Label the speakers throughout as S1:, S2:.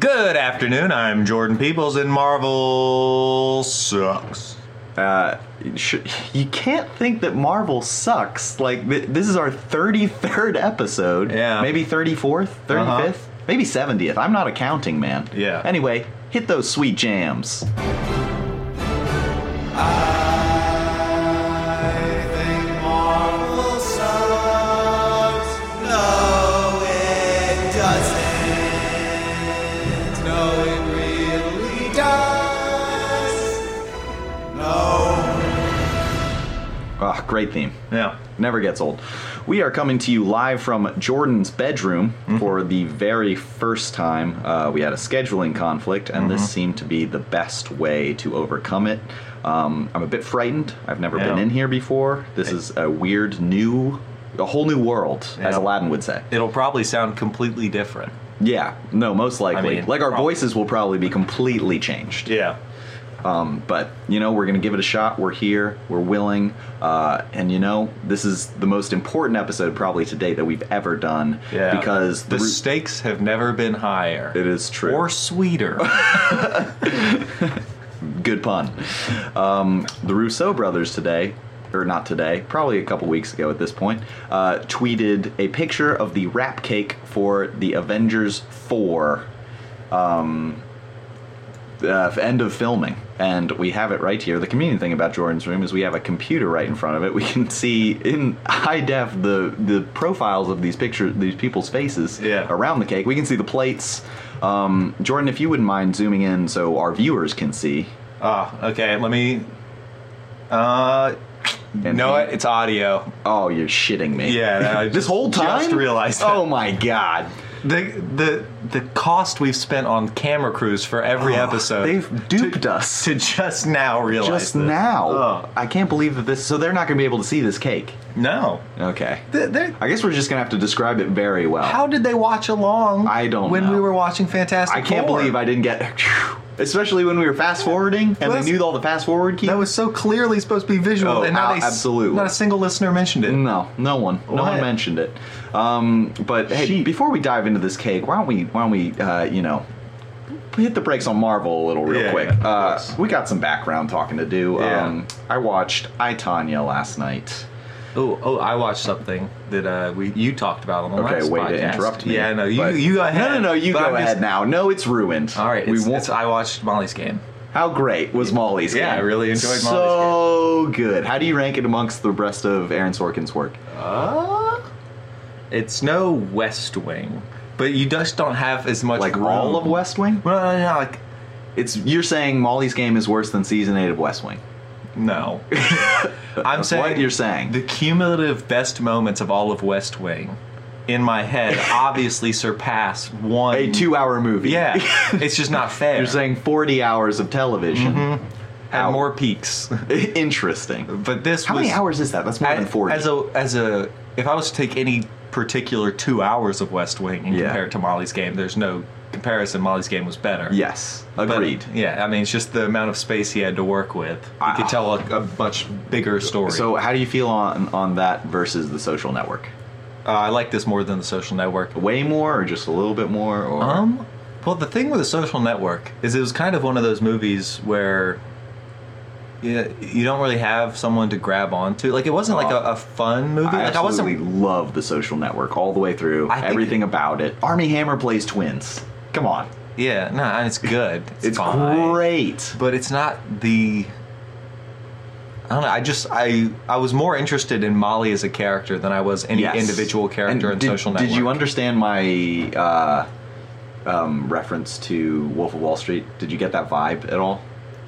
S1: Good afternoon. I'm Jordan Peoples, and Marvel sucks.
S2: Uh, sh- you can't think that Marvel sucks. Like th- this is our 33rd episode.
S1: Yeah.
S2: Maybe 34th, 35th,
S1: Uh-huh.
S2: maybe 70th. I'm not accounting, man.
S1: Yeah.
S2: Anyway, hit those sweet jams. Ah, great theme.
S1: Yeah.
S2: Never gets old. We are coming to you live from Jordan's bedroom
S1: Mm-hmm.
S2: for the very first time. Uh, we had a scheduling conflict, and
S1: Mm-hmm.
S2: this seemed to be the best way to overcome it. Um, I'm a bit frightened. I've never been
S1: Yeah.
S2: in here before. This is a weird new, a whole new world, as
S1: Yeah.
S2: Aladdin would say.
S1: It'll probably sound completely different.
S2: Yeah, no, most likely.
S1: mean,
S2: like our
S1: probably.
S2: voices will probably be completely changed.
S1: Yeah.
S2: Um, but you know, we're gonna give it a shot. We're here. We're willing. Uh, and you know, this is the most important episode probably to date that we've ever done.
S1: Yeah.
S2: Because
S1: the
S2: the root-
S1: stakes have never been higher.
S2: it is true.
S1: Or sweeter.
S2: Good pun. Um, the Rousseau brothers today. Or not today, probably a couple weeks ago at this point, uh, tweeted a picture of the wrap cake for the Avengers 4 uh, end of filming, and we have it right here. The convenient thing about Jordan's room is we have a computer right in front of it. We can see in high def the the profiles of these pictures, these people's faces
S1: Yeah.
S2: around the cake. We can see the plates. Um, Jordan, if you wouldn't mind zooming in so our viewers can see.
S1: Ah, okay. Let me. Uh,
S2: And
S1: no,
S2: he-
S1: it's audio.
S2: Oh, you're shitting me.
S1: Yeah, I
S2: this
S1: just-
S2: whole time.
S1: just realized that.
S2: Oh my god.
S1: The the the cost we've spent on camera crews for every
S2: Oh,
S1: episode.
S2: They've duped us.
S1: to just now realize
S2: just
S1: this.
S2: now.
S1: Oh.
S2: I can't believe that this. So they're not going to be able to see this cake.
S1: No.
S2: Okay.
S1: Th- they're-
S2: I guess we're just gonna have to describe it very well.
S1: how did they watch along?
S2: I don't
S1: When
S2: know.
S1: we were watching Fantastic,
S2: I can't
S1: Four?
S2: believe I didn't get, especially when we were fast forwarding and
S1: Well,
S2: they knew all the fast forward keys.
S1: That was so clearly supposed to be visual,
S2: Oh,
S1: and not
S2: ab-
S1: a, s-
S2: absolutely. Mm.
S1: not a single listener mentioned it.
S2: no, no one, no one
S1: What?
S2: mentioned it. Um, but hey,
S1: Sheep.
S2: before we dive into this cake, why don't we, why don't we, uh, you know, hit the brakes on Marvel a little real
S1: Yeah,
S2: quick?
S1: yeah, of
S2: uh,
S1: course.
S2: we got some background talking to do.
S1: Yeah.
S2: Um, I watched I Tanya last night.
S1: Oh, oh, I watched something that uh, we you talked about on the
S2: Okay,
S1: last
S2: way
S1: podcast.
S2: to interrupt me.
S1: Yeah, no, you
S2: but-
S1: you go ahead.
S2: No, no, no, you
S1: But
S2: go
S1: I'm
S2: ahead
S1: just-
S2: now. No, it's ruined.
S1: All right,
S2: we
S1: it's,
S2: won't.
S1: it's- I watched Molly's game.
S2: How great was Molly's
S1: Yeah,
S2: game?
S1: I really enjoyed Molly's
S2: so good. How do you rank it amongst the rest of Aaron Sorkin's work?
S1: Uh, it's no West Wing, but you just don't have as much
S2: Like
S1: room.
S2: all of West Wing?
S1: Well, no, no, like
S2: It's you're saying Molly's Game is worse than season eight of West Wing.
S1: no. I'm
S2: That's
S1: saying
S2: what you're saying.
S1: The cumulative best moments of all of West Wing, in my head, obviously surpass one.
S2: A two-hour movie.
S1: Yeah, it's just not fair.
S2: you're saying 40 hours of television.
S1: had more peaks,
S2: Interesting.
S1: but this
S2: Mm-hmm. How
S1: was
S2: many hours is that? That's more
S1: I-
S2: than 40.
S1: As a as a if I was to take any particular two hours of West Wing and
S2: Yeah.
S1: compare it to Molly's game, there's no comparison. Molly's game was better.
S2: yes,
S1: But,
S2: agreed.
S1: yeah, I mean, it's just the amount of space he had to work with. He could
S2: Ah.
S1: tell a, a much bigger story.
S2: so how do you feel on on that versus The Social Network?
S1: uh, I like this more than the Social Network.
S2: Way more, or just a little bit more, or
S1: Um, well, the thing with the social network is it was kind of one of those movies where you, you don't really have someone to grab onto. Like, it wasn't like a, a fun movie.
S2: Uh, I
S1: like,
S2: absolutely love The Social Network all the way through.
S1: I think-
S2: everything about it. Army Hammer plays twins. Come on,
S1: Yeah, no, and it's good. It's,
S2: it's
S1: fine.
S2: great.
S1: But it's not the. I don't know. I just I I was more interested in Molly as a character than I was any
S2: Yes.
S1: individual character
S2: And
S1: in
S2: did,
S1: social network.
S2: Did you understand my uh, um, reference to Wolf of Wall Street? Did you get that vibe at all?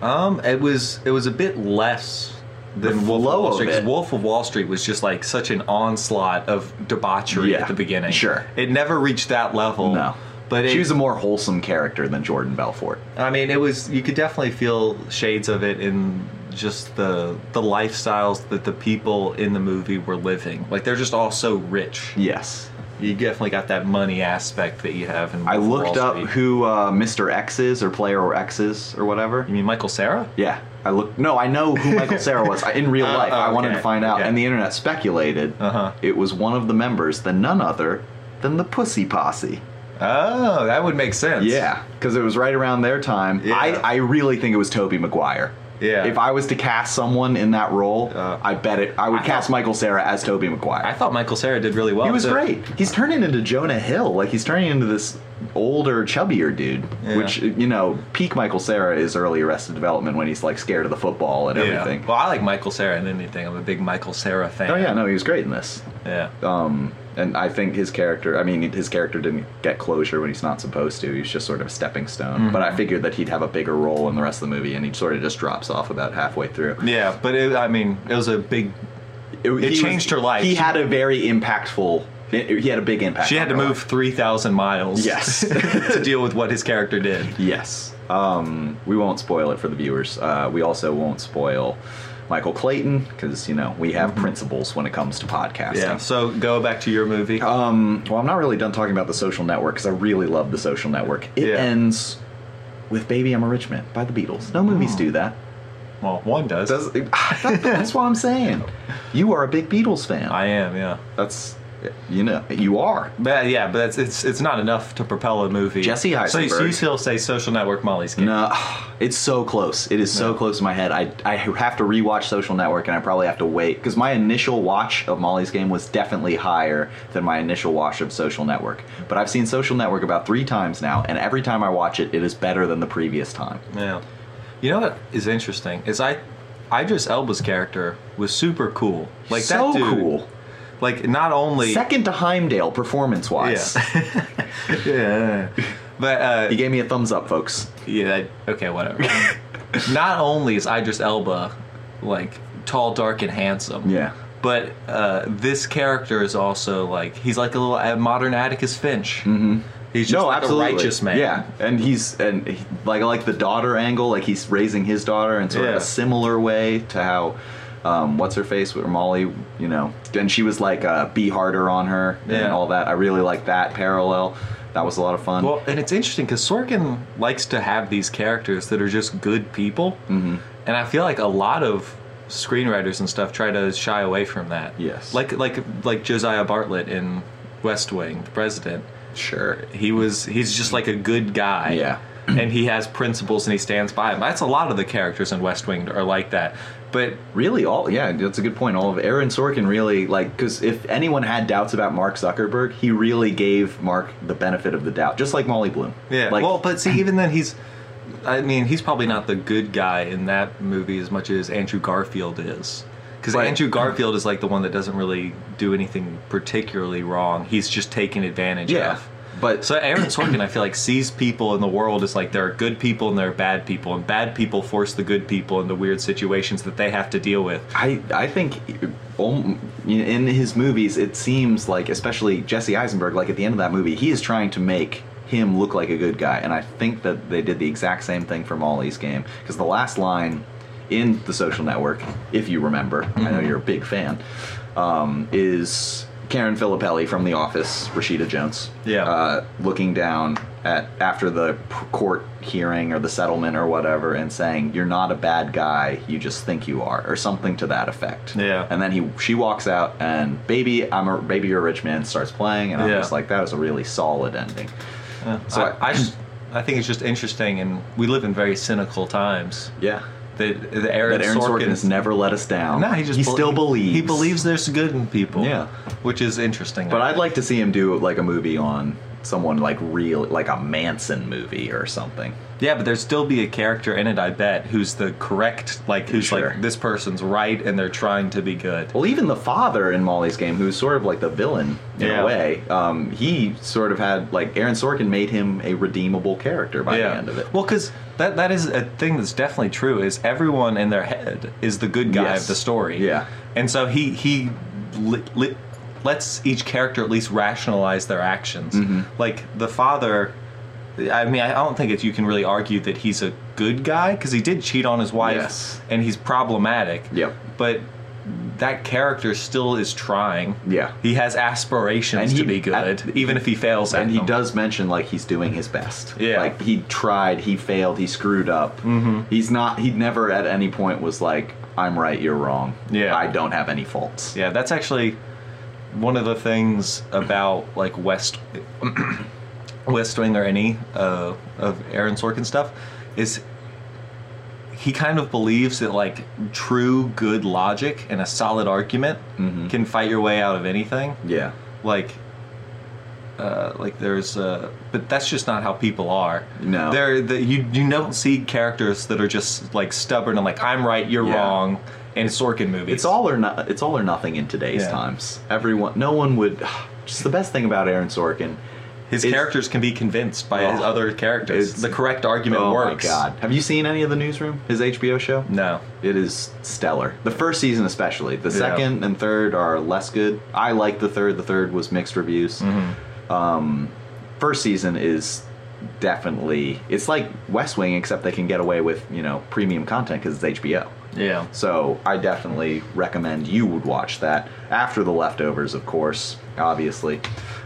S1: Um, it was it was a bit less than Wolf
S2: The
S1: of
S2: flow
S1: Wall
S2: of
S1: Street. 'cause
S2: it.
S1: Wolf of Wall Street was just like such an onslaught of debauchery
S2: Yeah,
S1: at the beginning.
S2: sure.
S1: it never reached that level.
S2: No.
S1: but it,
S2: she was a more wholesome character than Jordan Belfort.
S1: I mean, it was you could definitely feel shades of it in just the the lifestyles that the people in the movie were living. Like they're just all so rich.
S2: Yes.
S1: You definitely got that money aspect that you have. In Wolf
S2: I
S1: of
S2: looked
S1: Wall
S2: up
S1: Street.
S2: who uh, Mr. X is, or player or X's, or whatever.
S1: You mean Michael Sarah?
S2: Yeah, I looked. No, I know who Michael Sarah was I- in real
S1: Oh,
S2: life.
S1: oh,
S2: I wanted
S1: okay,
S2: to find out,
S1: okay.
S2: and the internet speculated
S1: Uh-huh.
S2: it was one of the members, then none other than the Pussy Posse.
S1: Oh, that would make sense.
S2: Yeah, because it was right around their time.
S1: Yeah.
S2: I, I really think it was Toby Maguire.
S1: Yeah.
S2: If I was to cast someone in that role,
S1: Uh,
S2: I bet it. I would
S1: I
S2: cast Michael Sarah as Toby Maguire.
S1: I thought Michael Sarah did really well.
S2: he was
S1: too.
S2: great. He's turning into Jonah Hill. Like he's turning into this older, chubbier dude.
S1: Yeah.
S2: Which you know, peak Michael Sarah is early Arrested Development when he's like scared of the football and everything.
S1: Yeah. Well, I like Michael Sarah in anything. I'm a big Michael Sarah fan.
S2: Oh yeah, no, he was great in this.
S1: Yeah.
S2: Um, and I think his character. I mean, his character didn't get closure when he's not supposed to. He was just sort of a stepping stone.
S1: Mm-hmm.
S2: But I figured that he'd have a bigger role in the rest of the movie, and he sort of just drops off about halfway through.
S1: Yeah, but it, I mean, it was a big.
S2: It, he
S1: changed her life.
S2: He had a very impactful. He had a big impact.
S1: She
S2: on
S1: had to
S2: her
S1: move
S2: life.
S1: three thousand miles.
S2: Yes.
S1: to deal with what his character did.
S2: Yes. Um, we won't spoil it for the viewers. Uh, we also won't spoil Michael Clayton because you know we have principles when it comes to podcasting.
S1: Mm-hmm. Yeah. So go back to your movie.
S2: Um, well, I'm not really done talking about the social network because I really love the social network. It
S1: Yeah.
S2: ends with "Baby, I'm a Rich Man" by the Beatles. No movies do that.
S1: well, one does.
S2: Does- that- that's what I'm saying. You are a big Beatles fan.
S1: I am. Yeah.
S2: that's you know you are.
S1: But yeah, but that's it's it's not enough to propel a movie.
S2: Jesse
S1: So you- So you
S2: Eisenberg.
S1: still say Social Network Molly's game.
S2: No, it's so close. It is so close in my head. I, I have to rewatch Social Network, and I probably have to wait because my initial watch of Molly's Game was definitely higher than my initial watch of Social Network. But I've seen Social Network about three times now, and every time I watch it, it is better than the previous time.
S1: Yeah. You know what is interesting is I, Idris Elba's character was super cool. Like
S2: so
S1: that dude.
S2: cool.
S1: Like not only
S2: Second to Heimdall performance wise.
S1: yeah, but uh,
S2: he gave me a thumbs up, folks.
S1: yeah. that- Okay, whatever. not only is Idris Elba like tall, dark, and handsome.
S2: Yeah.
S1: But uh, this character is also like he's like a little uh, modern Atticus Finch. Mm-hmm. He's just like a righteous man.
S2: Yeah, and he's and he, like I like the daughter angle, like he's raising his daughter in sort of
S1: Yeah.
S2: a similar way to how um, what's her face with Molly, you know, and she was like uh, be harder on her and
S1: Yeah.
S2: all that. I really like that parallel. That was a lot of fun.
S1: Well, and it's interesting because Sorkin likes to have these characters that are just good people, mm-hmm. and I feel like a lot of screenwriters and stuff try to shy away from that.
S2: Yes.
S1: like like like Josiah Bartlett in West Wing, the president.
S2: sure.
S1: He was he's just like a good guy.
S2: Yeah.
S1: and he has principles and he stands by them. That's a lot of the characters in West Wing are like that. But
S2: Really, all yeah, that's a good point. All of Aaron Sorkin really like because if anyone had doubts about Mark Zuckerberg, he really gave Mark the benefit of the doubt, just like Molly Bloom.
S1: yeah,
S2: like,
S1: well, but see, even then he's. I mean, he's probably not the good guy in that movie as much as Andrew Garfield is. Because
S2: Right.
S1: Andrew Garfield is like the one that doesn't really do anything particularly wrong. He's just taken advantage
S2: yeah,
S1: of.
S2: but
S1: So Aaron Sorkin, I feel like, sees people in the world as like there are good people and there are bad people, and bad people force the good people into weird situations that they have to deal with.
S2: I I think um, in his movies it seems like especially Jesse Eisenberg like at the end of that movie he is trying to make him look like a good guy and I think that they did the exact same thing for Molly's game because the last line in the social network if you remember I know you're a big fan um, is Karen Filippelli from The Office Rashida Jones
S1: Yeah.
S2: uh, looking down at after the p- court hearing or the settlement or whatever and saying you're not a bad guy you just think you are or something to that effect
S1: Yeah.
S2: and then he she walks out and baby i'm a baby you're a rich man starts playing and i'm
S1: Yeah.
S2: just like that is a really solid ending
S1: So
S2: So
S1: I, I, just- I think it's just interesting, and we live in very cynical times.
S2: yeah
S1: That, that Aaron,
S2: that aaron sorkin, has never let us down
S1: No, Oh. he just
S2: he
S1: bel-
S2: still believes
S1: He believes there's good in people.
S2: Yeah.
S1: which is interesting.
S2: but i'd like to see him do like a movie on someone like real like a manson movie or something
S1: yeah, but there'd still be a character in it, I bet, who's the correct, like who's
S2: Sure.
S1: like this person's right, and they're trying to be good.
S2: Well, even the father in Molly's game, who's sort of like the villain in
S1: Yeah.
S2: a way, um, he sort of had like Aaron Sorkin made him a redeemable character by the end of it.
S1: Well, because that that is a thing that's definitely true. Is everyone in their head is the good guy
S2: Yes.
S1: of the story?
S2: Yeah.
S1: and so he he li- li- lets each character at least rationalize their actions.
S2: Mm-hmm.
S1: Like the father. I mean, I don't think it's you can really argue that he's a good guy because he did cheat on his wife,
S2: Yes.
S1: and he's problematic.
S2: Yep.
S1: But that character still is trying.
S2: Yeah.
S1: He has aspirations
S2: And he-
S1: to be good,
S2: at-
S1: even if he fails. at
S2: and he
S1: them.
S2: does mention like he's doing his best.
S1: Yeah.
S2: like he tried, he failed, he screwed up. Mm-hmm. He's not. He never at any point was like, "I'm right, you're wrong."
S1: Yeah.
S2: I don't have any faults.
S1: Yeah, that's actually one of the things about like West West Wing or any uh, of Aaron Sorkin stuff is he kind of believes that like true good logic and a solid argument
S2: Mm-hmm.
S1: can fight your way out of anything.
S2: Yeah.
S1: Like, uh, like there's, uh, but that's just not how people are.
S2: No.
S1: There, the, you you don't see characters that are just like stubborn and like I'm right, you're
S2: Yeah.
S1: wrong, in Sorkin movies.
S2: It's all or no, it's all or nothing in today's
S1: Yeah.
S2: times. Everyone, no one would. Just the best thing about Aaron Sorkin.
S1: his
S2: it's-
S1: characters can be convinced by his
S2: Oh,
S1: other characters.
S2: it's-
S1: The correct argument
S2: oh
S1: works.
S2: my god! Have you seen any of the Newsroom? His HBO show.
S1: No.
S2: It is stellar. The first season, especially. The
S1: Yeah.
S2: second and third are less good. I like the third. The third was mixed reviews.
S1: Mm-hmm.
S2: Um, first season is definitely it's like West Wing, except they can get away with you know premium content because it's HBO.
S1: Yeah.
S2: So I definitely recommend you would watch that after the leftovers, of course, obviously.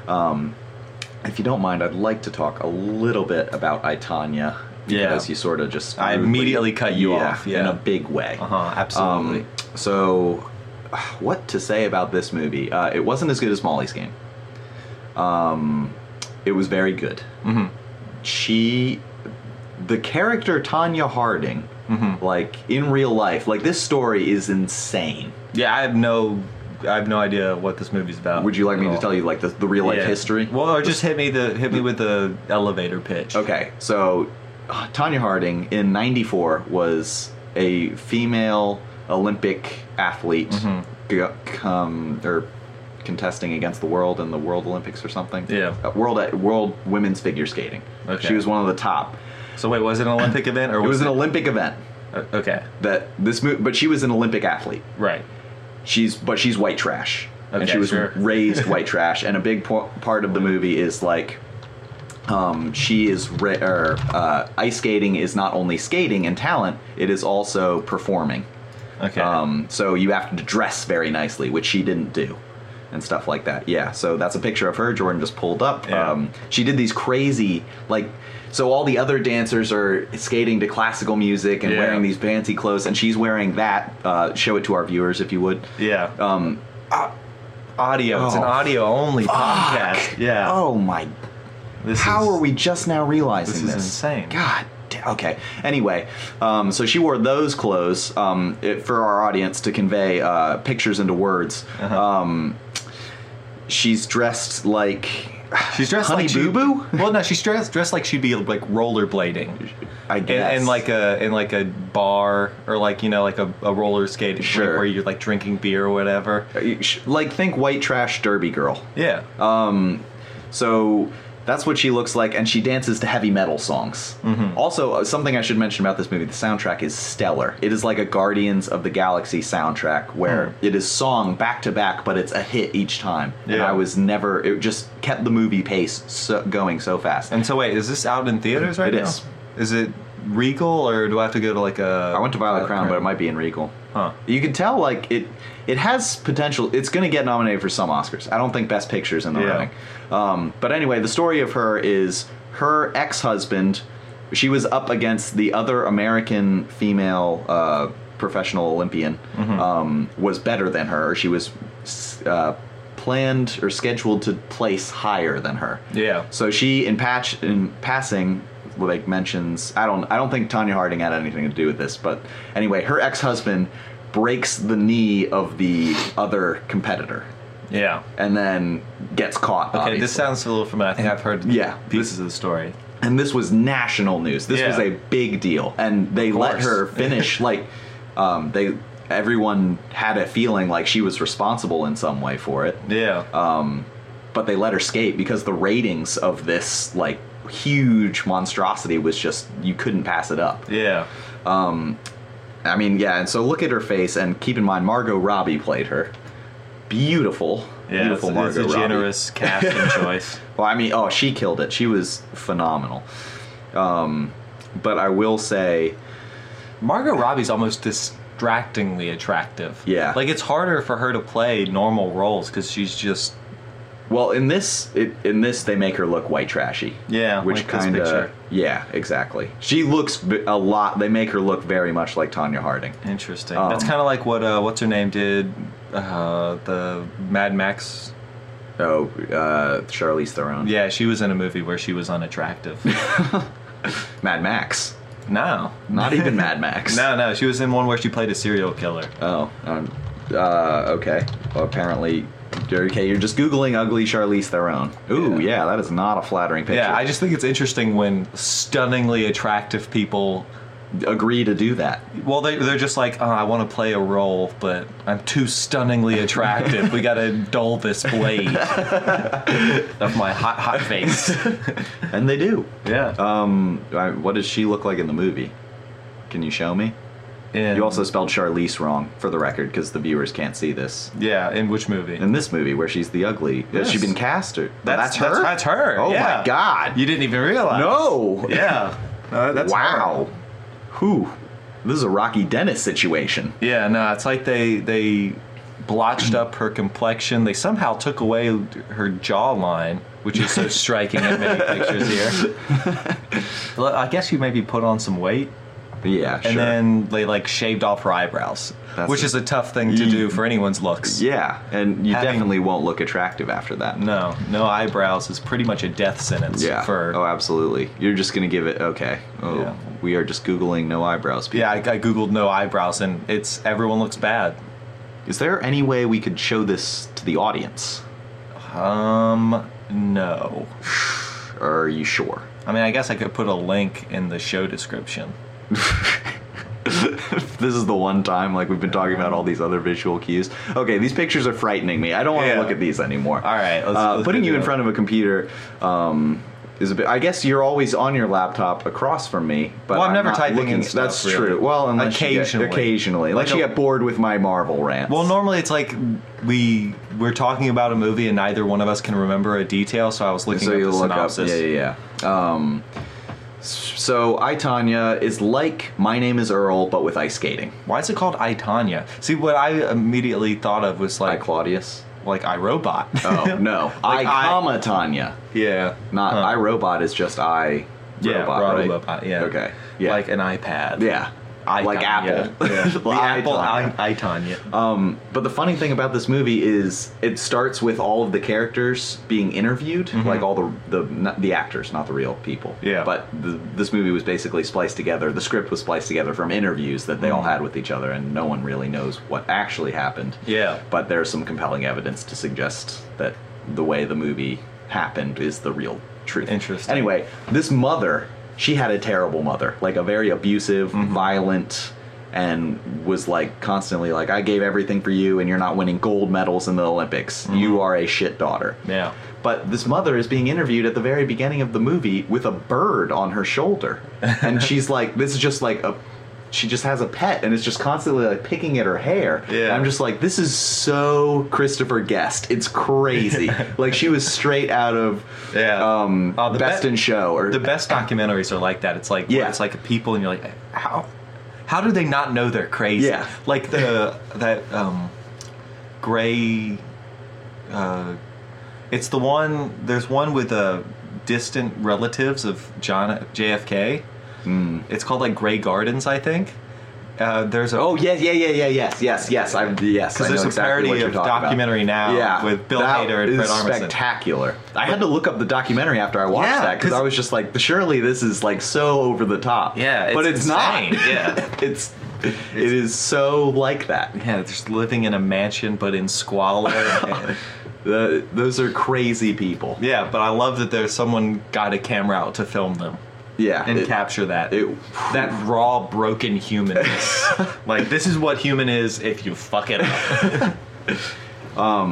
S2: Um, if you don't mind, I'd like to talk a little bit about Itanya
S1: Yeah.
S2: because you sort of just
S1: I
S2: rudely-
S1: immediately cut you off, yeah.
S2: in a big way.
S1: Uh huh. Absolutely.
S2: Um, so, what to say about this movie? Uh, it wasn't as good as Molly's Game. Um, it was very good.
S1: Mhm.
S2: She, the character Tanya Harding,
S1: Mm-hmm.
S2: like in real life, like this story is insane.
S1: Yeah, I have no, I have no idea what this movie's about.
S2: Would you like me
S1: at
S2: to
S1: all.
S2: tell you like the, the real life
S1: Oh. Yeah.
S2: history?
S1: Well, or just hit me the hit me with the elevator pitch.
S2: Okay, so uh, Tanya Harding in '94 was a female Olympic athlete,
S1: Mhm.
S2: g- um, or contesting against the world in the World Olympics or something.
S1: Yeah.
S2: Uh, world at World Women's Figure Skating.
S1: Okay.
S2: She was one of the top.
S1: So wait, was it an Olympic event or
S2: It was
S1: was
S2: an Olympic event
S1: Uh, okay,
S2: that this mo- but she was an Olympic athlete.
S1: right.
S2: She's but she's white trash, and
S1: Okay,
S2: she was
S1: sure.
S2: raised white trash. And a big po- part of the movie is like, um, she is ra- er, uh, ice skating is not only skating and talent; it is also performing.
S1: Okay.
S2: Um, so you have to dress very nicely, which she didn't do, and stuff like that. Yeah. So that's a picture of her. Jordan just pulled up.
S1: Yeah.
S2: Um, she did these crazy like. So all the other dancers are skating to classical music and
S1: Yeah.
S2: wearing these fancy clothes, and she's wearing that. Uh, show it to our viewers if you would.
S1: yeah. Uh,
S2: Um,
S1: audio. It's an
S2: oh,
S1: audio only podcast.
S2: fuck.
S1: Yeah.
S2: Oh my.
S1: This
S2: How
S1: is-
S2: are we just now realizing
S1: This
S2: this?
S1: is insane.
S2: God. da- Okay. Anyway, um, so she wore those clothes um, it, for our audience to convey uh, pictures into words.
S1: Uh-huh.
S2: Um, she's dressed like
S1: She's dressed
S2: Honey
S1: like she-
S2: Boo Boo.
S1: Well, no, she's dressed dressed like she'd be like rollerblading.
S2: I
S1: In,
S2: guess.
S1: in like a in like a bar or like you know like a, a roller skate rink
S2: Sure.
S1: where you're like drinking beer or whatever.
S2: like think white trash derby girl.
S1: Yeah.
S2: Um, so that's what she looks like, and she dances to heavy metal songs. Also, uh, something I should mention about this movie: the soundtrack is stellar. It is like a Guardians of the Galaxy soundtrack, where it is song back to back, but it's a hit each time. And
S1: Yeah.
S2: I was never; it just kept the movie pace so, going so fast.
S1: And so wait, is this out in theaters right now?
S2: It is.
S1: Is it Regal or do I have to go to like a?
S2: I went to Violet Crown, but it might be in Regal.
S1: Huh.
S2: You can tell, like it, it has potential. It's going to get nominated for some Oscars. I don't think Best Pictures in the
S1: Yeah.
S2: running. Um, but anyway, the story of her is her ex-husband. She was up against the other American female uh, professional Olympian. Um, was better than her. She was s- uh, planned or scheduled to place higher than her.
S1: Yeah.
S2: So she in patch in passing like mentions I don't I don't think Tanya Harding had anything to do with this, but anyway, her ex-husband breaks the knee of the other competitor
S1: Yeah.
S2: and then gets caught.
S1: Okay,
S2: obviously.
S1: this sounds a little familiar. I think I've heard
S2: Yeah,
S1: pieces of the story.
S2: and this was national news. This was
S1: Yeah.
S2: a big deal, and they let
S1: course.
S2: her finish. like, um, they everyone had a feeling like she was responsible in some way for it.
S1: Yeah.
S2: um, but they let her skate because the ratings of this like huge monstrosity was just you couldn't pass it up.
S1: yeah.
S2: Um, I mean, yeah, and so look at her face, and keep in mind Margot Robbie played her. Beautiful,
S1: Yeah.
S2: beautiful
S1: it's, it's
S2: Margot
S1: a
S2: Robbie.
S1: generous casting choice.
S2: Well, I mean, oh, she killed it. She was phenomenal. Um, but I will say,
S1: Margot Robbie's almost distractingly attractive.
S2: Yeah.
S1: Like it's harder for her to play normal roles because she's just
S2: well, in this, it, in this, they make her look white trashy.
S1: yeah,
S2: which
S1: like this
S2: kind of
S1: picture.
S2: yeah exactly she looks b- a lot they make her look very much like tanya harding
S1: Interesting.
S2: Um,
S1: That's kind of like what uh, what's her name did uh, the Mad Max
S2: Oh, uh, Charlize Theron.
S1: Yeah, she was in a movie where she was unattractive.
S2: Mad Max.
S1: no.
S2: Not even Mad Max.
S1: No, no, she was in one where she played a serial killer.
S2: Oh, um, uh, okay. Well, apparently, okay, you're just Googling ugly Charlize Theron. Ooh, yeah, that is not a flattering picture.
S1: Yeah, I just think it's interesting when stunningly attractive people,
S2: agree to do that.
S1: well, they, they're just like, oh, I want to play a role, but I'm too stunningly attractive. we gotta dull this blade of my hot, hot face. Uh,
S2: And they do.
S1: Yeah.
S2: Um, I, what does she look like in the movie? Can you show me?
S1: in,
S2: You also spelled Charlize wrong, for the record, because the viewers can't see this.
S1: yeah, in which movie?
S2: In this movie, where she's the ugly, has she
S1: Yes.
S2: been cast or
S1: That's- that's- that's her,
S2: Oh
S1: yeah.
S2: my god!
S1: you didn't even realize.
S2: no.
S1: Yeah. No, that's
S2: wow.
S1: horrible.
S2: Whew. This is a Rocky Dennis situation.
S1: Yeah, no, it's like they they blotched up her complexion. They somehow took away her jawline, which is so striking in many pictures here. Well, I guess she maybe put on some weight,
S2: Yeah, sure.
S1: and then they like shaved off her eyebrows,
S2: That's
S1: which
S2: a-
S1: is a tough thing to
S2: Ye-
S1: do for anyone's looks.
S2: yeah, and you
S1: Having-
S2: definitely won't look attractive after that.
S1: No, no eyebrows is pretty much a death sentence
S2: Yeah.
S1: for.
S2: oh, absolutely. You're just gonna give it. Okay. Oh,
S1: Yeah.
S2: we are just googling no eyebrows. people.
S1: yeah, I, I googled no eyebrows, and it's everyone looks bad.
S2: Is there any way we could show this to the audience?
S1: Um, no.
S2: Or are you sure?
S1: I mean, I guess I could put a link in the show description.
S2: this is the one time like we've been talking about all these other visual cues. Okay, these pictures are frightening me. I don't want to
S1: Yeah.
S2: look at these anymore.
S1: All right, let's-
S2: uh,
S1: let's
S2: putting
S1: go
S2: you
S1: do
S2: in
S1: it.
S2: front of a computer um, is a bit. I guess you're always on your laptop across from me, but
S1: Well, I'm never
S2: not
S1: typing in
S2: looking-
S1: stuff,
S2: That's
S1: really.
S2: true. Well, unless
S1: Occasionally.
S2: you get, occasionally, unless
S1: Like
S2: you
S1: a-
S2: get bored with my Marvel rants.
S1: Well, normally it's like we we're talking about a movie and neither one of us can remember a detail, so I was looking
S2: so
S1: at
S2: you
S1: the
S2: look
S1: synopsis.
S2: up. Yeah, yeah, yeah. Um, s- so I Tanya is like My Name Is Earl, but with ice skating.
S1: Why is it called I Tanya? See, what I immediately thought of was
S2: By
S1: like
S2: Claudius.
S1: like I Robot.
S2: Oh no,
S1: Like I-
S2: I comma Tanya.
S1: yeah,
S2: Not
S1: Huh.
S2: I Robot is just I.
S1: yeah,
S2: robot,
S1: Rob-
S2: right?
S1: Robot, uh, Yeah,
S2: Okay. Yeah.
S1: like an iPad.
S2: yeah.
S1: I
S2: like
S1: Tanya.
S2: Apple.
S1: Yeah. the
S2: I
S1: Apple I,
S2: Tanya.
S1: I Tanya.
S2: Um, but the funny thing about this movie is it starts with all of the characters being interviewed, like all the the not the actors, not the real people.
S1: Mm-hmm. Yeah.
S2: But the, this movie was basically spliced together. The script was spliced together from interviews that they all
S1: Mhm.
S2: had with each other, and no one really knows what actually happened.
S1: yeah.
S2: But there's some compelling evidence to suggest that the way the movie happened is the real truth.
S1: Interesting.
S2: Anyway, this mother, she had a terrible mother, like a very abusive,
S1: Mm-hmm.
S2: violent, and was like constantly like, I gave everything for you, and you're not winning gold medals in the Olympics.
S1: Mm-hmm.
S2: You are a shit daughter.
S1: Yeah.
S2: But this mother is being interviewed at the very beginning of the movie with a bird on her shoulder. And she's like, this is just like a. She just has a pet and it's just constantly like picking at her hair.
S1: Yeah.
S2: And I'm just like, this is so Christopher Guest. It's crazy. like she was straight out of
S1: Yeah.
S2: um,
S1: Uh, the
S2: Best
S1: be-
S2: in Show or
S1: The best documentaries are like that. It's like
S2: Yeah.
S1: it's like people, and you're like, how how do they not know they're crazy?
S2: Yeah.
S1: like the that um, gray. Uh, it's the one. There's one with uh, distant relatives of John JFK.
S2: Hmm.
S1: It's called like Gray Gardens, I think. Uh, there's a
S2: Oh yeah, yeah, yeah, yeah, yes, yes, yes. I'm yes. I
S1: because
S2: know
S1: there's a
S2: exactly what
S1: parody
S2: you're
S1: of
S2: talking about.
S1: documentary now
S2: Yeah,
S1: with Bill
S2: that
S1: Hader and
S2: is
S1: Fred Armisen.
S2: spectacular. I had to look up the documentary after I watched
S1: Yeah,
S2: that because
S1: 'cause-
S2: I was just like, surely this is like so over the top.
S1: Yeah,
S2: but it's
S1: it's
S2: not.
S1: insane, yeah.
S2: it's, it is so like that.
S1: yeah, just living in a mansion but in squalor. and-
S2: The, those are crazy people.
S1: Yeah, but I love that there's someone got a camera out to film them
S2: Yeah,
S1: and
S2: it-
S1: capture that.
S2: it-
S1: that raw, broken humanness. like this is what human is if you fuck it up.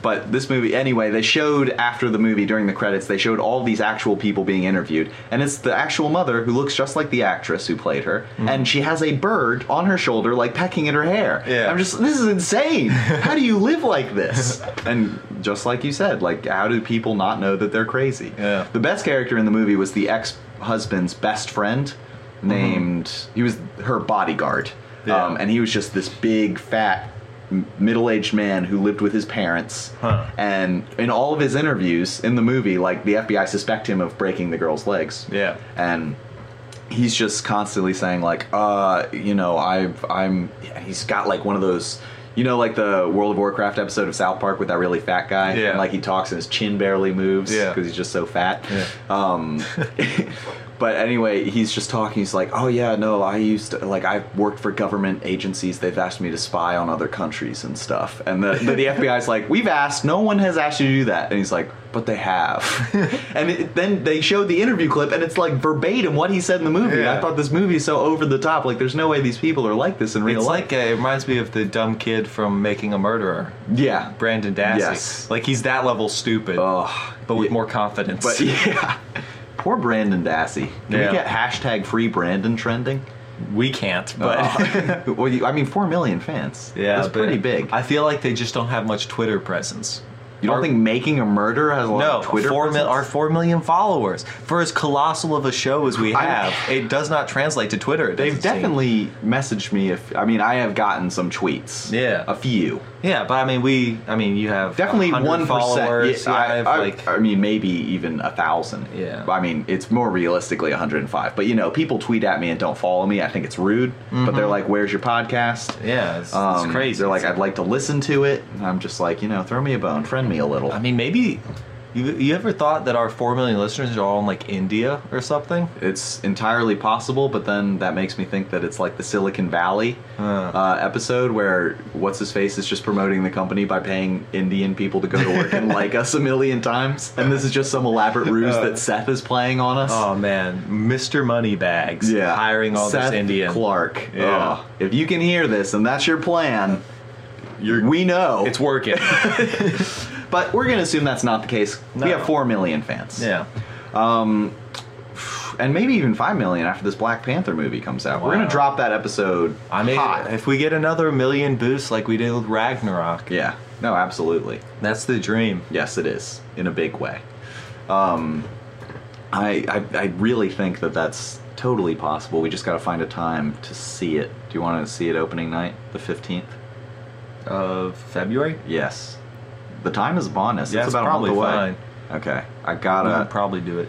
S2: But this movie, anyway, they showed after the movie during the credits, they showed all these actual people being interviewed. And it's the actual mother who looks just like the actress who played her.
S1: Mm-hmm.
S2: And she has a bird on her shoulder, like pecking at her hair.
S1: Yeah.
S2: I'm just, this is insane. how do you live like this? and just like you said, like, how do people not know that they're crazy?
S1: Yeah.
S2: The best character in the movie was the ex husband's best friend named, he was her bodyguard.
S1: Mm-hmm. Yeah.
S2: Um, and he was just this big, fat, m- middle-aged man who lived with his parents.
S1: Huh.
S2: And in all of his interviews in the movie, like the FBI suspect him of breaking the girl's legs.
S1: Yeah.
S2: And he's just constantly saying like, uh, you know, I've, I'm. He's got like one of those You know, like the World of Warcraft episode of South Park with that really fat guy,
S1: Yeah.
S2: and like he talks and his chin barely moves because
S1: Yeah.
S2: he's just so fat.
S1: Yeah.
S2: Um, but anyway, he's just talking. He's like, "Oh yeah, no, I used to, like I've worked for government agencies. They've asked me to spy on other countries and stuff." And the the, the FBI's like, "We've asked. No one has asked you to do that." And he's like, "But they have." and it, then they showed the interview clip, and it's like verbatim what he said in the movie.
S1: Yeah.
S2: I thought this movie is so over the top. Like, there's no way these people are like this in real
S1: It's
S2: life.
S1: like uh it reminds me of the dumb kid from Making a Murderer,
S2: yeah.
S1: Brandon Dassey.
S2: Yes.
S1: Like he's that level stupid,
S2: Ugh.
S1: Oh, but with more confidence.
S2: But yeah. Poor Brandon Dassey. Can
S1: Yeah.
S2: we get hashtag free Brandon trending?
S1: we can't. But
S2: But Oh. well, you, I mean, four million fans.
S1: yeah,
S2: that's
S1: but
S2: pretty big.
S1: I feel like they just don't have much Twitter presence.
S2: you don't
S1: Our-
S2: think making a murder has a lot
S1: No,
S2: of Twitter?
S1: four mil-
S2: presence?
S1: our four million followers. For as colossal of a show as we
S2: I'm-
S1: have, it does not translate to Twitter. it
S2: They've
S1: doesn't seem.
S2: definitely messaged me. If I mean, I have gotten some tweets.
S1: Yeah.
S2: a few.
S1: yeah, but I mean, we, I mean, you have
S2: Definitely
S1: 100
S2: one
S1: followers.
S2: percent.
S1: Yeah,
S2: I,
S1: I have,
S2: I-
S1: like,
S2: I mean, maybe even a thousand.
S1: Yeah.
S2: I mean, it's more realistically 105. But you know, people tweet at me and don't follow me. I think it's rude. But they're like, "Where's your podcast?"
S1: yeah, Mm-hmm. it's,
S2: Um,
S1: it's crazy.
S2: They're like,
S1: It's-
S2: "I'd like to listen to it." And I'm just like, you know, throw me a bone, friend me a little.
S1: I mean, maybe you, you ever thought that our four million listeners are all in like India or something?
S2: It's entirely possible, but then that makes me think that it's like the Silicon Valley
S1: Huh.
S2: uh, episode where what's his face is just promoting the company by paying Indian people to go to work and like us a million times, and this is just some elaborate ruse
S1: Uh.
S2: that Seth is playing on us.
S1: Oh man, Mr. Moneybags,
S2: yeah,
S1: hiring all
S2: Seth
S1: this Indian.
S2: Clark.
S1: Yeah.
S2: Oh, if you can hear this and that's your plan, you're we know.
S1: It's working.
S2: but we're gonna assume that's not the case.
S1: No.
S2: We have four million fans.
S1: yeah,
S2: and maybe even five million after this Black Panther movie comes out. We're
S1: Wow.
S2: gonna drop that episode.
S1: I mean,
S2: hot.
S1: if we get another million boosts like we did with Ragnarok,
S2: Yeah. No, absolutely.
S1: that's the dream.
S2: Yes, it is in a big way. Um, I, I I really think that that's totally possible. We just got to find a time to see it. Do you want to see it opening night, the fifteenth?
S1: Of February,
S2: Yes. The time is upon us.
S1: Yeah,
S2: it's
S1: it's
S2: about
S1: probably
S2: a month
S1: fine.
S2: away. Okay. I
S1: we
S2: gotta.
S1: would probably do it.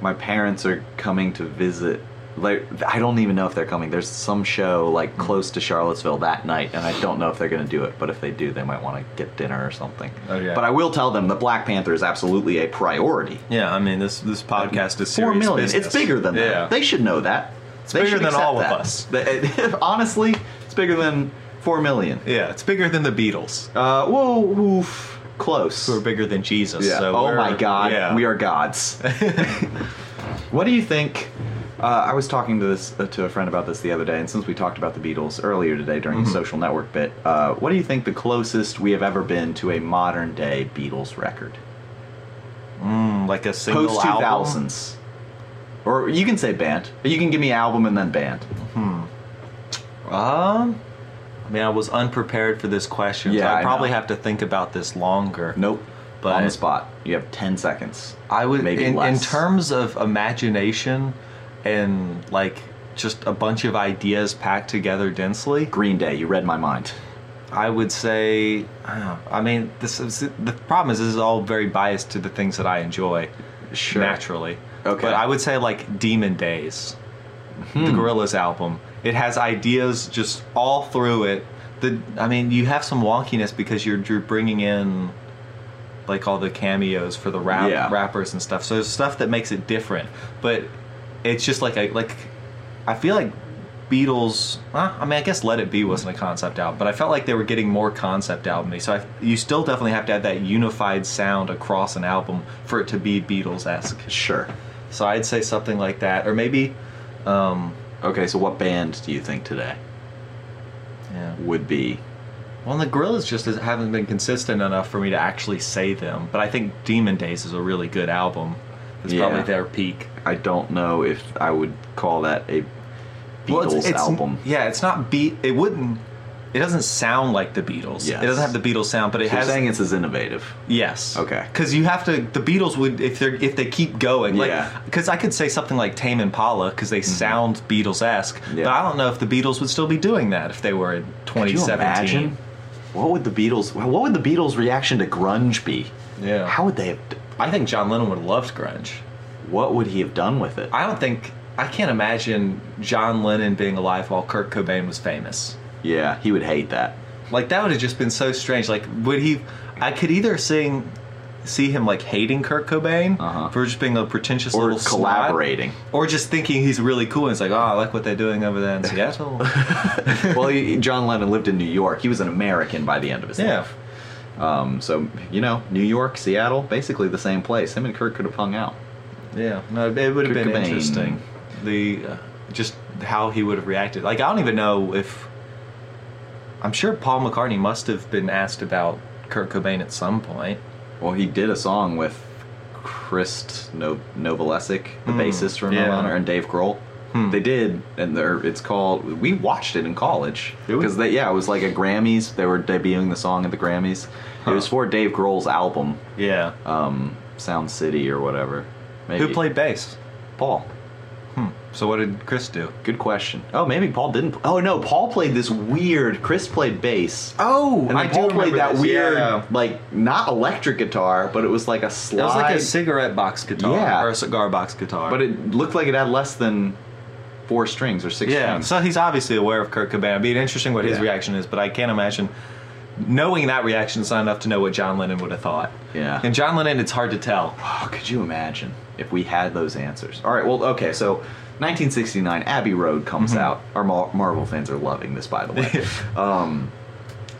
S2: my parents are coming to visit. Like I don't even know if they're coming. There's some show like
S1: Mm-hmm.
S2: close to Charlottesville that night, and I don't know if they're going to do it. But if they do, they might want to get dinner or something.
S1: Okay.
S2: But I will tell them that Black Panther is absolutely a priority.
S1: Yeah, I mean this this podcast is
S2: Four
S1: serious
S2: million. It's
S1: business.
S2: bigger than
S1: yeah.
S2: that. They should know that. It's
S1: bigger than all of us.
S2: Honestly, it's bigger than four million.
S1: yeah, it's bigger than the Beatles.
S2: Uh, whoa, oof, close.
S1: We're bigger than Jesus.
S2: Yeah.
S1: So
S2: oh
S1: we're-
S2: my God,
S1: yeah.
S2: we are gods. what do you think? Uh, I was talking to this uh, to a friend about this the other day, and since we talked about the Beatles earlier today during
S1: Mm-hmm.
S2: the social network bit, uh, what do you think the closest we have ever been to a modern day Beatles record?
S1: Mm, like a single
S2: Post two
S1: album?
S2: thousands, or you can say band. You can give me album and then band.
S1: Um, I mean, I was unprepared for this question, so
S2: Yeah,
S1: I,
S2: I
S1: probably
S2: know.
S1: have to think about this longer.
S2: Nope.
S1: But-
S2: on the spot, you have ten seconds.
S1: I would
S2: maybe
S1: in,
S2: less.
S1: in terms of imagination and like just a bunch of ideas packed together densely.
S2: Green Day, you read my mind.
S1: I would say, I, don't know, I mean, this is, the problem is this is all very biased to the things that I enjoy
S2: Sure.
S1: naturally.
S2: Okay. Hmm.
S1: but I would say like Demon Days, the Gorillaz album. It has ideas just all through it. The I mean, you have some wonkiness because you're you're bringing in like all the cameos for the rap
S2: Yeah.
S1: rappers and stuff. So there's stuff that makes it different, but it's just like I like I feel like Beatles. Huh? I mean, I guess Let It Be wasn't a concept album, but I felt like they were getting more concept albumy. So I, you still definitely have to have that unified sound across an album for it to be Beatles esque.
S2: Sure.
S1: So I'd say something like that, or maybe, um,
S2: Okay, so what band do you think today
S1: yeah.
S2: would be
S1: Well, the Gorillas just is- haven't been consistent enough for me to actually say them, but I think Demon Days is a really good album. It's probably
S2: Yeah.
S1: their peak.
S2: I don't know if I would call that a Beatles
S1: Well,
S2: album.
S1: Yeah, it's not beat. It wouldn't. It doesn't sound like the Beatles.
S2: Yes.
S1: It doesn't have the Beatles sound, but it
S2: So you're
S1: has.
S2: saying it's as innovative.
S1: Yes.
S2: Okay.
S1: Because you have to. The Beatles would if they are if they keep going. Like,
S2: Yeah. Mm-hmm.
S1: Because I could say something like Tame Impala because they sound Beatles esque,
S2: Yeah.
S1: but I don't know if the Beatles would still be doing that if they were in
S2: Could you
S1: 2017.
S2: imagine? What would the Beatles? What would the Beatles' reaction to grunge be?
S1: Yeah.
S2: How would they have?
S1: I think John Lennon would have loved grunge.
S2: What would he have done with it?
S1: I don't think I can't imagine John Lennon being alive while Kurt Cobain was famous.
S2: yeah, he would hate that.
S1: Like that would have just been so strange. Like would he? I could either sing, see him like hating Kurt Cobain
S2: Uh-huh.
S1: for just being a pretentious
S2: Or
S1: little slot,
S2: collaborating.
S1: or just thinking he's really cool. and It's like, oh, I like what they're doing over there in Seattle.
S2: well, he, John Lennon lived in New York. He was an American by the end of his
S1: yeah,
S2: life. Um, so you know, New York, Seattle, basically the same place. Him and Kurt could have hung out.
S1: yeah. No, it would have
S2: Kurt
S1: been
S2: Cobain.
S1: interesting. The uh, just how he would have reacted. Like I don't even know if. I'm sure Paul McCartney must have been asked about Kurt Cobain at some point.
S2: Well, he did a song with Krist no- Novoselic, the
S1: Hmm,
S2: bassist from
S1: yeah.
S2: No Honor, and Dave Grohl.
S1: Hmm.
S2: They did, and they're, it's called. We watched it in college
S1: Did we?
S2: because they yeah, it was like a Grammys. They were debuting the song at the Grammys.
S1: Huh.
S2: It was for Dave Grohl's album,
S1: Yeah.
S2: um, Sound City or whatever. Maybe.
S1: Who played bass?
S2: Paul?
S1: Hmm. So what did Chris do?
S2: Good question. Oh, maybe Paul didn't. Oh no, Paul played this weird. Chris played bass.
S1: Oh,
S2: And then Paul played that weird, like not electric guitar, but it was like a slide.
S1: It was like a cigarette box guitar
S2: Yeah.
S1: or a cigar box guitar.
S2: But it looked like it had less than four strings or six
S1: yeah,
S2: strings.
S1: Um, so he's obviously aware of Kurt Cobain. It'd be interesting what his
S2: Yeah.
S1: reaction is, but I can't imagine knowing that reaction is not enough to know what John Lennon would have thought.
S2: Yeah.
S1: And John Lennon, it's hard to tell.
S2: Oh, could you imagine if we had those answers? All right, well, okay, so 1969, Abbey Road comes
S1: Mm-hmm.
S2: out. Our Mar- Marvel fans are loving this, by the way. um,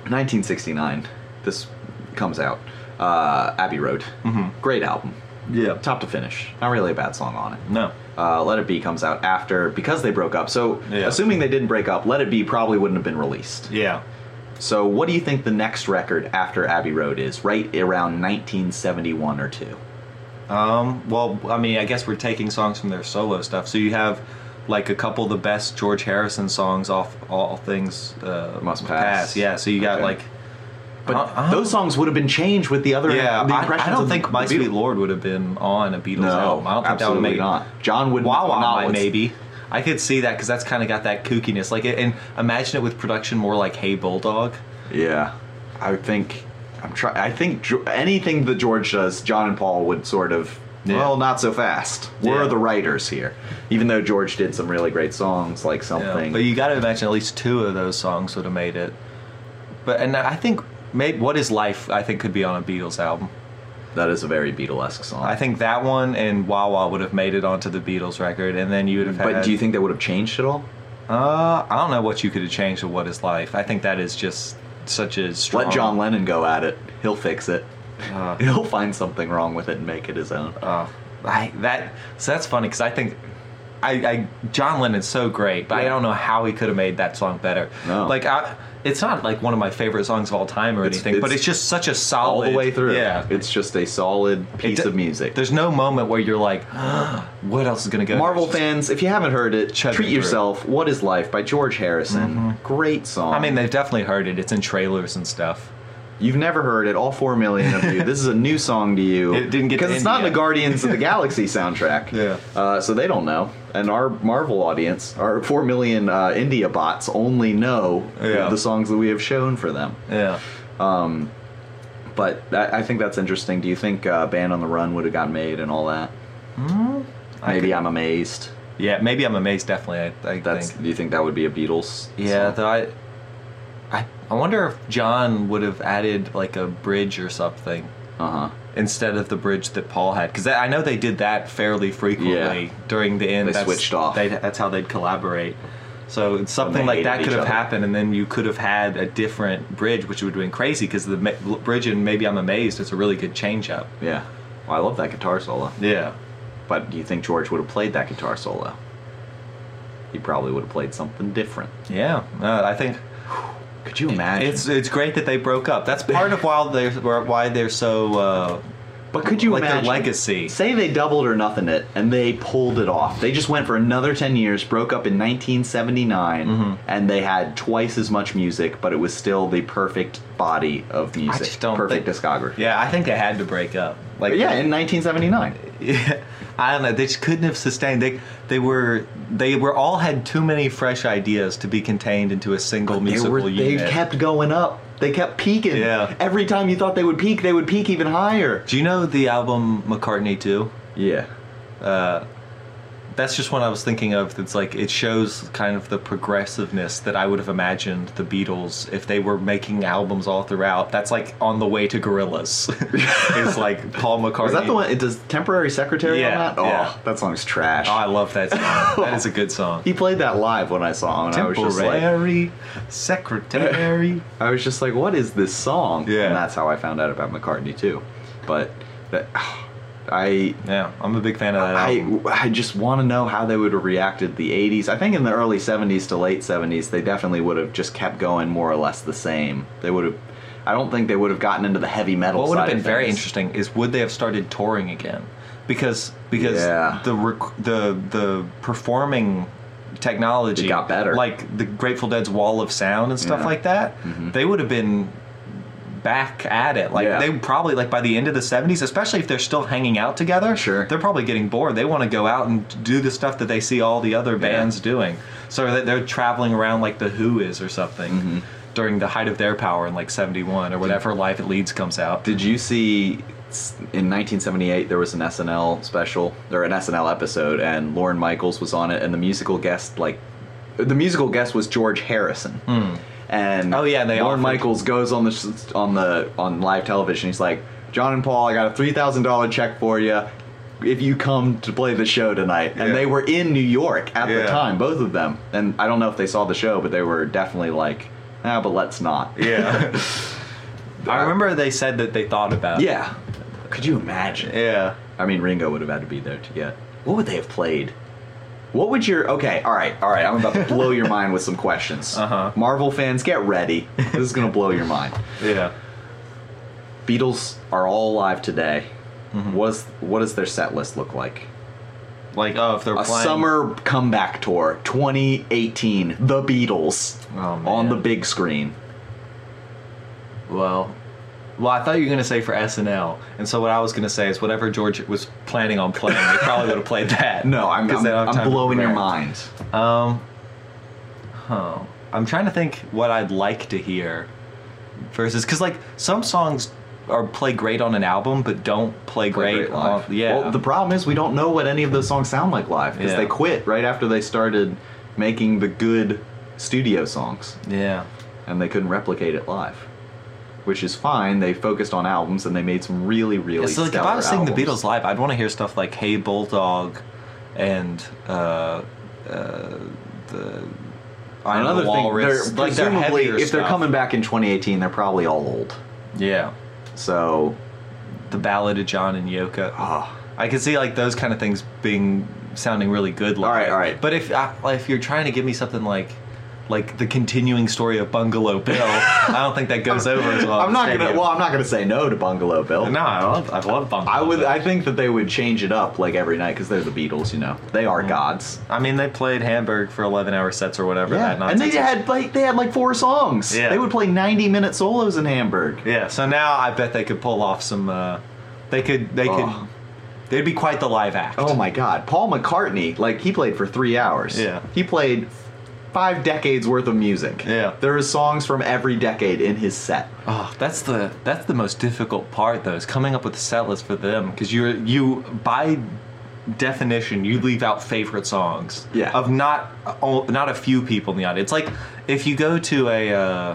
S2: 1969, this comes out. Uh, Abbey Road,
S1: Mhm.
S2: great album,
S1: Yeah.
S2: top to finish. Not really a bad song on it.
S1: No.
S2: uh, Let It Be comes out after because they broke up. So
S1: Yeah.
S2: assuming they didn't break up, Let It Be probably wouldn't have been released.
S1: Yeah.
S2: So what do you think the next record after Abbey Road is? Right around 1971 or two.
S1: Um, well, I mean, I guess we're taking songs from their solo stuff. So you have like a couple of the best George Harrison songs off all things uh,
S2: Must Pass.
S1: Yeah. So you got
S2: Okay.
S1: like.
S2: But
S1: Uh, I don't-
S2: those songs would have been changed with the other.
S1: Yeah,
S2: the
S1: I,
S2: impressions
S1: I don't
S2: of
S1: think
S2: the
S1: My
S2: Beatles.
S1: Sweet Lord would have been on a Beatles
S2: No,
S1: album. I don't think that would
S2: absolutely
S1: make
S2: not. John would
S1: Wawa
S2: not
S1: might,
S2: was-
S1: maybe. I could see that because that's kind of got that kookiness. Like, and imagine it with production more like Hey Bulldog.
S2: Yeah, I would think. I'm try. I think Ge- anything that George does, John and Paul would sort of.
S1: Yeah.
S2: Well, not so fast. We're
S1: Yeah.
S2: the writers here, even though George did some really great songs, like something.
S1: But you got to imagine at least two of those songs would have made it. But and I think maybe What Is Life I think could be on a Beatles album.
S2: That is a very Beatlesque song.
S1: I think that one and Wawa would have made it onto the Beatles record, and then you would have.
S2: But
S1: had,
S2: do you think that would have changed at all?
S1: Uh, I don't know what you could have changed to What Is Life. I think that is just such a strong.
S2: Let John Lennon go at it. He'll fix it.
S1: Uh.
S2: He'll find something wrong with it and make it his own.
S1: Oh, I that so that's funny because I think I, I John Lennon's so great, but I
S2: Yeah.
S1: don't know how he could have made that song better.
S2: No.
S1: Like I, it's not like one of my favorite songs of all time or
S2: It's-
S1: anything, but
S2: it's
S1: it's just such a solid
S2: All the way through.
S1: Yeah,
S2: It's just a solid
S1: It
S2: piece
S1: do-
S2: of music.
S1: There's no moment where you're like, what else is gonna go?
S2: Marvel
S1: It's just-
S2: fans, if you haven't heard it,
S1: Chug it
S2: treat
S1: through. Mm-hmm.
S2: yourself. What is Life by George Harrison. Great song.
S1: I mean, they've definitely heard it. It's in trailers and stuff.
S2: You've never heard it, all four million of you. this is a new song to you.
S1: It didn't get to
S2: because it's not in
S1: India.
S2: the Guardians of the Galaxy soundtrack.
S1: Yeah.
S2: Uh, so they don't know, and our Marvel audience, our four million uh, India bots, only know
S1: Yeah.
S2: the songs that we have shown for them.
S1: Yeah.
S2: But I, I think that's interesting. Do you think uh, Band on the Run would have got made and all that?
S1: I
S2: Maybe
S1: could-
S2: I'm amazed.
S1: Yeah, maybe I'm amazed. Definitely, I, I
S2: That's.
S1: think.
S2: Do you think that would be a Beatles?
S1: Yeah,
S2: song?
S1: though I, I, I wonder if John would have added like a bridge or something
S2: uh huh.
S1: instead of the bridge that Paul had, because I know they did that fairly frequently
S2: Yeah.
S1: during the end.
S2: They switched off.
S1: they'd- that's how they'd collaborate. So it's something
S2: they
S1: like
S2: hated
S1: that could
S2: each
S1: have
S2: other.
S1: happened, and then you could have had a different bridge, which would have been crazy because the ma- bridge and maybe I'm amazed. It's a really good change up.
S2: Yeah. Well, I love that guitar solo.
S1: Yeah.
S2: But do you think George would have played that guitar solo? He probably would have played something different.
S1: Yeah, uh, I think
S2: Could you imagine?
S1: it's it's great that they broke up. That's part of why they're why they're so uh,
S2: but could you
S1: like their
S2: imagine?
S1: legacy.
S2: Say they doubled or nothing it, and they pulled it off. They just went for another ten years, broke up in 1979,
S1: Mm-hmm.
S2: and they had twice as much music, but it was still the perfect body of music,
S1: just don't
S2: perfect
S1: think-
S2: discography.
S1: Yeah, I think they had to break up. Like
S2: But yeah, in 1979.
S1: yeah, I don't know. They just couldn't have sustained. They they were they were all had too many fresh ideas to be contained into a single
S2: They,
S1: musical
S2: were, they
S1: unit.
S2: kept going up. They kept peaking.
S1: Yeah.
S2: Every time you thought they would peak, they would peak even higher.
S1: Do you know the album McCartney Two?
S2: Yeah.
S1: Uh, that's just one I was thinking of. It's like it shows kind of the progressiveness that I would have imagined the Beatles if they were making albums all throughout. That's like on the way to Gorillas. it's like Paul McCartney.
S2: Is that the one? It does temporary secretary
S1: Yeah,
S2: on that? Oh,
S1: yeah.
S2: that song's trash.
S1: Oh, I love that song. that is a good song.
S2: he played that live when I saw him, and I was just like,
S1: Temporary secretary.
S2: I was just like, what is this song?
S1: Yeah.
S2: And that's how I found out about McCartney too. But that, I
S1: yeah, I'm a big fan of that. album.
S2: I, I just want to know how they would have reacted the 80s. I think in the early 70s to late 70s, they definitely would have just kept going more or less the same. They would have. I don't think they would have gotten into the heavy metal.
S1: What would have
S2: side
S1: been
S2: of
S1: very
S2: things.
S1: interesting is would they have started touring again? Because because
S2: Yeah.
S1: the rec- the the performing technology
S2: It got better.
S1: Like the Grateful Dead's Wall of Sound and stuff
S2: Yeah. Mm-hmm.
S1: like that. They would have been back at it. Like
S2: Yeah.
S1: they probably like by the end of the 70s, especially if they're still hanging out together,
S2: Sure.
S1: They're probably getting bored. They want to go out and do the stuff that they see all the other bands doing. So they- they're traveling around like the Who is or something. During the height of their power in like '71 or whatever, Live at Leeds comes out.
S2: Did you see s- in 1978 there was an SNL special or an SNL episode and Lauren Michaels was on it and the musical guest like the musical guest was George Harrison. And
S1: Hmm. Oh, yeah, they
S2: Lauren
S1: offered-
S2: Michaels goes on the s- on the on live television. He's like, "John and Paul, I got a three thousand dollar check for you." If you come to play the show tonight, and
S1: Yeah.
S2: they were in New York at
S1: Yeah.
S2: the time, both of them, and I don't know if they saw the show, but they were definitely like, "Ah, but let's not."
S1: Yeah. I remember they said that they thought about it.
S2: Yeah. Could you imagine?
S1: Yeah.
S2: I mean, Ringo would have had to be there to get. What would they have played? What would your okay? All right, all right. I'm about to blow your mind with some questions.
S1: Uh-huh.
S2: Marvel fans, get ready. This is gonna blow your mind.
S1: Yeah.
S2: Beatles are all alive today.
S1: Mm-hmm.
S2: What is what does their set list look like?
S1: Like, oh, if they're
S2: A
S1: playing.
S2: summer comeback tour, 2018. The Beatles
S1: Oh, man.
S2: on the big screen.
S1: Well, well, I thought you were going to say for SNL. And so what I was going to say is whatever George was planning on playing, they probably would have played that.
S2: No, I'm
S1: 'Cause
S2: I'm,
S1: they don't have time
S2: I'm
S1: to
S2: blowing your
S1: prepare.
S2: mind.
S1: Um, huh. I'm trying to think what I'd like to hear versus because like some songs are play great on an album, but don't play,
S2: play
S1: great,
S2: great live.
S1: on yeah.
S2: Well, the problem is we don't know what any of those songs sound like live because
S1: Yeah.
S2: they quit right after they started making the good studio songs,
S1: yeah.
S2: and they couldn't replicate it live, which is fine. They focused on albums and they made some really, really.
S1: Yeah, so like if
S2: stellar
S1: I was seeing the
S2: albums.
S1: Beatles live, I'd want to hear stuff like "Hey Bulldog," and uh, uh, the I
S2: Another
S1: Another the
S2: thing, they're,
S1: Walrus. like they're
S2: presumably,
S1: heavier
S2: if they're
S1: stuff.
S2: coming back in 2018, they're probably all old.
S1: yeah,
S2: So,
S1: the Ballad of John and Yoko.
S2: ah,
S1: I can see like those kind of things being sounding really good. Live.
S2: All right, all right.
S1: But if I, like, if you're trying to give me something like like the continuing story of Bungalow Bill, I don't think that goes over as well. at Oh,
S2: I'm
S1: the
S2: not gonna.
S1: stadium.
S2: Well, I'm not gonna say no to Bungalow Bill.
S1: no, I love I love Bungalow.
S2: I would.
S1: Bill.
S2: I think that they would change it up like every night because they're the Beatles. You know, they are
S1: Mm.
S2: gods.
S1: I mean, they played Hamburg for 11 hour sets or whatever. that
S2: and
S1: nonsense
S2: they
S1: is.
S2: had like they had like four songs.
S1: Yeah.
S2: They would play ninety minute solos in Hamburg.
S1: Yeah, so now I bet they could pull off some. Uh, they could. They
S2: Oh.
S1: could. They'd be quite the live act.
S2: Oh my God, Paul McCartney! Like he played for three hours.
S1: Yeah.
S2: he played five decades worth of music.
S1: Yeah.
S2: there is songs from every decade in his set.
S1: Oh, that's the that's the most difficult part though is coming up with a set list for them because you're you by definition you leave out favorite songs
S2: Yeah.
S1: of not all- not a few people in the audience. Like if you go to a. Uh,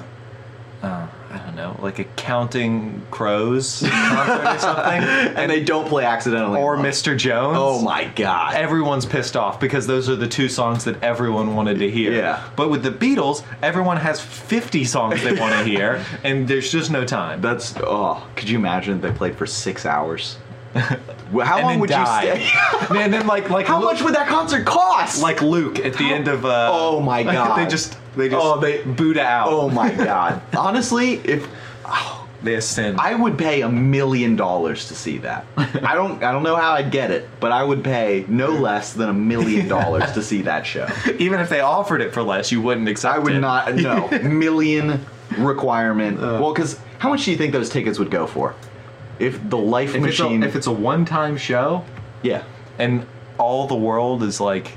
S1: uh, I don't know, like a Counting Crows concert or something,
S2: And, they don't play accidentally.
S1: or
S2: Alone.
S1: Mr. Jones.
S2: Oh my God.
S1: everyone's pissed off because those are the two songs that everyone wanted to hear.
S2: Yeah.
S1: But with the Beatles, everyone has 50 songs they want to hear, and there's just no time.
S2: That's oh. Could you imagine they played for six hours? Well, How
S1: and
S2: long
S1: then
S2: would
S1: die.
S2: you stay?
S1: and then like like
S2: How
S1: Lu-
S2: much would that concert cost?
S1: like Luke at the end of uh,
S2: Oh my God.
S1: they just they just
S2: Oh, they-
S1: Buddha out.
S2: oh my God. Honestly, if
S1: they ascend.
S2: I would pay a million dollars to see that. I don't I don't know how I'd get it, but I would pay no less than a million dollars to see that show.
S1: Even if they offered it for less, you wouldn't accept
S2: I would
S1: it.
S2: not no million requirement.
S1: Uh.
S2: well, cuz how much do you think those tickets would go for? If the life
S1: If it's, a,
S2: machine
S1: if it's a one-time show,
S2: yeah.
S1: and all the world is like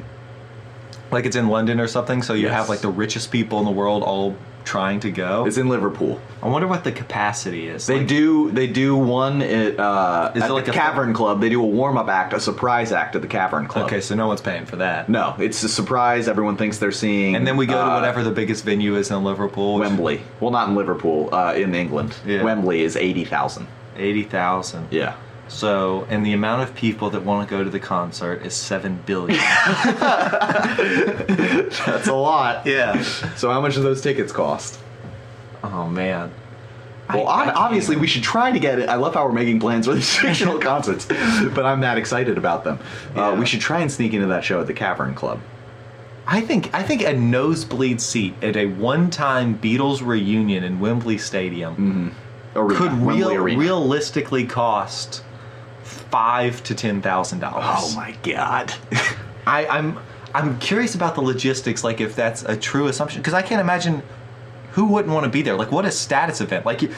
S1: like it's in london or something so you
S2: Yes.
S1: have like the richest people in the world all trying to go.
S2: It's in Liverpool.
S1: I wonder what the capacity is.
S2: They
S1: Like,
S2: do. They do one at, uh,
S1: Is
S2: at
S1: it like
S2: the
S1: a-
S2: Cavern Club. They do a warm up act, a surprise act at the Cavern Club.
S1: Okay, so no one's paying for that.
S2: No, it's a surprise. Everyone thinks they're seeing.
S1: And then we go to
S2: uh,
S1: whatever the biggest venue is in Liverpool. which-
S2: Wembley. Well, not in Liverpool. Uh, in England,
S1: Yeah.
S2: Wembley is eighty thousand.
S1: Eighty thousand.
S2: Yeah.
S1: So, and the amount of people that want to go to the concert is seven billion.
S2: That's a lot.
S1: yeah.
S2: So how much do those tickets cost?
S1: Oh man.
S2: Well,
S1: I-
S2: ob- obviously we should try to get it. I love how we're making plans for these fictional concerts, but I'm that excited about them.
S1: Yeah.
S2: Uh, we should try and sneak into that show at the Cavern Club.
S1: I think I think a nosebleed seat at a one-time Beatles reunion in Wembley Stadium
S2: Arena,
S1: could
S2: Wembley
S1: real,
S2: Arena.
S1: realistically cost five to ten thousand dollars.
S2: Oh my god.
S1: I, I'm I'm curious about the logistics, like if that's a true assumption, because I can't imagine who wouldn't want to be there. Like, what a status event! Like, you-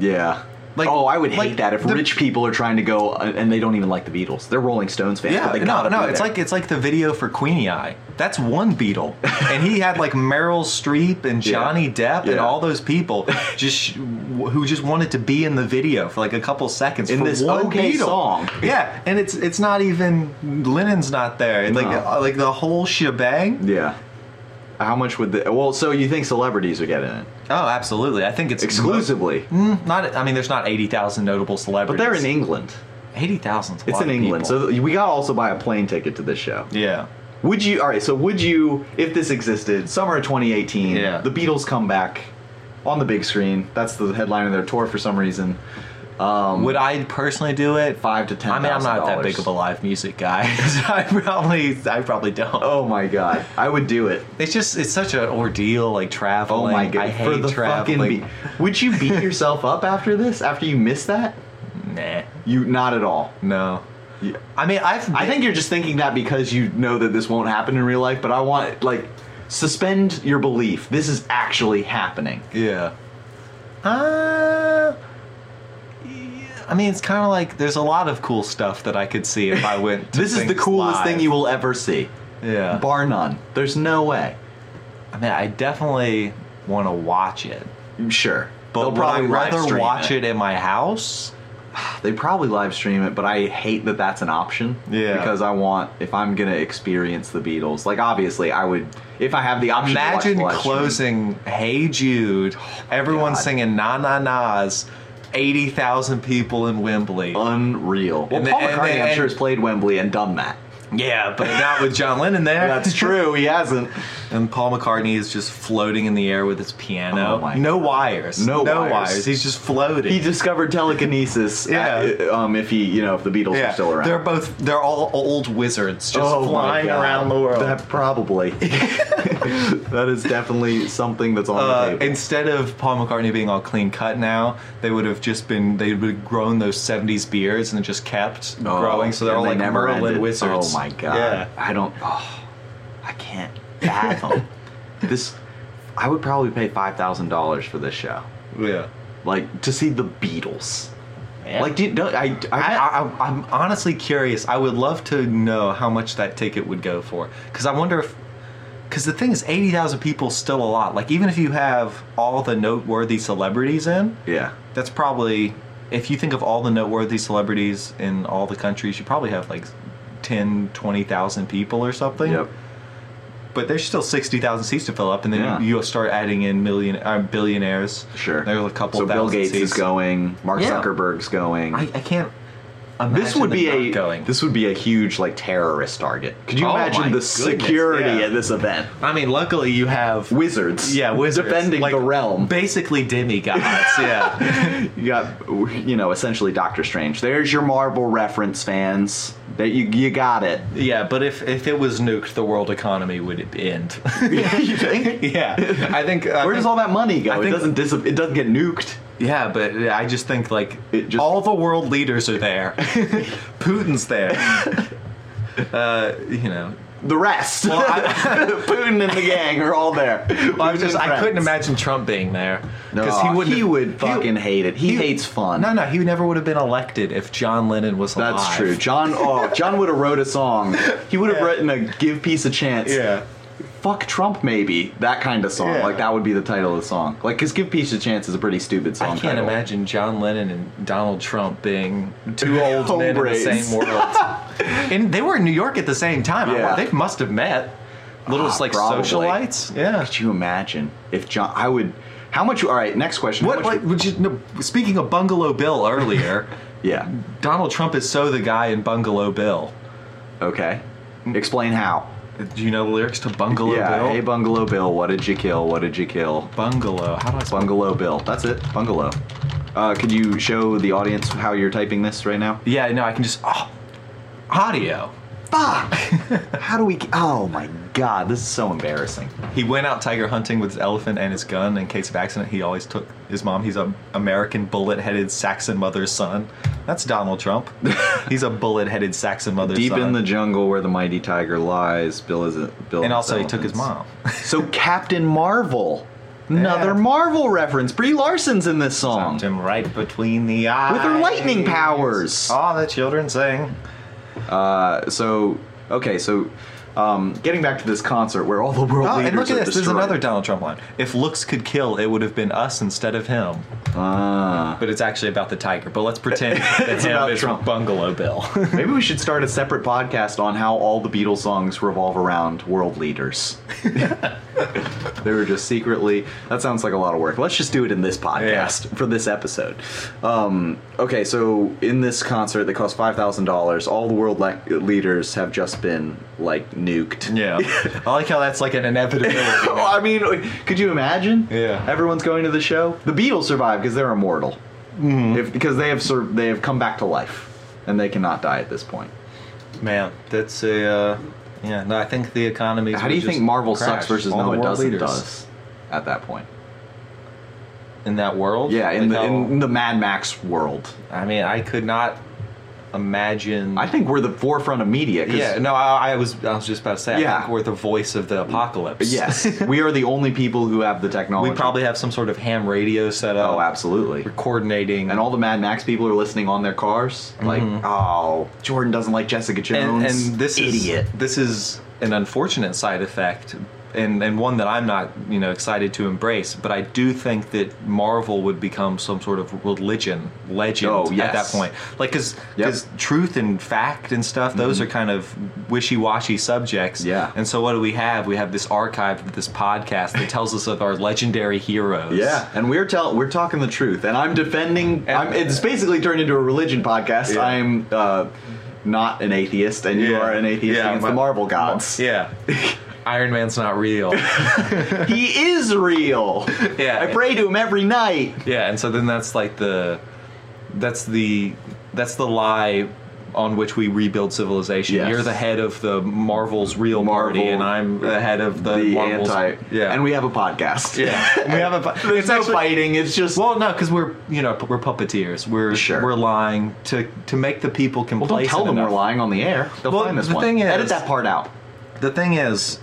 S2: yeah.
S1: Like-
S2: oh, I would hate
S1: like
S2: that if
S1: the-
S2: rich people are trying to go uh, and they don't even like the Beatles. They're Rolling Stones fans.
S1: yeah,
S2: but they
S1: no,
S2: gotta
S1: no,
S2: be
S1: it's
S2: there.
S1: like it's like the video for Queenie Eye. That's one Beatle, and he had like Meryl Streep and
S2: Yeah.
S1: Johnny Depp and
S2: Yeah.
S1: all those people just who just wanted to be in the video for like a couple seconds
S2: In
S1: for
S2: this
S1: one
S2: okay
S1: Beatle.
S2: song.
S1: Yeah, and it's it's not even Lennon's not there. It's Like uh,
S2: No.
S1: like the whole shebang.
S2: Yeah. How much would the well? So you think celebrities would get in it
S1: Oh, absolutely. I think it's
S2: exclusively?
S1: Mm, not. I mean, there's not eighty thousand notable
S2: But
S1: celebrities.
S2: they're in England.
S1: eighty thousand.
S2: It's in England, so we gotta also buy a plane ticket to this show.
S1: yeah.
S2: Would you? All right. So would you, if this existed, summer of 2018,
S1: Yeah.
S2: the Beatles come back on the big screen? That's the headline of their tour for some reason. Um,
S1: Would I personally do it?
S2: five to ten.
S1: I mean, I'm not that
S2: $10,000.
S1: big of a live music guy. so I probably, I probably don't.
S2: Oh my god, I would do it.
S1: It's just, it's such an ordeal, like
S2: Oh
S1: traveling.
S2: my god,
S1: I hate
S2: for the
S1: traveling.
S2: fucking. Be- would you beat yourself up after this? After you miss that?
S1: Nah,
S2: You not at all.
S1: no.
S2: You-
S1: I mean, I've.
S2: I think you're just thinking that because you know that this won't happen in real life, but I want like suspend your belief. This is actually happening.
S1: Yeah. Uh, yeah, I mean, it's kind of like there's a lot of cool stuff that I could see if I went. To
S2: This is the
S1: things
S2: coolest
S1: live.
S2: thing you will ever see.
S1: Yeah.
S2: Bar none. There's no way.
S1: I mean, I definitely want to watch it.
S2: Sure.
S1: But would I
S2: live
S1: rather
S2: stream
S1: watch it in my house?
S2: They probably live stream it, but I hate that that's an option.
S1: Yeah.
S2: Because I want, if I'm going to experience the Beatles, like obviously I would, if I have the option
S1: Imagine
S2: to watch the live
S1: closing
S2: stream.
S1: Hey Jude, everyone
S2: God.
S1: singing Na Na Na's, 80,000 people in Wembley.
S2: Unreal. Well,
S1: And
S2: Paul
S1: then- and
S2: McCartney,
S1: then-
S2: I'm sure, has played Wembley and done that.
S1: yeah, but not with John Lennon there.
S2: That's true. He hasn't.
S1: And Paul McCartney is just floating in the air with his piano.
S2: Oh my
S1: no wires.
S2: No
S1: wires.
S2: wires.
S1: He's just floating.
S2: He discovered telekinesis. at-
S1: Yeah.
S2: um, if he, you know, if the Beatles
S1: yeah.
S2: were still around.
S1: They're both, they're all old wizards just
S2: Oh my
S1: flying
S2: God.
S1: around the world.
S2: That probably. that is definitely something that's on the
S1: Uh,
S2: table.
S1: instead of Paul McCartney being all clean cut now, they would have just been they would have grown those '70s beards and just kept
S2: Oh,
S1: growing. So they're
S2: and
S1: all
S2: they
S1: like Merlin
S2: ended.
S1: wizards.
S2: Oh my god!
S1: Yeah.
S2: I don't. Oh, I can't fathom this. I would probably pay five thousand dollars for this show,
S1: Yeah.
S2: like to see the Beatles.
S1: Yeah.
S2: Like, do you, do I, I,
S1: I, I, I'm honestly curious. I would love to know how much that ticket would go for, because I wonder if, because the thing is, eighty thousand people is still a lot. Like even if you have all the noteworthy celebrities in,
S2: yeah.
S1: that's probably if you think of all the noteworthy celebrities in all the countries, you probably have like 10, 20,000 people or something.
S2: Yep.
S1: But there's still 60,000 seats to fill up, and then
S2: Yeah.
S1: you, you start adding in million uh, billionaires.
S2: Sure.
S1: There's a couple
S2: So Bill
S1: thousand
S2: Gates
S1: seats.
S2: is going. Mark
S1: Yeah.
S2: Zuckerberg's going.
S1: I, I can't. Imagine
S2: this would
S1: them
S2: be
S1: not
S2: a
S1: going.
S2: this would be a huge like terrorist target. Could you
S1: Oh
S2: imagine
S1: my
S2: the
S1: goodness,
S2: security
S1: yeah.
S2: at this event?
S1: I mean, luckily you have
S2: Wizards,
S1: yeah wizards
S2: defending
S1: like,
S2: the realm.
S1: basically demigods. yeah,
S2: You got, you know, essentially Doctor Strange. There's your Marvel reference, fans. That you you got it.
S1: yeah. But if if it was nuked, the world economy would end.
S2: you think?
S1: yeah, I think. I think-
S2: Where does all that money go?
S1: I
S2: It
S1: think-
S2: doesn't dis- It doesn't get nuked.
S1: Yeah, but I just think like
S2: It just-
S1: all the world leaders are there. Putin's there. uh, you know,
S2: The rest,
S1: Well, I-
S2: Putin and the gang are all there.
S1: well, I was
S2: Putin
S1: just
S2: and
S1: I couldn't
S2: friends.
S1: imagine Trump being there
S2: No,
S1: he wouldn't.
S2: he
S1: have-
S2: would fucking hate it. He,
S1: he-
S2: hates fun.
S1: No, no, he never would have been elected if John Lennon was alive.
S2: That's true. John. Oh, John would have wrote a song. He would have
S1: Yeah.
S2: written a "Give Peace a Chance."
S1: Yeah.
S2: fuck Trump maybe that kind of song.
S1: Yeah.
S2: Like that would be the title of the song. Like because Give Peace a Chance is a pretty stupid song.
S1: I can't
S2: title.
S1: imagine John Lennon and Donald Trump being two old men in the
S2: Hombres.
S1: same world. and they were in New York at the same time. I-
S2: Yeah.
S1: they must have met. Little
S2: Ah,
S1: like
S2: probably.
S1: socialites. Yeah.
S2: Could you imagine if John? I would. How much? All right. Next question. How
S1: What,
S2: much-
S1: what would you? No, speaking of Bungalow Bill earlier,
S2: Yeah.
S1: Donald Trump is so the guy in Bungalow Bill.
S2: Okay. Explain how.
S1: Do you know the lyrics to Bungalow
S2: yeah.
S1: Bill?
S2: Hey, Bungalow Bill. What did you kill? What did you kill?
S1: bungalow. How do I spell?
S2: Bungalow Bill. That's it. Bungalow. Uh, could you show the audience how you're typing this right now?
S1: Yeah, no, I can just oh, audio.
S2: Fuck! how do we? Oh my god, this is so embarrassing.
S1: He went out tiger hunting with his elephant and his gun. In case of accident, he always took his mom. He's a American bullet-headed Saxon mother's son. That's Donald Trump. He's a bullet-headed Saxon mother's
S2: Deep
S1: son.
S2: in the jungle where the mighty tiger lies, Bill is a Bill.
S1: and also he took his mom.
S2: so Captain Marvel, another
S1: Yeah.
S2: Marvel reference. Brie Larson's in this song.
S1: Stabbed him right between the eyes
S2: her lightning powers.
S1: All the children sing.
S2: Uh, so okay, so um, getting back to this concert where all the world
S1: Oh,
S2: leaders
S1: and look at
S2: are
S1: this. There's
S2: destroyed.
S1: another Donald Trump line. If looks could kill, it would have been us instead of him.
S2: Ah.
S1: But it's actually about the tiger. But let's pretend that him
S2: about
S1: is
S2: Trump.
S1: Bungalow Bill.
S2: Maybe we should start a separate podcast on how all the Beatles songs revolve around world leaders. they were just secretly. That sounds like a lot of work. Let's just do it in this podcast for this episode. Um, okay, so in this concert that cost five thousand dollars, all the world le- leaders have just been like nuked.
S1: yeah. I like how that's like an inevitability.
S2: Oh, I mean, could you imagine?
S1: Yeah.
S2: Everyone's going to the show. The Beatles survive because they're immortal.
S1: Mm-hmm.
S2: If, because they have sur- they have come back to life, and they cannot die at this point.
S1: Man, that's a uh, yeah. No, I think the economy.
S2: How do you think Marvel sucks versus
S1: all
S2: No
S1: the
S2: It
S1: world
S2: Doesn't
S1: leaders
S2: does at that point?
S1: in that world?
S2: Yeah, in
S1: Like
S2: the
S1: how-
S2: in the Mad Max world,
S1: I mean, I could not imagine.
S2: I think we're the forefront of media. 'cause-
S1: yeah, no, I, I was I was just about to say. I
S2: Yeah.
S1: think we're the voice of the apocalypse.
S2: Yes, we are the only people who have the technology.
S1: we probably have some sort of ham radio set up.
S2: Oh, absolutely.
S1: We're coordinating
S2: And all the Mad Max people are listening on their cars. Like, oh, Jordan doesn't like Jessica
S1: and,
S2: Jones.
S1: and this
S2: idiot.
S1: is this is an unfortunate side effect and, and one that I'm not you know excited to embrace but I do think that Marvel would become some sort of religion legend
S2: Oh,
S1: at that
S2: yes.
S1: point like because
S2: Yep. Mm-hmm.
S1: truth and fact and stuff those are kind of wishy-washy subjects
S2: Yeah.
S1: and so what do we have we have this archive of this podcast that tells us of our legendary heroes
S2: Yeah, and we're tell we're talking the truth, and I'm defending. I'm, it's basically turned into a religion podcast.
S1: Yeah.
S2: I'm uh, not an atheist, and you
S1: Yeah.
S2: are an atheist
S1: Yeah,
S2: against
S1: my-
S2: the Marvel gods.
S1: yeah Iron Man's not real
S2: He is real.
S1: Yeah.
S2: I pray to him every night.
S1: Yeah, and so then that's like the that's the that's the lie on which we rebuild civilization.
S2: Yes.
S1: You're the head of the Marvel's real party,
S2: Marvel-
S1: and I'm the head of the,
S2: the
S1: Marvel's,
S2: anti.
S1: Yeah,
S2: And we have a podcast.
S1: yeah And we have a. bu-
S2: There's
S1: it's
S2: no
S1: actually-
S2: fighting. It's just.
S1: Well, no, because we're you know we're puppeteers. We're
S2: Sure.
S1: we're lying to to make the people
S2: well, don't
S1: complacent.
S2: tell them
S1: enough.
S2: we're lying on the air. They'll
S1: Well,
S2: find this
S1: the
S2: one.
S1: thing is-
S2: Edit that part out.
S1: The thing is,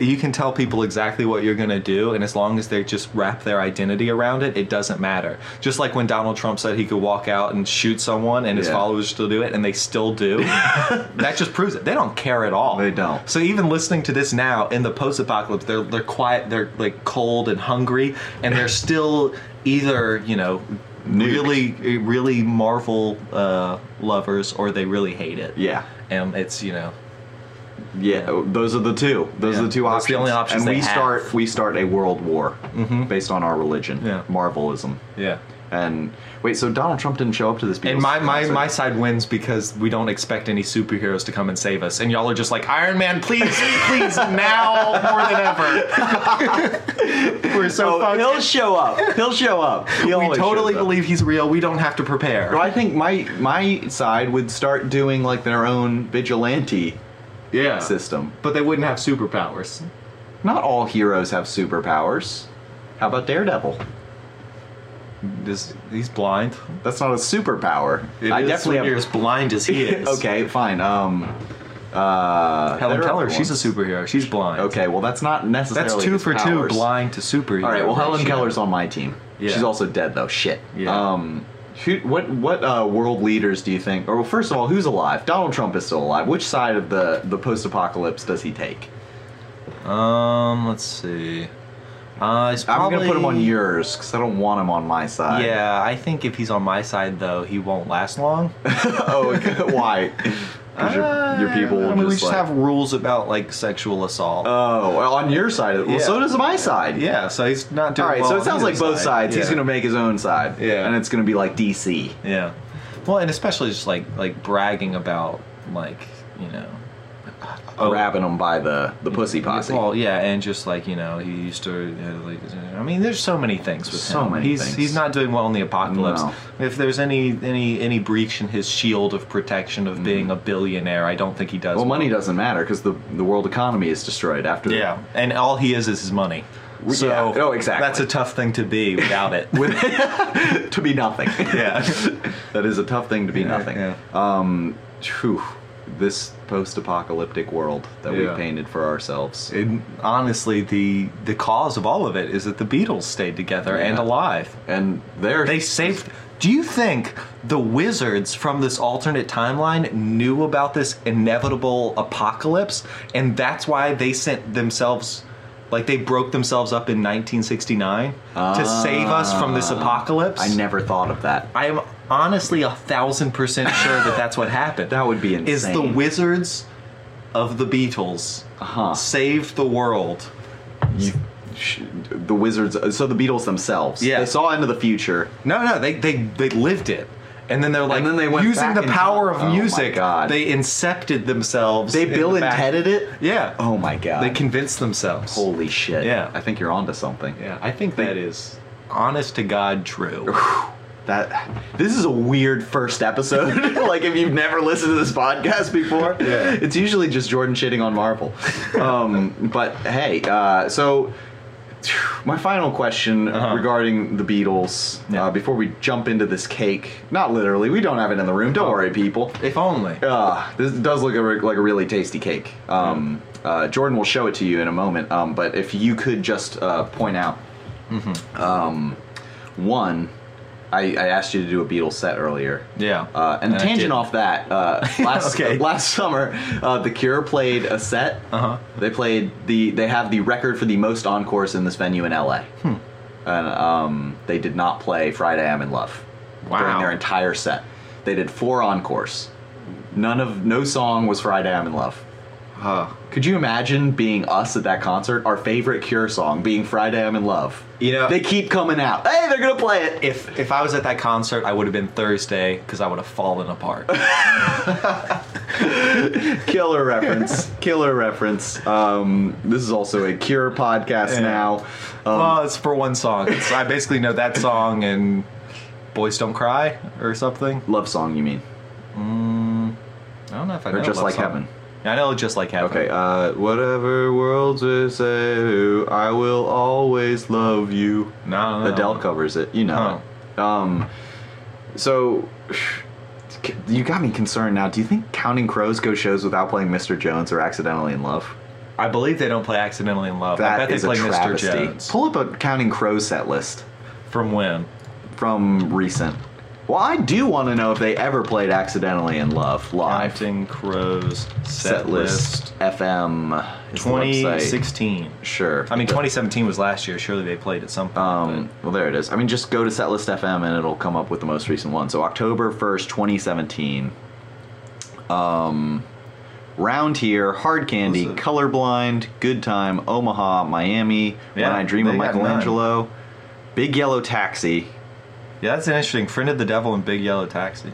S1: you can tell people exactly what you're going to do, and as long as they just wrap their identity around it, it doesn't matter. Just like when Donald Trump said he could walk out and shoot someone, and his
S2: Yeah.
S1: followers still do it, and they still do. that just proves it. They don't care at all.
S2: They don't.
S1: So even listening to this now in the post-apocalypse, they're they're quiet, they're like cold and hungry, and they're still either you know.
S2: Nuked.
S1: Really, really Marvel uh, lovers, or they really hate it.
S2: Yeah.
S1: and it's you know
S2: Yeah, those are the two. Those
S1: Yeah,
S2: are the two
S1: that's
S2: options.
S1: the only options
S2: and
S1: they
S2: we
S1: have. Mm-hmm.
S2: start we start a world war based on our religion,
S1: Yeah.
S2: Marvelism.
S1: Yeah.
S2: And wait, so Donald Trump didn't show up to this? Beatles
S1: And my, my,
S2: concert?
S1: my side wins because we don't expect any superheroes to come and save us. And y'all are just like, Iron Man, please, please, now more than ever. We're so
S2: oh,
S1: fucked.
S2: he'll show up. He'll show up. He
S1: we
S2: always
S1: totally
S2: shows up.
S1: believe he's real. We don't have to prepare.
S2: Well, I think my my side would start doing like their own vigilante
S1: Yeah.
S2: system.
S1: But they wouldn't have superpowers.
S2: Not all heroes have superpowers. How about Daredevil?
S1: Just, he's blind.
S2: That's not a superpower.
S1: It
S2: I
S1: is when
S2: definitely have.
S1: you're as blind as he is.
S2: Okay, fine. Um, uh,
S1: Helen
S2: there are
S1: Keller,
S2: other
S1: she's a
S2: ones.
S1: superhero. She's blind.
S2: Okay, well that's not necessarily.
S1: That's two
S2: his
S1: for
S2: powers.
S1: two, blind to superhero.
S2: All right, well Helen
S1: ratio.
S2: Keller's on my team.
S1: Yeah.
S2: She's also dead though. Shit.
S1: Yeah.
S2: Um, who, what what uh, world leaders do you think? Or well, first of all, who's alive? Donald Trump is still alive. Which side of the the post apocalypse does he take?
S1: Um, let's see. Uh, it's
S2: I'm
S1: probably,
S2: gonna put him on yours because I don't want him on my side.
S1: Yeah, I think if he's on my side though, he won't last long.
S2: oh, okay. why? Because your, your people
S1: Uh, Ah. I
S2: will
S1: mean,
S2: just,
S1: we just
S2: like,
S1: have rules about like sexual assault.
S2: Oh, well, on your side. Well,
S1: Yeah.
S2: so does my side.
S1: yeah, so he's not doing.
S2: All right.
S1: well
S2: so it
S1: on
S2: sounds
S1: either
S2: like both
S1: side.
S2: sides. He's
S1: Yeah.
S2: gonna make his own side.
S1: Yeah.
S2: And it's gonna be like DC.
S1: Yeah. Well, and especially just like like bragging about like you know. oh,
S2: Grabbing him by the the pussy posse.
S1: Well, yeah, and just like you know, he used to. you know, like, I mean, there's so many things with
S2: So
S1: him.
S2: many
S1: he's
S2: things.
S1: he's not doing well in the apocalypse.
S2: No.
S1: If there's any any any breach in his shield of protection of being a billionaire, I don't think he does.
S2: Mm-hmm. Well, money doesn't matter because the the world economy is destroyed after.
S1: Yeah, and all he is is his money.
S2: We-
S1: So
S2: yeah. Oh, exactly.
S1: That's a tough thing to be without it.
S2: With, to be nothing.
S1: yeah.
S2: that is a tough thing to be nothing.
S1: yeah.
S2: Um, phew, this post-apocalyptic world that
S1: Yeah.
S2: we painted for ourselves.
S1: And honestly, the the cause of all of it is that the Beatles stayed together and
S2: Yeah.
S1: alive.
S2: and there
S1: They saved. Do you think the wizards from this alternate timeline knew about this inevitable apocalypse, and that's why they sent themselves, like they broke themselves up in 1969 to save us from this
S2: Ah.
S1: apocalypse?
S2: I never thought of that.
S1: I am honestly a thousand percent sure that that's what happened.
S2: That would be
S1: Is the
S2: insane.
S1: wizards of the Beatles
S2: Uh-huh.
S1: saved the world?
S2: You, sh- the wizards. uh, So the Beatles themselves.
S1: Yeah.
S2: They saw into the future.
S1: No, no, they they they lived it. And then they're like,
S2: then they went
S1: using
S2: back
S1: the
S2: in
S1: power
S2: time.
S1: of
S2: Oh my
S1: music,
S2: God.
S1: they incepted themselves.
S2: They
S1: in the
S2: Bill and
S1: back-
S2: Tedded it.
S1: Yeah.
S2: Oh my god.
S1: They convinced themselves.
S2: Holy shit.
S1: Yeah.
S2: I think you're onto something.
S1: Yeah, I think that is honest to God true.
S2: That this is a weird first episode. like if you've never listened to this podcast before,
S1: Yeah.
S2: it's usually just Jordan shitting on Marvel. Um, but hey, uh, so my final question
S1: Uh-huh.
S2: regarding the Beatles
S1: Yeah.
S2: uh, before we jump into this cake. Not literally. We don't have it in the room. Don't
S1: Oh.
S2: worry, people.
S1: if only.
S2: Uh, this does look a re- like a really tasty cake. Um, uh, Jordan will show it to you in a moment. Um, but if you could just uh, point out, um, one, I, I asked you to do a Beatles set earlier.
S1: Yeah.
S2: Uh, and,
S1: I did.
S2: tangent off that, uh, last
S1: Okay.
S2: last summer, uh, The Cure played a set.
S1: Uh-huh.
S2: They played the they have the record for the most encores in this venue in LA.
S1: Hmm.
S2: And um, they did not play Friday I'm in Love during
S1: Wow.
S2: their entire set. They did four encores. None of no song was Friday I'm in Love.
S1: Huh.
S2: Could you imagine being us at that concert? Our favorite Cure song being Friday I'm in Love.
S1: You know-
S2: they keep coming out. Hey, they're gonna play it.
S1: If if I was at that concert, I would have been Thursday because I would have fallen apart.
S2: Killer reference. Killer reference. Um, this is also a Cure podcast
S1: Yeah.
S2: now. Um,
S1: well, it's for one song. It's, I basically know that song and "Boys Don't Cry" or something.
S2: love song, you mean?
S1: I don't know if I
S2: Mm. Or
S1: know.
S2: Just
S1: love
S2: Like
S1: song.
S2: Heaven.
S1: I know just like heaven.
S2: Okay. Uh, whatever worlds we say, to, I will always love you.
S1: No, no, no.
S2: Adele covers it. You know. it. Um, so. You got me concerned now. Do you think Counting Crows go shows without playing Mr. Jones or Accidentally in Love?
S1: I believe they don't play "Accidentally in Love." I
S2: That
S1: bet they
S2: is
S1: play
S2: a
S1: Mr.
S2: travesty.
S1: Jones.
S2: Pull up a Counting Crows set list.
S1: From when?
S2: from recent. Well, I do want to know if they ever played "Accidentally in Love" live.
S1: Counting Crows set,
S2: Set
S1: list
S2: list FM is the website.
S1: 2016.
S2: Sure.
S1: I mean, 2017 was last year. Surely they played at some point.
S2: Um, well, there it is. I mean, just go to Setlist FM and it'll come up with the most recent one. So October first, twenty seventeen. Um, Round Here, Hard Candy,
S1: Those are-
S2: Colorblind, Good Time, Omaha, Miami, When
S1: Yeah,
S2: I Dream of
S1: they got none.
S2: Michelangelo, Big Yellow Taxi,
S1: but- yeah, that's an interesting. Friend of the Devil and Big Yellow Taxi.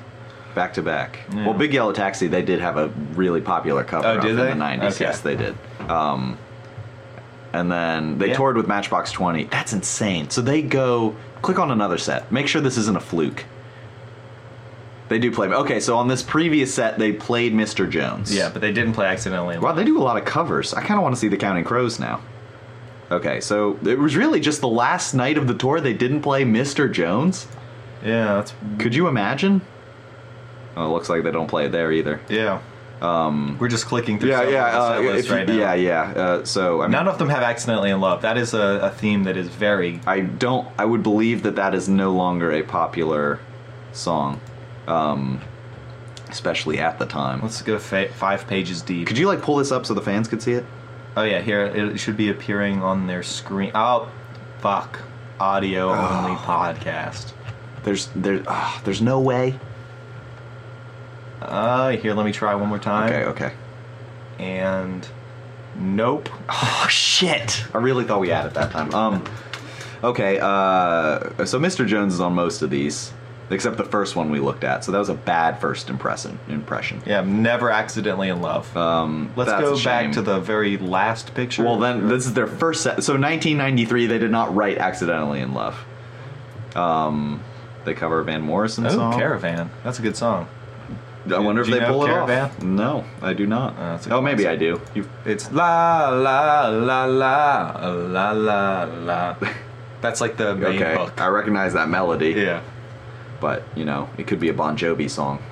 S2: Back to back.
S1: Yeah.
S2: Well, Big Yellow Taxi, they did have a really popular cover
S1: Oh,
S2: up
S1: did
S2: in
S1: they?
S2: the 90s.
S1: Okay.
S2: Yes, they did. Um, and then they
S1: Yeah.
S2: toured with Matchbox 20. That's insane. So they go, click on another set. Make sure this isn't a fluke. They do play. Okay, so on this previous set, they played Mr. Jones.
S1: Yeah, but they didn't play "Accidentally in
S2: Wow,
S1: Love."
S2: they do a lot of covers. I kind of want to see the Counting Crows now. Okay, so it was really just the last night of the tour they didn't play Mr. Jones.
S1: Yeah, that's
S2: Could you imagine? Oh, it looks like they don't play it there either.
S1: yeah. Um, We're just clicking through.
S2: Yeah,
S1: some of
S2: yeah,
S1: the
S2: uh,
S1: set list
S2: if you-
S1: right now.
S2: yeah, yeah. Uh, so I mean,
S1: None of them have accidentally in love. That is a, a theme that is very.
S2: I don't. I would believe that that is no longer a popular song, um, especially at the time.
S1: Let's go fa- five pages deep.
S2: Could you like pull this up so the fans could see it?
S1: Oh yeah, here it should be appearing on their screen. Oh, fuck! Audio only podcast.
S2: There's there ah, there's no way.
S1: Uh, here, let me try one more time.
S2: Okay, okay.
S1: And nope.
S2: Oh shit! I really thought we had it that time. Um, okay. Uh, so Mr. Jones is on most of these, except the first one we looked at. So that was a bad first impression. Impression.
S1: Yeah, I'm never accidentally in love.
S2: Um,
S1: Let's
S2: that's a
S1: go back
S2: shame.
S1: to the very last picture.
S2: Well, then this is their first set. So 1993, they did not write "Accidentally in Love." Um, they cover a Van Morrison
S1: Oh,
S2: song.
S1: Caravan. That's a good song.
S2: I wonder if
S1: Do you
S2: they
S1: know
S2: pull it off.
S1: Caravan?
S2: No, I do not.
S1: Oh, that's a
S2: oh,
S1: good
S2: maybe
S1: one.
S2: I do. You've,
S1: It's la la la la la la la. That's like the main
S2: okay,
S1: hook.
S2: I recognize that melody.
S1: Yeah.
S2: but you know it could be a Bon Jovi song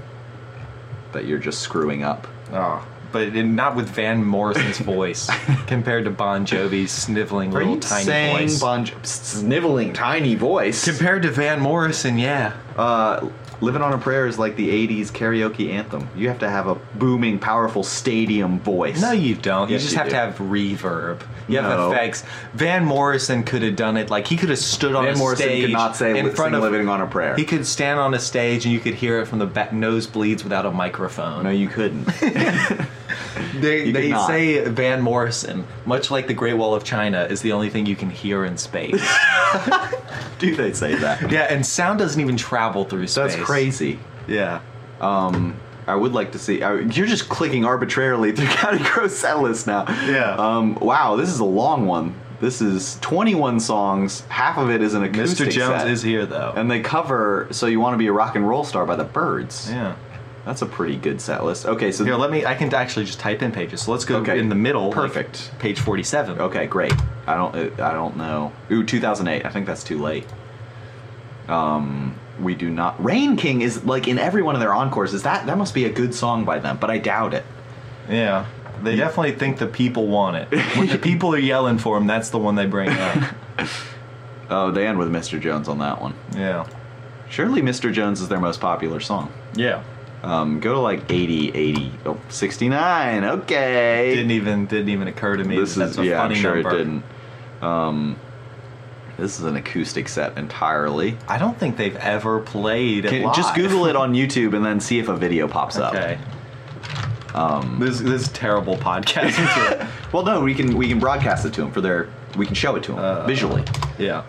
S2: that you're just screwing up.
S1: Oh, but in, not with Van Morrison's voice compared to Bon Jovi's sniveling
S2: Are
S1: little
S2: you
S1: tiny
S2: saying
S1: voice.
S2: Bon jo- sniveling tiny voice?
S1: compared to Van Morrison, yeah.
S2: uh, "Living on a Prayer" is like the '80s karaoke anthem. You have to have a booming, powerful stadium voice.
S1: No, you don't. You
S2: Yes,
S1: just
S2: you
S1: have
S2: do.
S1: to have reverb. You
S2: No.
S1: have effects. Van Morrison could have done it. Like he could have stood on
S2: Van
S1: a
S2: Morrison
S1: stage
S2: could not say
S1: in
S2: "Li-
S1: front
S2: sing
S1: of
S2: "Living on a Prayer."
S1: He could stand on a stage and you could hear it from the back nosebleeds without a microphone.
S2: no, you couldn't.
S1: They,
S2: You could
S1: they
S2: not.
S1: say Van Morrison, much like the Great Wall of China, is the only thing you can hear in space.
S2: do they say that?
S1: yeah, and sound doesn't even travel through space.
S2: That's crazy.
S1: Yeah.
S2: Um, I would like to see. I, you're just clicking arbitrarily through County Crow set list now.
S1: Yeah.
S2: Um, wow, this is a long one. This is 21 songs. Half of it is an
S1: Mr.
S2: acoustic
S1: Jones
S2: set.
S1: is here though.
S2: And they cover "So You Want to Be a Rock and Roll Star" by the Birds.
S1: yeah.
S2: That's a pretty good set list. Okay, so
S1: Here, let me. I can actually just type in pages. So let's go
S2: Okay.
S1: in the middle. like
S2: Perfect.
S1: page forty-seven.
S2: okay, great. I don't uh, I don't know. Ooh, 2008. I think that's too late. Um, we do not. Rain King is like in every one of their encores. Is that that must be a good song by them? But I doubt it.
S1: Yeah. They definitely think the people want it. When the people are yelling for them, that's the one they bring up.
S2: Oh, they end with Mr. Jones on that one.
S1: Yeah.
S2: Surely Mr. Jones is their most popular song.
S1: Yeah.
S2: Um, go to like 80, 80, oh, 69. Okay.
S1: Didn't even didn't even occur to me.
S2: this
S1: that
S2: is
S1: that's a
S2: yeah,
S1: funny
S2: I'm sure
S1: number.
S2: it didn't. Um, this is an acoustic set entirely.
S1: I don't think they've ever played it
S2: Can- just
S1: live.
S2: Google it on YouTube and then see if a video pops
S1: Okay.
S2: up. Um,
S1: This this is terrible podcasting.
S2: well, no, we can we can broadcast it to them for their we can show it to them
S1: Uh,
S2: visually.
S1: yeah.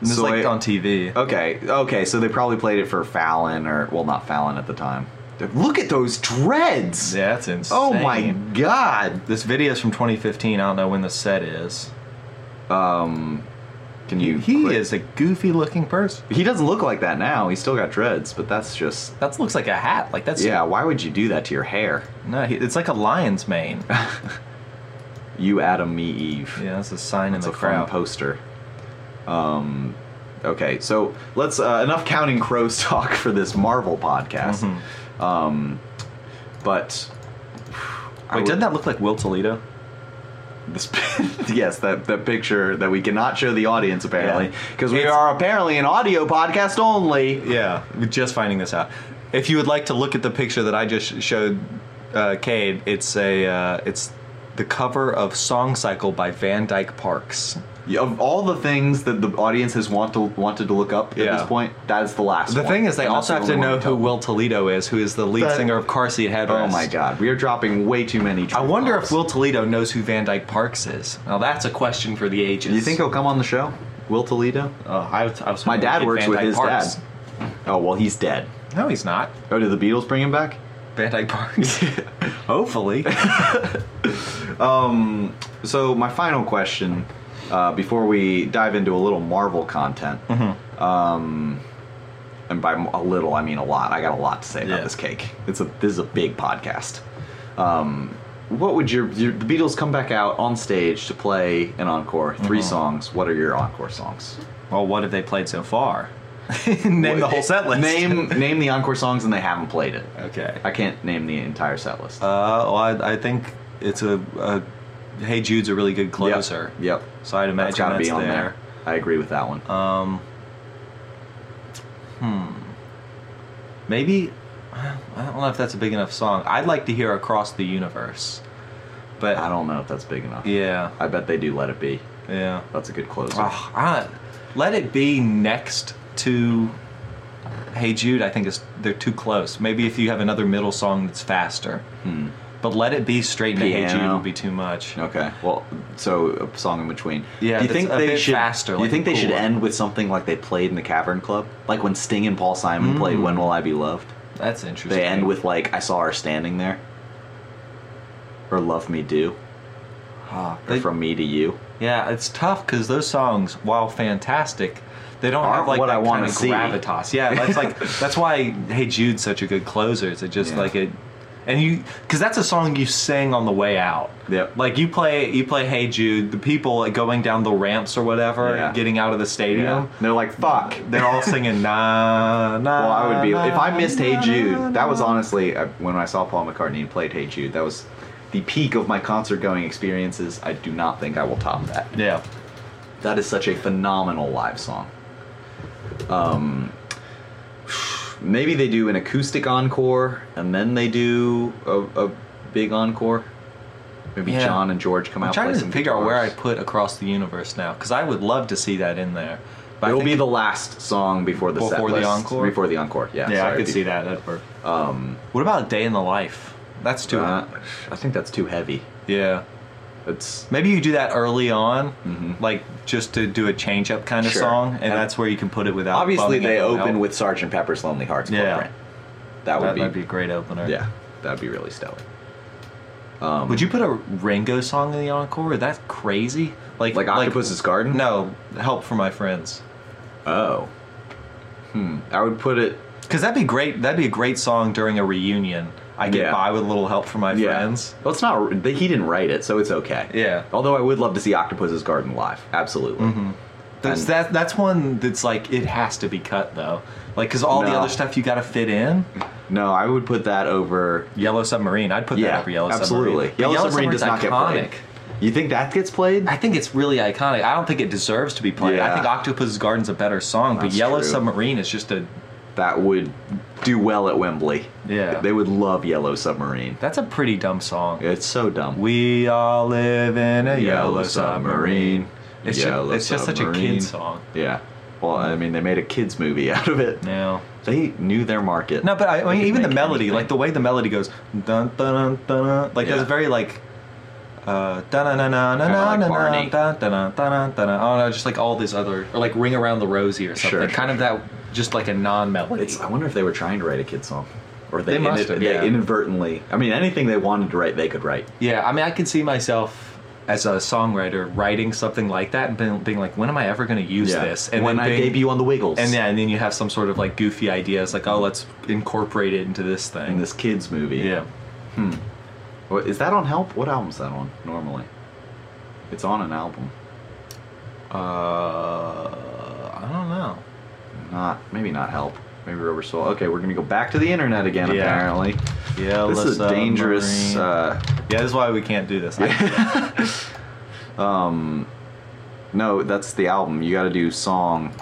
S1: This
S2: So
S1: is like
S2: I-
S1: on TV.
S2: Okay, okay, so they probably played it for Fallon or well, not Fallon at the time. Look at those dreads!
S1: Yeah, that's insane.
S2: oh my god!
S1: This video is from 2015. I don't know when the set is.
S2: Um, can you?
S1: He
S2: click-
S1: is a goofy looking person.
S2: He doesn't look like that now. He's still got dreads, but that's just.
S1: That looks like a hat. Like that's
S2: Yeah, why would you do that to your hair?
S1: No, he, it's like a lion's mane. yeah,
S2: You Adam, me Eve.
S1: that's a sign
S2: It's
S1: in
S2: a
S1: the
S2: fun
S1: crowd.
S2: poster. Um, okay, so let's uh, enough counting crows talk for this Marvel
S1: Mm-hmm.
S2: podcast. Um, but I
S1: Wait,
S2: would-
S1: doesn't that look like Will Toledo?
S2: this, yes, that that picture that we cannot show the audience apparently
S1: Yeah.
S2: because we
S1: It's-
S2: are apparently an audio podcast only.
S1: Yeah, we're just finding this out. If you would like to look at the picture that I just showed, uh, Cade, it's a uh, it's the cover of "Song Cycle" by Van Dyke Parks.
S2: Of all the things that the audience has want to, wanted to look up at
S1: Yeah.
S2: this point, that is the last.
S1: The
S2: one.
S1: thing is, they
S2: And
S1: also have
S2: that's the
S1: to
S2: only
S1: know
S2: one
S1: who
S2: we tell.
S1: Will Toledo is, who is the lead
S2: That-
S1: singer of Car Seat Headrest.
S2: Oh my god, we are dropping way too many.
S1: I wonder if
S2: truths.
S1: Will Toledo knows who Van Dyke Parks is. Now that's a question for the ages.
S2: You think he'll come on the show, Will Toledo?
S1: Uh, I, was- I was
S2: My
S1: hoping
S2: dad
S1: we'd
S2: works
S1: get
S2: with
S1: Van Dyke
S2: his
S1: Parks.
S2: dad. Oh well, he's dead.
S1: No, he's not.
S2: Oh, did the Beatles bring him back?
S1: Van Dyke Parks. Hopefully.
S2: Um, so my final question, uh, before we dive into a little Marvel content,
S1: Mm-hmm.
S2: um, and by a little I mean a lot. I got a lot to say about
S1: Yeah.
S2: this cake. It's a this is a big podcast. Um, what would your, your the Beatles come back out on stage to play an encore? 3
S1: Mm-hmm.
S2: songs. What are your encore songs?
S1: Well, what have they played so far? Name the whole set list.
S2: Name name the encore songs and they haven't played it.
S1: Okay.
S2: I can't name the entire set list.
S1: Uh, well, I, I think it's a, a Hey Jude's a really good
S2: Yep,
S1: closer.
S2: Yep.
S1: So I'd imagine that's,
S2: That's got to be on
S1: there.
S2: there. I agree with that one.
S1: Um, hmm. Maybe I don't know if that's a big enough song. I'd like to hear Across the Universe But
S2: I don't know if that's big enough.
S1: Yeah.
S2: I bet they do let it be.
S1: Yeah.
S2: That's a good closer.
S1: Ah, I- let it be next to Hey Jude. I think it's, they're too close. Maybe if you have another middle song that's faster.
S2: Hmm.
S1: But let it be straight into Hey Jude
S2: Piano.
S1: would be too much.
S2: Okay. Well, so a song in between.
S1: Yeah,
S2: Do you
S1: that's
S2: think
S1: a
S2: they
S1: bit
S2: should?
S1: faster,
S2: do you
S1: like
S2: think
S1: a
S2: they should
S1: cool one.
S2: end with something like they played in the Cavern Club, like when Sting and Paul Simon played
S1: Mm.
S2: "When Will I Be Loved"?
S1: That's interesting.
S2: They end with like "I saw her standing there," or "Love Me Do,"
S1: Ah,
S2: or
S1: they-
S2: "From Me to You."
S1: Yeah, it's tough because those songs, while fantastic, they don't
S2: Aren't
S1: have like
S2: what
S1: that
S2: I
S1: kind
S2: wanna
S1: of
S2: see.
S1: gravitas. Yeah, that's like that's why Hey Jude's such a good closer. Is it just
S2: Yeah.
S1: like it, and you because that's a song you sing on the way out.
S2: Yep.
S1: Like you play you play Hey Jude, the people like, going down the ramps or whatever,
S2: Yeah.
S1: getting out of the
S2: Yeah.
S1: stadium.
S2: They're like, "Fuck."
S1: They're all singing na na.
S2: Well, I would be
S1: na,
S2: if I missed Hey
S1: na,
S2: Jude. That was
S1: na.
S2: honestly I- when I saw Paul McCartney and played Hey Jude. That was the peak of my concert-going experiences. I do not think I will top that.
S1: Yeah.
S2: That is such a phenomenal live song. Um, maybe they do an acoustic encore and then they do a, a big encore. Maybe
S1: Yeah.
S2: John and George come
S1: I'm
S2: out. play
S1: trying to
S2: some
S1: figure out where I
S2: guitars.
S1: put across the universe now because I would love to see that in there. But I
S2: It'll
S1: think-
S2: be the last song before the set
S1: Before the
S2: list,
S1: encore?
S2: Before the encore, yeah.
S1: Yeah,
S2: sorry
S1: I could
S2: if
S1: see
S2: you-
S1: that. That'd work.
S2: Um,
S1: What about a day in the life? That's too.
S2: uh, I think that's too heavy.
S1: yeah.
S2: It's
S1: Maybe you do that early on,
S2: Mhm.
S1: like just to do a change up kind of
S2: Sure.
S1: song, and
S2: And-
S1: that's where you can put it without.
S2: obviously
S1: bumming it
S2: they
S1: without
S2: open
S1: help.
S2: with Sergeant Pepper's Lonely Hearts Club
S1: Yeah.
S2: Band. That would
S1: that,
S2: be,
S1: that'd be a great opener.
S2: yeah, that would be really stellar. Um,
S1: Would you put a Ringo song in the encore? That's crazy. Like
S2: Like Octopus's Garden?
S1: No, help for my friends.
S2: Oh. Hmm. I would put it.
S1: Because that'd be great. That'd be a great song during a reunion. I get
S2: Yeah.
S1: by with a little help from my
S2: Yeah.
S1: friends.
S2: Well, it's not. He didn't write it, so it's okay.
S1: Yeah.
S2: Although I would love to see Octopus's Garden live. Absolutely.
S1: That's
S2: And-
S1: that. That's one that's like it has to be cut though. Like because all the
S2: No.
S1: other stuff you got to fit in.
S2: No, I would put that over.
S1: Yellow Submarine. I'd Mm-hmm. put
S2: yeah.
S1: that over Yellow
S2: absolutely.
S1: Submarine. But
S2: Yellow, Submarine does not
S1: Submarine's
S2: get played. You think that gets played?
S1: I think it's really iconic. I don't think it deserves to be played. I
S2: Yeah.
S1: think Octopus's Garden's a better song, but
S2: That's
S1: Yellow
S2: true.
S1: Submarine is just a
S2: That would do well at Wembley.
S1: Yeah.
S2: They would love Yellow Submarine.
S1: that's a pretty dumb song.
S2: It's so dumb.
S1: We all live in a yellow,
S2: Yellow
S1: submarine.
S2: Submarine.
S1: It's
S2: Yellow
S1: just, it's just such a
S2: Submarine.
S1: kid song.
S2: yeah. Well, I mean, they made a kids movie out of it.
S1: No.
S2: They knew their market.
S1: No, but I, I
S2: They
S1: mean,
S2: could
S1: even the
S2: make
S1: melody,
S2: anything.
S1: like the way the melody goes, dun dun dun dun, dun like
S2: Yeah.
S1: that's very like, uh, dun dun dun dun
S2: Kinda
S1: dun dun
S2: like
S1: dun
S2: Barney.
S1: dun dun dun dun dun. I don't know, just like all these other, or like "Ring Around the Rosie" or something.
S2: Sure,
S1: kind of that, just like a non-melody.
S2: It's, I wonder if they were trying to write a kid song, or they,
S1: They must have,
S2: they
S1: yeah.
S2: inadvertently. I mean, anything they wanted to write, they could write.
S1: yeah, I mean, I could see myself as a songwriter writing something like that and being, being like, when am I ever going to use this? And
S2: when
S1: then
S2: I
S1: being-
S2: debut on the Wiggles,
S1: And yeah, and then you have some sort of like goofy ideas, like oh, let's incorporate it into this thing.
S2: in this kids movie,
S1: yeah,
S2: What- is that on Help? What album's that on normally? It's on an album,
S1: uh, I don't know.
S2: not maybe not Help, maybe Rubber Soul. Okay, we're gonna go back to the internet again.
S1: Yeah.
S2: Apparently,
S1: Yeah,
S2: this is
S1: let's, uh,
S2: dangerous.
S1: Marine.
S2: Uh,
S1: yeah, this is why we can't do this.
S2: um, no, that's the album. You got to do song.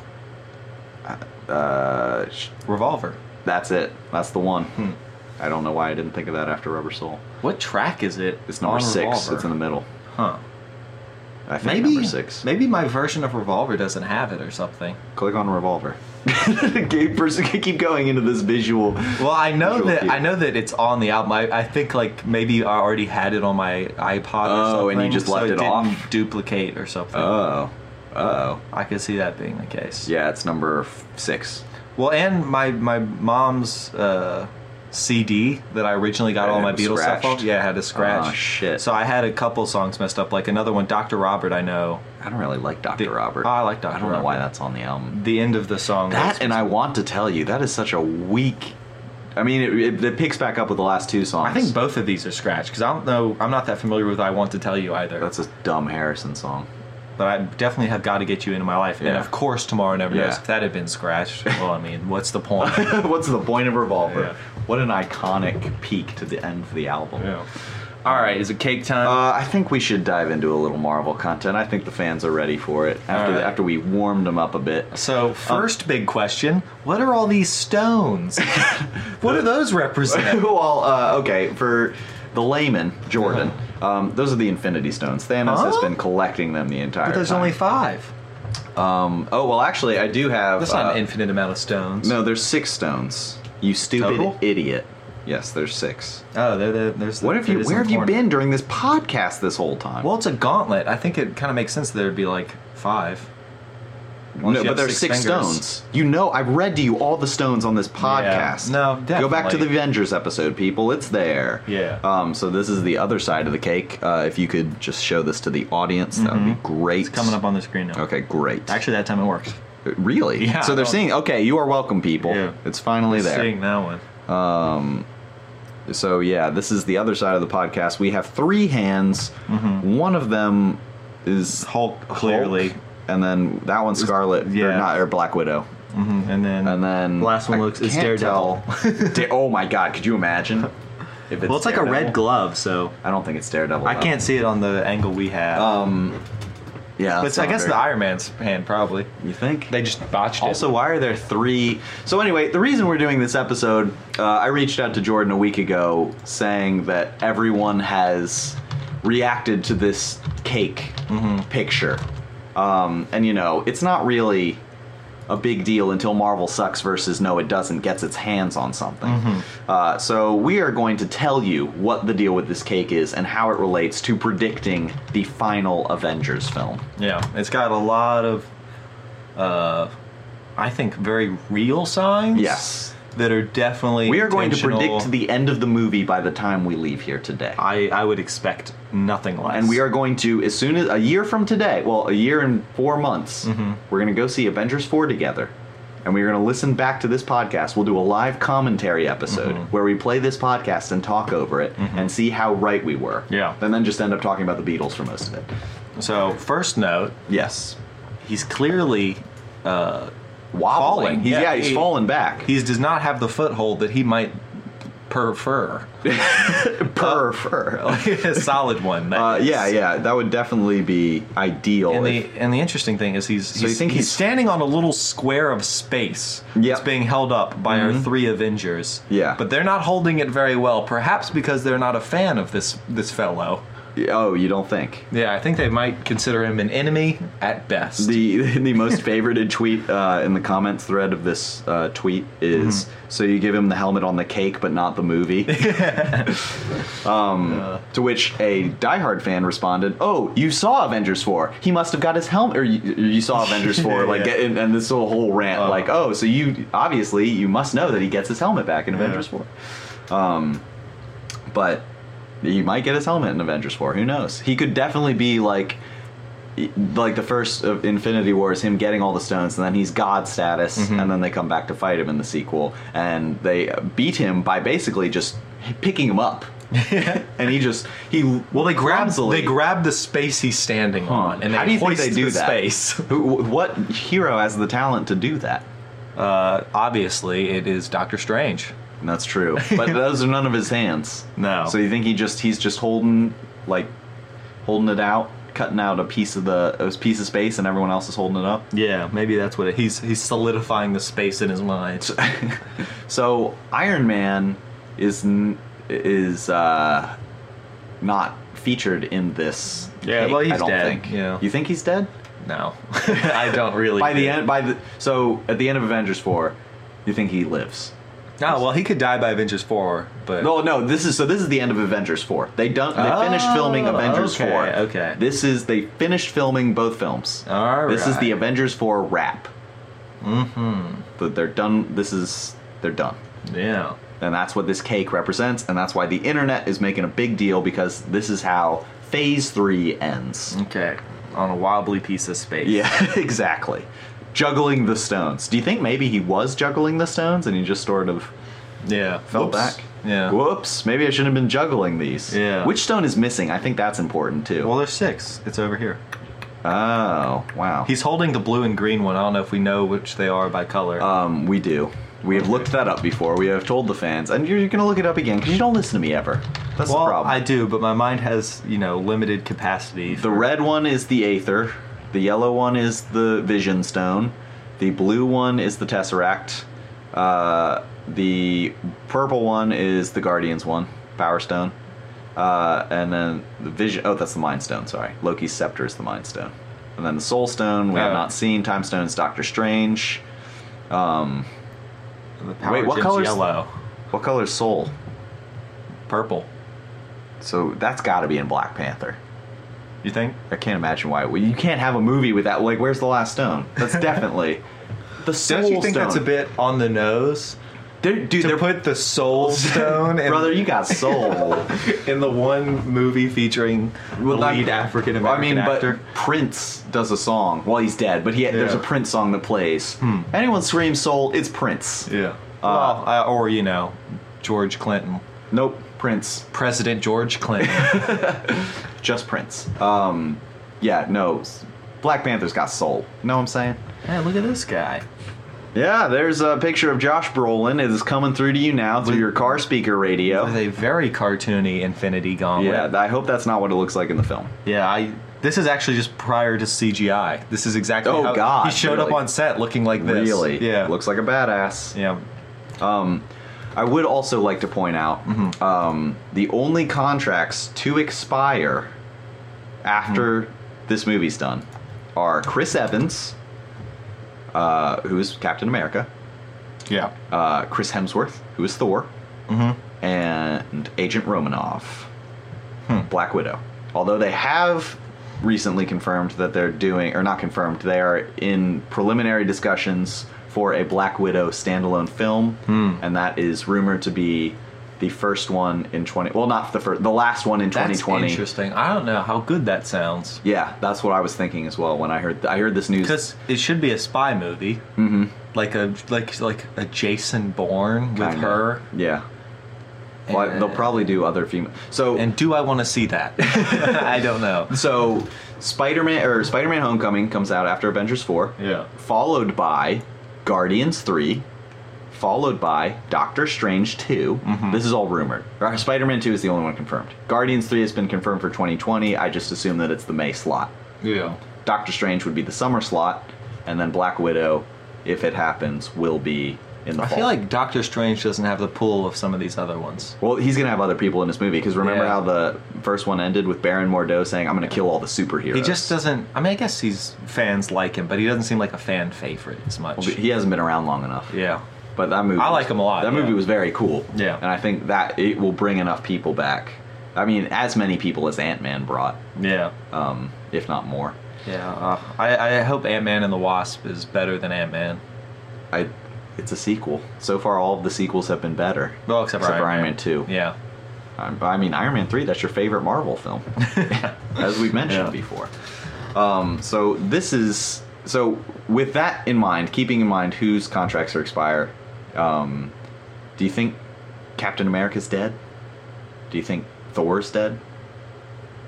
S2: Uh, sh-
S1: Revolver. Hmm.
S2: that's it. That's the one. I don't know why I didn't think of that after Rubber Soul.
S1: What track is it?
S2: It's number
S1: on
S2: six.
S1: Revolver?
S2: It's in the middle.
S1: Huh.
S2: I think
S1: Maybe
S2: number six.
S1: Maybe my version of Revolver doesn't have it or something.
S2: Click on revolver. Gabe, person can keep going into this visual.
S1: Well, I know
S2: Visual
S1: that
S2: cue.
S1: I know that it's on the album. I, I think like maybe I already had it on my iPod. or
S2: Oh,
S1: something,
S2: and you just
S1: so
S2: left
S1: it,
S2: it
S1: didn't
S2: off?
S1: Duplicate or something.
S2: Oh, oh,
S1: I could see that being the case.
S2: yeah, it's number f- six.
S1: Well, and my my mom's uh, CD that I originally got
S2: And
S1: all
S2: it
S1: my
S2: was
S1: Beatles
S2: scratched?
S1: stuff off. Yeah, I had a scratch. Ah,
S2: Oh, shit.
S1: So I had a couple songs messed up. Like another one, Dr. Robert. I know
S2: I don't really like Doctor
S1: The-
S2: Robert.
S1: I like Dr.
S2: Oh, I don't know why
S1: Robert.
S2: that's on the album.
S1: the end of the song.
S2: That
S1: was-
S2: and I want to tell you that is such a weak. I mean, it, it, it picks back up with the last two songs.
S1: I think both of these are scratched because I don't know. I'm not that familiar with "I Want to Tell You" either.
S2: that's a dumb Harrison song.
S1: but I definitely have "Got to Get You Into My Life," and
S2: Yeah.
S1: of course, "Tomorrow Never
S2: Yeah.
S1: Knows." If that had been scratched, well, I mean, what's the point?
S2: What's the point of revolver?
S1: Yeah.
S2: What an iconic peak to the end of the album.
S1: Yeah. All right, is it cake time?
S2: Uh, I think we should dive into a little Marvel content. I think the fans are ready for it after
S1: Alright.
S2: after we warmed them up a bit.
S1: so first big question: What are all these stones? what do those represent?
S2: well, uh, okay, for the layman, Jordan, um, those are the Infinity Stones. Thanos has
S1: Uh-huh. Huh?
S2: been collecting them the entire
S1: But there's
S2: time.
S1: only five.
S2: um, oh well, actually, I do have.
S1: That's not
S2: uh,
S1: an infinite amount of stones.
S2: No, there's six stones. You stupid
S1: Total?
S2: idiot. Yes, there's six.
S1: Oh, there, there, there's. The,
S2: What have
S1: there
S2: you?
S1: is
S2: Where
S1: in
S2: have you
S1: corner.
S2: been during this podcast this whole time?
S1: Well, it's a gauntlet. I think it kind of makes sense that there'd be like five. Unless
S2: no,
S1: you
S2: but
S1: have
S2: there's six,
S1: fingers.
S2: stones. You know, I read to you all the stones on this podcast.
S1: No,
S2: Go back to the
S1: definitely.
S2: Avengers episode, people. It's there.
S1: Yeah.
S2: Um. So this is the other side of the cake. Uh, if you could just show this to the audience, that would be great.
S1: Mm-hmm. It's coming up on the screen now.
S2: Okay, great.
S1: Actually, that time it worked.
S2: really?
S1: Yeah,
S2: So
S1: I
S2: they're
S1: don't-
S2: seeing. Okay, you are welcome, people.
S1: Yeah.
S2: It's finally there.
S1: Seeing that one.
S2: So yeah, this is the other side of the podcast. We have three hands. One of them is
S1: Mm-hmm. Hulk,
S2: Hulk,
S1: clearly.
S2: and then that one's Scarlet. Or
S1: yeah.
S2: not or Black Widow.
S1: hmm And then.
S2: And then
S1: The last one looks- is
S2: can't
S1: Daredevil.
S2: tell. Da- oh my god, could you imagine? If Oh.
S1: well, it's like a
S2: Daredevil?
S1: red glove, so
S2: I don't think it's Daredevil.
S1: I
S2: though.
S1: can't see it on the angle we have.
S2: Um, yeah,
S1: but
S2: that's
S1: it's- I
S2: not
S1: guess
S2: very-
S1: the Iron Man's hand probably.
S2: You think
S1: They just botched
S2: Also,
S1: it.
S2: why are there three? So anyway, the reason we're doing this episode, uh, I reached out to Jordan a week ago saying that everyone has reacted to this cake picture, um, and you know it's not really a big deal until Marvel sucks versus no, it doesn't gets its hands on something. Uh, so we are going to tell you what the deal with this cake is and how it relates to predicting the final Avengers film.
S1: Yeah, it's got a lot of, uh, I think, very real signs.
S2: Yes.
S1: That are definitely.
S2: We are going to
S1: intentional.
S2: predict the end of the movie by the time we leave here today.
S1: I, I would expect nothing less.
S2: And we are going to, as soon as a year from today, well, a year and four months,
S1: Mm-hmm.
S2: we're going to go see Avengers 4 together. And we're going to listen back to this podcast. We'll do a live commentary episode
S1: Mm-hmm.
S2: where we play this podcast and talk over it and see how right we were.
S1: Yeah.
S2: And then just end up talking about the Beatles for most of it.
S1: So first note,
S2: Yes.
S1: he's clearly
S2: Wobbling.
S1: Falling.
S2: He's, yeah,
S1: Yeah,
S2: he's
S1: he-
S2: falling back.
S1: he does not have the foothold that he might prefer.
S2: Purr.
S1: a solid one. that
S2: Uh,
S1: is.
S2: yeah, yeah. That would definitely be ideal.
S1: And
S2: if-
S1: the and the interesting thing is he's he's,
S2: you think
S1: he's,
S2: he's-
S1: standing on a little square of space
S2: Yeah. Mm-hmm.
S1: that's being held up by our three Avengers.
S2: Yeah.
S1: But they're not holding it very well, perhaps because they're not a fan of this this fellow.
S2: oh, you don't think?
S1: Yeah, I think they might consider him an enemy at best.
S2: The the most favorited tweet uh, in the comments thread of this uh, tweet is so you give him the helmet on the cake, but not the movie. um,
S1: Uh,
S2: to which a diehard fan responded, "Oh, you saw Avengers four? He must have got his helmet, or you, you saw Avengers four? Like,
S1: Yeah.
S2: and, and this whole whole rant,
S1: Oh.
S2: like, oh, so you obviously you must know that he gets his helmet back in Avengers four, um, but." He might get his helmet in Avengers 4. Who knows? He could definitely be like like the first of Infinity War is him getting all the stones, and then he's God status,
S1: Mm-hmm.
S2: and then they come back to fight him in the sequel, and they beat him by basically just picking him up, and he just he
S1: well, they grab
S2: clumsily-
S1: they grab the space he's standing on, and
S2: How
S1: they
S2: do you think
S1: hoist
S2: they do
S1: the
S2: that?
S1: space.
S2: Who- wh- What hero has the talent to do that?
S1: Uh, obviously, it is Doctor Strange.
S2: And That's true, but those are none of his hands.
S1: No.
S2: So you think he just he's just holding like holding it out, cutting out a piece of the a piece of space, and everyone else is holding it up.
S1: Yeah, maybe that's what it, he's he's solidifying the space in his mind.
S2: So Iron Man is n- is uh, not featured in this.
S1: Yeah,
S2: take,
S1: well, he's
S2: I don't
S1: dead,
S2: Think.
S1: yeah.
S2: You think he's dead
S1: No, I don't really.
S2: by the
S1: think.
S2: end? By the so at the end of Avengers four, you think he lives?
S1: No, oh, well, he could die by Avengers Four, but
S2: No, no. This is so. This is the end of Avengers four. They done. They finished
S1: Oh,
S2: filming Avengers
S1: okay,
S2: four.
S1: okay.
S2: This is they finished filming both films.
S1: All
S2: This is
S1: right.
S2: the
S1: Mm-hmm.
S2: Avengers four wrap. Mm-hmm. But they're done. This is they're done.
S1: yeah,
S2: And that's what this cake represents, and that's why the internet is making a big deal because this is how phase three ends.
S1: okay, on a wobbly piece of space.
S2: Yeah, exactly. Juggling the stones. Do you think maybe he was juggling the stones and he just sort of
S1: yeah,
S2: fell
S1: Whoops.
S2: back?
S1: Yeah.
S2: Whoops, maybe I shouldn't have been juggling these.
S1: Yeah.
S2: Which stone is missing? I think that's important too.
S1: Well, there's six. It's over here.
S2: oh, wow.
S1: He's holding the blue and green one. I don't know if we know which they are by color.
S2: um, we do. We have looked that up before. We have told the fans, and you're, you're going to look it up again because you don't listen to me ever. That's
S1: well,
S2: the problem.
S1: I do, but my mind has you know limited capacity.
S2: The red one is the Aether. The yellow one is the Vision Stone. The blue one is the Tesseract. Uh, the purple one is the Guardians one, Power Stone. Uh, and then the vision. Oh, that's the Mind Stone. Sorry, Loki's scepter is the Mind Stone. And then the Soul Stone we
S1: Oh.
S2: have not seen. Time Stone is Doctor Strange. Um,
S1: The power
S2: Wait, what
S1: gem's
S2: color's-
S1: Yellow,
S2: what color is Soul?
S1: purple.
S2: So that's got to be in Black Panther.
S1: You think?
S2: I can't imagine why. Well, you can't have a movie without like, where's the last stone? That's definitely the soul
S1: Don't you think
S2: stone.
S1: that's a bit on the nose?
S2: They're, dude,
S1: to
S2: they're
S1: put the Soul Stone, in,
S2: brother. You got soul.
S1: in the one movie featuring the
S2: Well, that-
S1: lead African
S2: I
S1: American
S2: mean,
S1: actor.
S2: but Prince does a song. Well, he's dead, but he there's a
S1: Yeah. Hmm.
S2: Prince song that plays. Anyone screams soul, it's Prince.
S1: yeah. well, uh, or you know, George Clinton,
S2: Nope, Prince.
S1: President George Clinton.
S2: Just Prince. Um, yeah, no. Black Panther's got soul. Know what I'm saying?
S1: hey, look at this guy.
S2: Yeah, there's a picture of Josh Brolin. It is coming through to you now through
S1: With-
S2: your car speaker radio.
S1: With a very cartoony Infinity Gauntlet.
S2: Yeah, I hope that's not what it looks like in the film.
S1: Yeah, I. This is actually just prior to CGI. This is exactly
S2: Oh,
S1: how
S2: God,
S1: he showed up
S2: really?
S1: on set looking like this.
S2: Really?
S1: Yeah.
S2: Looks like a badass.
S1: yeah.
S2: Um, I would also like to point out um, the only contracts to expire after this movie's done are Chris Evans, uh, who is Captain America,
S1: Yeah.
S2: uh, Chris Hemsworth, who is Thor,
S1: Mm-hmm.
S2: and Agent Romanov,
S1: Hmm.
S2: Black Widow. Although they have recently confirmed that they're doing, or not confirmed, they are in preliminary discussions for a Black Widow standalone film,
S1: Hmm.
S2: and that is rumored to be the first one in 20. Well, not the first, the last one in
S1: That's
S2: 2020.
S1: interesting. I don't know how good that sounds.
S2: Yeah, that's what I was thinking as well when I heard I heard this news.
S1: Because it should be a spy movie,
S2: Mm-hmm.
S1: like a like like a Jason Bourne with
S2: Kinda.
S1: her.
S2: Yeah. Well, they'll
S1: And-
S2: probably do other female. So
S1: And do I want to see that? I don't know.
S2: So Spider-Man or Spider-Man Homecoming comes out after Avengers 4.
S1: Yeah.
S2: Followed by Guardians 3, followed by Doctor Strange 2.
S1: Mm-hmm.
S2: This is all rumored. Or Spider-Man 2 is the only one confirmed. Guardians 3 has been confirmed for 2020. I just assume that it's the May slot.
S1: Yeah.
S2: Doctor Strange would be the summer slot and then Black Widow if it happens will be in the
S1: I
S2: fall.
S1: feel like Doctor Strange doesn't have the pull of some of these other ones.
S2: well, he's gonna have other people in his movie because remember
S1: Yeah.
S2: how the first one ended with Baron Mordo saying, "I'm gonna kill all the superheroes."
S1: He just doesn't. I mean, I guess he's fans like him, but he doesn't seem like a fan favorite as much.
S2: he hasn't been around long enough.
S1: yeah.
S2: But that movie,
S1: I
S2: was-
S1: like 'em a lot,
S2: That
S1: yeah.
S2: movie was very cool.
S1: Yeah.
S2: and I think that it will bring enough people back. I mean, as many people as Ant Man brought,
S1: Yeah.
S2: um, if not more.
S1: Yeah, uh, I, I hope Ant Man and the Wasp is better than Ant Man.
S2: I, it's a sequel. So far, all of the sequels have been better.
S1: Well, except, for Iron, Man.
S2: Two.
S1: Yeah.
S2: Um, I mean, Iron Man Three. That's your favorite Marvel film, as we've mentioned
S1: Yeah.
S2: before. Um, so this is so with that in mind, keeping in mind whose contracts are expire. Um, do you think Captain America's dead? Do you think Thor's dead?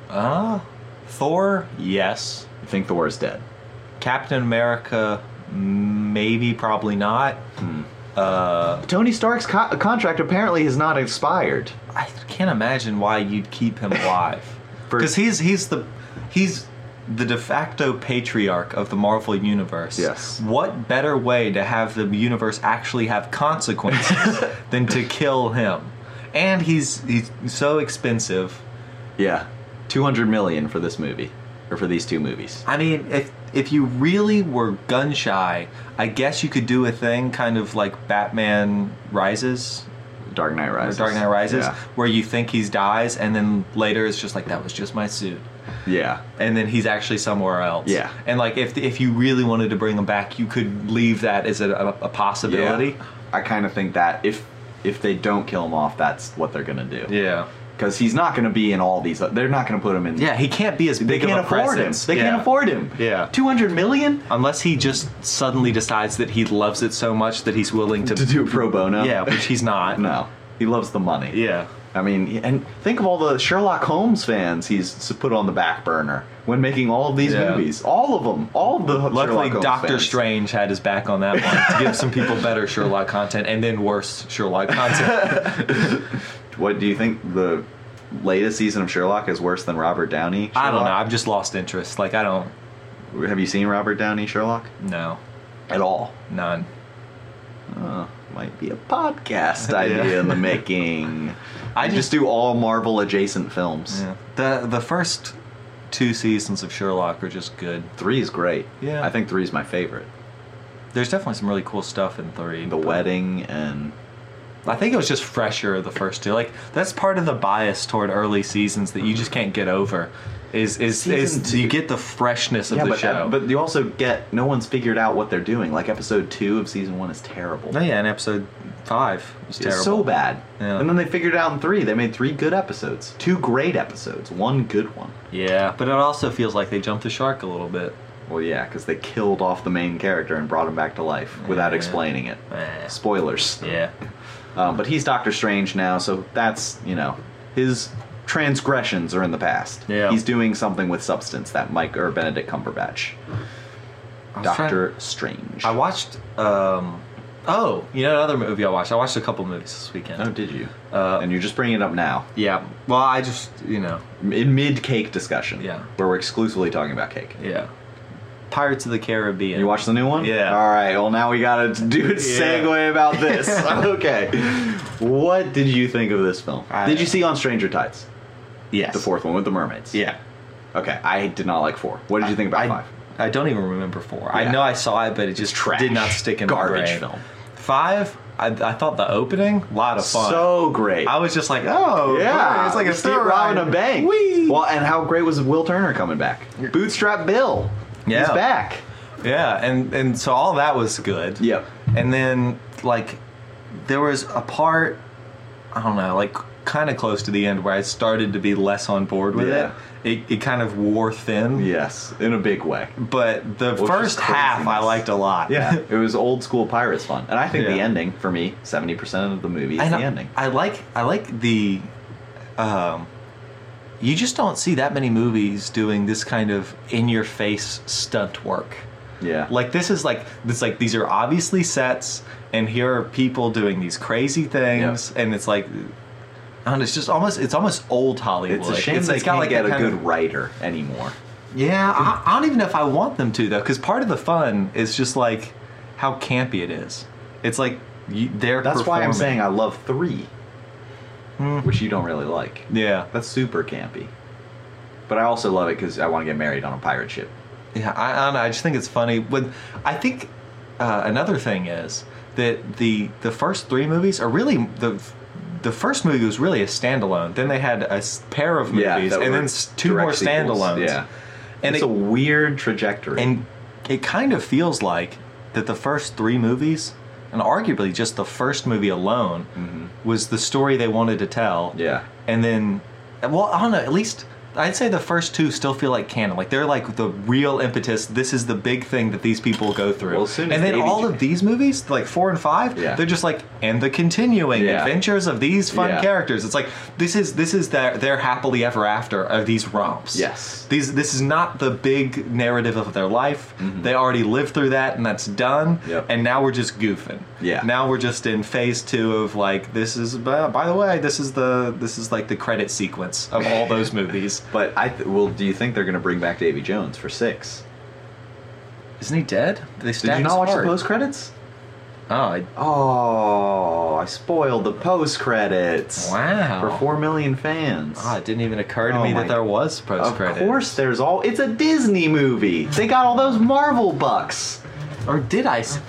S1: Uh, Thor, yes.
S2: You think Thor is dead?
S1: Captain America, maybe, probably not.
S2: Hmm.
S1: Uh,
S2: Tony Stark's co- contract apparently has not expired.
S1: I can't imagine why you'd keep him alive.
S2: For-
S1: Because he's he's the he's the de facto patriarch of the Marvel universe.
S2: Yes.
S1: What better way to have the universe actually have consequences than to kill him? And he's he's so expensive.
S2: Yeah, two hundred million for this movie, or for these two movies.
S1: I mean, if if you really were gun shy, I guess you could do a thing kind of like Batman Rises
S2: Dark Knight
S1: or
S2: Rises.
S1: Dark Knight Rises,
S2: Yeah.
S1: where you think he's dies, and then later it's just like that was just my suit,
S2: yeah.
S1: and then he's actually somewhere else.
S2: Yeah.
S1: And like if if you really wanted to bring him back, you could leave that as a, a, a possibility.
S2: Yeah. I kind of think that if if they don't kill him off, that's what they're gonna do.
S1: Yeah.
S2: Because he's not gonna be in all these. They're not gonna put him in.
S1: Yeah, he can't be as big
S2: They can't
S1: of a
S2: afford him.
S1: presence.
S2: They can't
S1: Yeah.
S2: afford him.
S1: Yeah.
S2: Two hundred million
S1: Unless he just suddenly decides that he loves it so much that he's willing to,
S2: to do pro bono.
S1: yeah, which he's not.
S2: no, he loves the money.
S1: Yeah.
S2: I mean, and think of all the Sherlock Holmes fans he's s- put on the back burner when making all of these
S1: Yeah.
S2: movies. All of them. All of the
S1: Luckily,
S2: Sherlock Holmes
S1: Doctor
S2: fans.
S1: Strange had his back on that one to give some people better Sherlock content and then worse Sherlock content.
S2: What do you think the latest season of Sherlock is worse than Robert Downey? Sherlock?
S1: I don't know. I've just lost interest. Like, I don't
S2: Have you seen Robert Downey Sherlock
S1: know.
S2: at all?
S1: None.
S2: Uh, might be a podcast idea in the making.
S1: I
S2: You just do all Marvel adjacent films.
S1: Yeah. The the first two seasons of Sherlock are just good.
S2: Three is great.
S1: Yeah.
S2: I think three is my favorite.
S1: There's definitely some really cool stuff in three.
S2: The wedding and
S1: I think it was just fresher the first two. Like that's part of the bias toward early seasons that you just can't get over. Is is,
S2: Season
S1: is
S2: two-
S1: you get the freshness of the
S2: but, uh,
S1: show.
S2: but you also get no one's figured out what they're doing. Like episode two of season one is terrible.
S1: oh yeah, and episode five was
S2: It's
S1: terrible.
S2: so bad.
S1: Yeah.
S2: And then they figured it out in three. They made three good episodes, two great episodes, one good one.
S1: Yeah, but it also feels like they jumped the shark a little bit.
S2: Well, yeah, because they killed off the main character and brought him back to life without
S1: Yeah.
S2: explaining it.
S1: Eh.
S2: Spoilers.
S1: Yeah.
S2: Um, but he's Doctor Strange now, so that's, you know, his transgressions are in the past.
S1: Yeah.
S2: He's doing something with substance, that Mike or Benedict Cumberbatch.
S1: I was trying-
S2: Doctor Strange.
S1: I watched. um Oh, you know another movie I watched. I watched a couple movies this weekend.
S2: Oh, did you?
S1: Uh,
S2: and you're just bringing it up now.
S1: Yeah. Well, I just you know
S2: In mid cake discussion.
S1: Yeah.
S2: Where we're exclusively talking about cake.
S1: yeah. Pirates of the Caribbean.
S2: You watched the new one?
S1: Yeah.
S2: All right. Well, now we gotta do a segue about this. okay. What did you think of this film?
S1: I-
S2: did you see on Stranger Tides,
S1: Yes.
S2: the fourth one with the mermaids?
S1: Yeah.
S2: Okay. I did not like four. What did you think about
S1: I,
S2: five?
S1: I don't even remember four.
S2: Yeah.
S1: I know I saw it, but it just
S2: trash.
S1: did not stick in
S2: Garbage
S1: my brain.
S2: film.
S1: Five. I, I thought the opening lot of fun.
S2: So great.
S1: I was just like, oh
S2: yeah,
S1: great, it's like a
S2: Steve
S1: thrill
S2: robbing
S1: ride.
S2: a bank.
S1: Whee!
S2: Well, and how great was Will Turner coming back? Bootstrap Bill. He's
S1: Yeah.
S2: back.
S1: Yeah, and and so all that was good.
S2: Yep.
S1: And then like there was a part I don't know, like kind of close to the end where I started to be less on board with
S2: Yeah.
S1: it. It it kind of wore thin.
S2: Yes, in a big way.
S1: But the
S2: is
S1: first half I
S2: craziness.
S1: liked a lot.
S2: Yeah, it was old school pirates fun, and I think the
S1: Yeah.
S2: ending for me, seventy percent of the movie is
S1: and
S2: the
S1: I,
S2: ending.
S1: I like I like the um you just don't see that many movies doing this kind of in your face stunt work.
S2: Yeah,
S1: Like this is like this like these are obviously sets, and here are people doing these crazy things, and it's like, and it's just almost it's almost old Hollywood.
S2: It's a shame
S1: it's,
S2: they
S1: it's
S2: can't get
S1: that
S2: a
S1: kind
S2: good
S1: of-
S2: writer anymore.
S1: yeah, I, I don't even know if I want them to though, because part of the fun is just like how campy it is. It's like you, they're.
S2: That's why I'm
S1: performing. Hmm.
S2: saying I love three, which you don't really like.
S1: Yeah,
S2: That's super campy, but I also love it because I want to get married on a pirate ship.
S1: yeah. I, I don't know. I just think it's funny. When I think uh, another thing is that the the first three movies are really the the first movie was really a standalone. Then they had a s- pair of movies,
S2: Yeah, that
S1: and
S2: were
S1: then s- two
S2: direct
S1: more
S2: sequels.
S1: standalones.
S2: Yeah,
S1: and
S2: it's
S1: it,
S2: a weird trajectory.
S1: and it kind of feels like that the first three movies, and arguably just the first movie alone,
S2: Mm.
S1: was the story they wanted to tell.
S2: Mm-hmm. yeah,
S1: and then, well, I don't know. At least I'd say the first two still feel like canon. Like they're like the real impetus. This is the big thing that these people go through.
S2: Well, as soon as
S1: and then
S2: Baby
S1: all
S2: J-
S1: of these movies, like four and five,
S2: Yeah.
S1: they're just like and the continuing
S2: Yeah.
S1: adventures of these fun
S2: Yeah.
S1: characters. It's like this is this is their their happily ever after of these romps.
S2: Yes.
S1: these this is not the big narrative of their life. They already lived through that and that's done.
S2: Mm-hmm. Yep.
S1: And now we're just goofing.
S2: Yeah.
S1: Now we're just in phase two of like this is. By, by the way, this is the this is like the credit sequence of all those movies.
S2: but I th- well, do you think they're going to bring back Davy Jones for six?
S1: Isn't he dead? They
S2: Did you not watch the post credits?
S1: Oh, I,
S2: Oh, I spoiled the post credits.
S1: Wow.
S2: For four million fans.
S1: ah, it didn't even occur to
S2: Oh
S1: me
S2: my-
S1: that there was post
S2: of
S1: credit.
S2: course, there's all. It's a Disney movie. They got all those Marvel bucks.
S1: Or did I? s-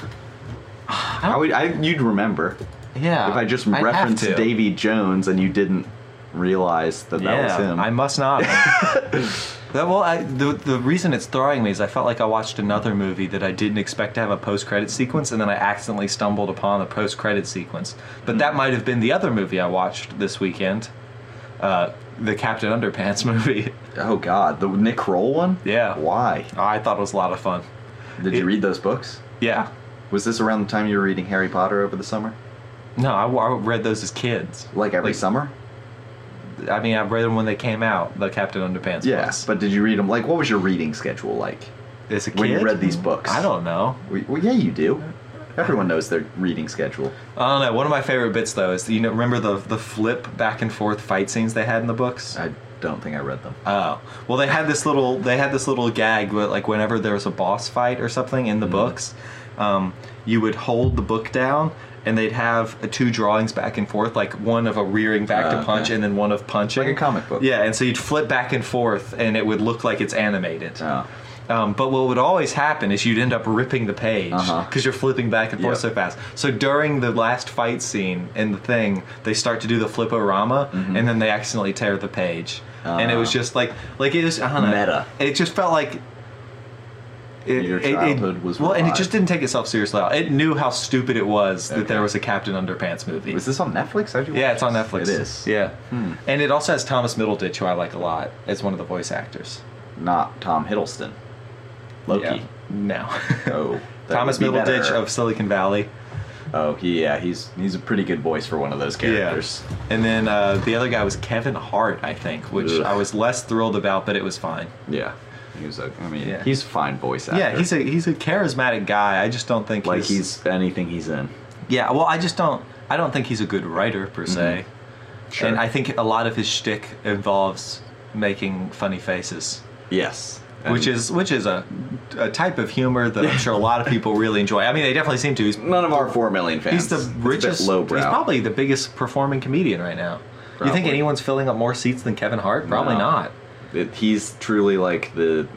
S2: I would, I, you'd remember
S1: Yeah.
S2: if I just
S1: I'd have
S2: referenced
S1: to.
S2: Davy Jones and you didn't realize that
S1: yeah,
S2: that was him.
S1: I must not. that, well, I, the the reason it's throwing me is I felt like I watched another movie that I didn't expect to have a post credit sequence, and then I accidentally stumbled upon the post credit sequence. But
S2: Hmm.
S1: that might have been the other movie I watched this weekend, uh, the Captain Underpants movie.
S2: oh God, the Nick Kroll one.
S1: Yeah.
S2: Why?
S1: I thought it was a lot of fun.
S2: Did you
S1: It-
S2: read those books?
S1: Yeah.
S2: Was this around the time you were reading Harry Potter over the summer?
S1: No, I, I read those as kids.
S2: Like every
S1: Like-
S2: summer?
S1: I mean, I read them when they came out, the Captain Underpants.
S2: Yes.
S1: books.
S2: But did you read them? Like, what was your reading schedule like?
S1: as a kid,
S2: when you read these books.
S1: I don't know.
S2: We- Well, yeah, you do. Everyone knows their reading schedule.
S1: I don't know. One of my favorite bits though is you know remember the the flip back and forth fight scenes they had in the books.
S2: I don't think I read them.
S1: Oh well, they had this little they had this little gag where like
S2: Mm-hmm.
S1: whenever there was a boss fight or something in the books, um, you would hold the book down and they'd have uh, two drawings back and forth, like one of a rearing back
S2: Uh,
S1: to punch
S2: yeah.
S1: and then one of punching.
S2: Like a comic book.
S1: Yeah, and so you'd flip back and forth, and it would look like it's animated.
S2: Oh.
S1: Um, but what would always happen is you'd end up ripping the page because
S2: Uh-huh.
S1: you're flipping back and forth
S2: Yep.
S1: so fast. So during the last fight scene in the thing, they start to do the fliporama, and then they accidentally tear the page, and it was
S2: Mm-hmm. Ah.
S1: just like like it was I don't know,
S2: Meta.
S1: It just felt like. It,
S2: Your
S1: it- it-
S2: childhood was
S1: well, and it
S2: revived.
S1: just didn't take itself seriously. at all. It knew how stupid it was that
S2: Okay.
S1: there was a Captain Underpants movie.
S2: Was this on Netflix? How'd you
S1: yeah,
S2: watch
S1: it's on
S2: this?
S1: Netflix.
S2: It is. Hmm.
S1: Yeah, and it also has Thomas Middleditch, who I like a lot, as one of the voice actors.
S2: Not Tom Hiddleston. Loki.
S1: Yeah. No.
S2: Oh. that
S1: Thomas
S2: would be
S1: Middleditch
S2: better.
S1: of Silicon Valley.
S2: Oh, he, yeah, he's he's a pretty good voice for one of those characters.
S1: Yeah. And then uh, the other guy was Kevin Hart, I think, which
S2: Ugh.
S1: I was less thrilled about, but it was fine.
S2: Yeah. He was a, I mean,
S1: Yeah.
S2: he's a fine voice actor.
S1: Yeah, he's a he's a charismatic guy. I just don't think
S2: like he's anything he's in.
S1: yeah. Well, I just don't I don't think he's a good writer per
S2: Mm-hmm.
S1: se. And I think a lot of his shtick involves making funny faces.
S2: yes,
S1: Which
S2: And
S1: is which is a, a type of humor that I'm sure a lot of people really enjoy. I mean, they definitely seem to. He's,
S2: none of our four million fans.
S1: he's the
S2: It's a bit
S1: richest.
S2: lowbrow.
S1: He's probably the biggest performing comedian right now. You think
S2: Probably.
S1: anyone's filling up more seats than Kevin Hart? Probably
S2: No.
S1: not.
S2: It- he's truly like the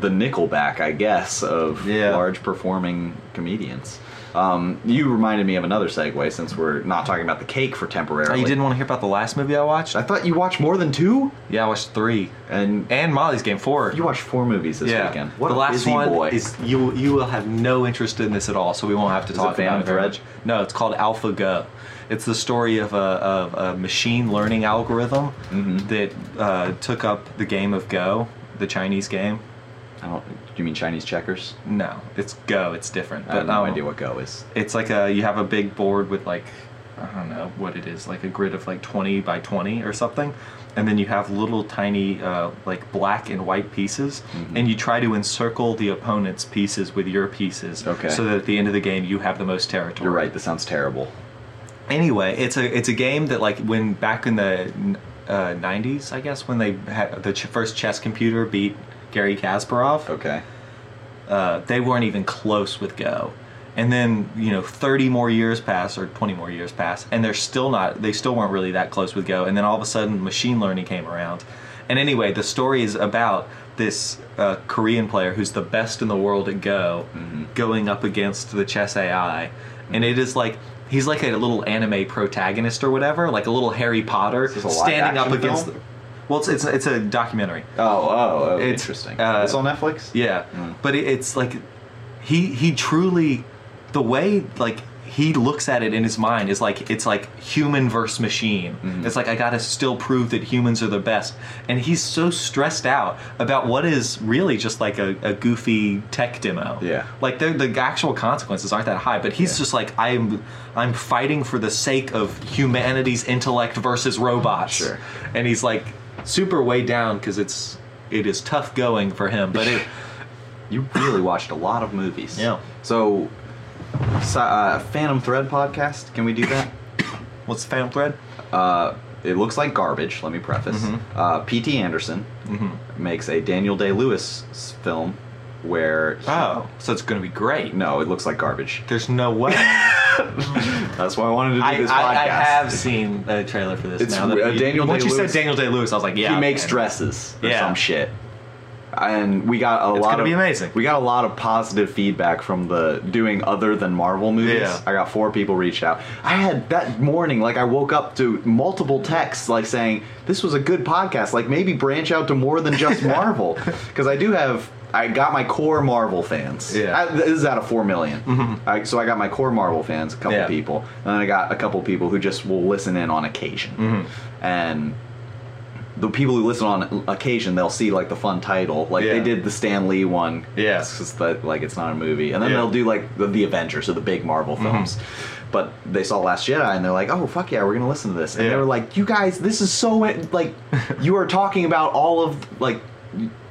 S2: the Nickelback, I guess, of
S1: Yeah.
S2: large performing comedians. Um, you reminded me of another segue since we're not talking about the cake for
S1: Oh,
S2: temporarily.
S1: you didn't want to hear about the last movie I watched?
S2: I thought you watched more than two,
S1: yeah, I watched three,
S2: and
S1: and Molly's Game Four.
S2: you watched four movies this
S1: yeah.
S2: weekend. What
S1: the
S2: a
S1: last
S2: busy
S1: one
S2: boy.
S1: is you. You will have no interest in this at all, so we won't have to
S2: Is
S1: talk
S2: it Van
S1: about it very
S2: Thread?
S1: much. No, it's called AlphaGo. It's the story of a, of a machine learning algorithm
S2: Mm-hmm.
S1: that uh, took up the game of Go, the Chinese game.
S2: I don't. Do you mean Chinese checkers?
S1: No, it's Go. It's different.
S2: I have no
S1: um,
S2: idea what Go is.
S1: It's like a you have a big board with like I don't know what it is, like a grid of like twenty by twenty or something, and then you have little tiny uh, like black and white pieces,
S2: Mm-hmm.
S1: and you try to encircle the opponent's pieces with your pieces,
S2: Okay.
S1: so that at the end of the game you have the most territory.
S2: You're right. This sounds terrible.
S1: Anyway, it's a it's a game that like when back in the uh, '90s, I guess, when they had the ch- first chess computer beat Gary Kasparov
S2: Okay.
S1: uh, they weren't even close with Go. And then you know, 30 more years pass or 20 more years pass, and they're still not. They still weren't really that close with Go. And then all of a sudden, machine learning came around. And anyway, the story is about this uh, Korean player who's the best in the world at Go,
S2: Mm-hmm.
S1: going up against the chess AI, and it is like. He's like a little anime protagonist or whatever, like a little Harry Potter
S2: Is this a live
S1: standing up
S2: action
S1: against.
S2: film?
S1: well, it's, it's it's a documentary.
S2: Oh, oh, oh
S1: It's,
S2: interesting.
S1: uh,
S2: it's on Netflix.
S1: Yeah,
S2: Mm.
S1: but it, it's like he he truly the way like he looks at it in his mind is like it's like human versus machine.
S2: Mm-hmm.
S1: It's like I gotta still prove that humans are the best, and he's so stressed out about what is really just like a, a goofy tech demo.
S2: Yeah.
S1: like they're- the actual consequences aren't that high, but he's
S2: Yeah.
S1: just like I'm I'm fighting for the sake of humanity's intellect versus robots.
S2: Sure.
S1: and he's like super way down because it's it is tough going for him, but it.
S2: You really watched a lot of movies.
S1: Yeah.
S2: So, so uh, Phantom Thread podcast. Can we do that?
S1: What's the Phantom Thread?
S2: uh, it looks like garbage. Let me preface.
S1: Mhm.
S2: Uh, P.T. Anderson
S1: Mm-hmm.
S2: makes a Daniel Day Lewis film where.
S1: Oh, so it's going to be great.
S2: No, it looks like garbage.
S1: There's no way.
S2: That's why I wanted to do
S1: I,
S2: this podcast.
S1: I, I have seen a trailer for this.
S2: It's
S1: now that
S2: re- uh,
S1: you-
S2: Daniel
S1: Once you
S2: Day-Lewis-
S1: said Daniel Day Lewis, I was like, yeah.
S2: he makes
S1: okay.
S2: dresses or
S1: Yeah.
S2: some shit. And we got a
S1: It's
S2: lot
S1: gonna
S2: of
S1: be amazing.
S2: we got a lot of positive feedback from the doing other than Marvel movies.
S1: Yeah.
S2: I got four people reached out. I had that morning, like I woke up to multiple texts like saying, This was a good podcast, like maybe branch out to more than just Marvel. Because I do have I got my core Marvel fans.
S1: Yeah. Mm-hmm.
S2: I- this is out of four million. I, so I got my core Marvel fans, a couple
S1: Yeah.
S2: people, and then I got a couple people who just will listen in on occasion.
S1: Mm-hmm.
S2: And the people who listen on occasion, they'll see like the fun title, like they
S1: Yeah.
S2: did the Stan Lee one.
S1: Yeah.
S2: it's just that like it's not a movie, and then
S1: Yeah. Mm-hmm.
S2: they'll do like the, the Avengers or the big Marvel films. But they saw Last Jedi and they're like, "Oh fuck yeah, we're gonna listen to this." And they
S1: Yeah.
S2: were like, "You guys, this is so like you are talking about all of like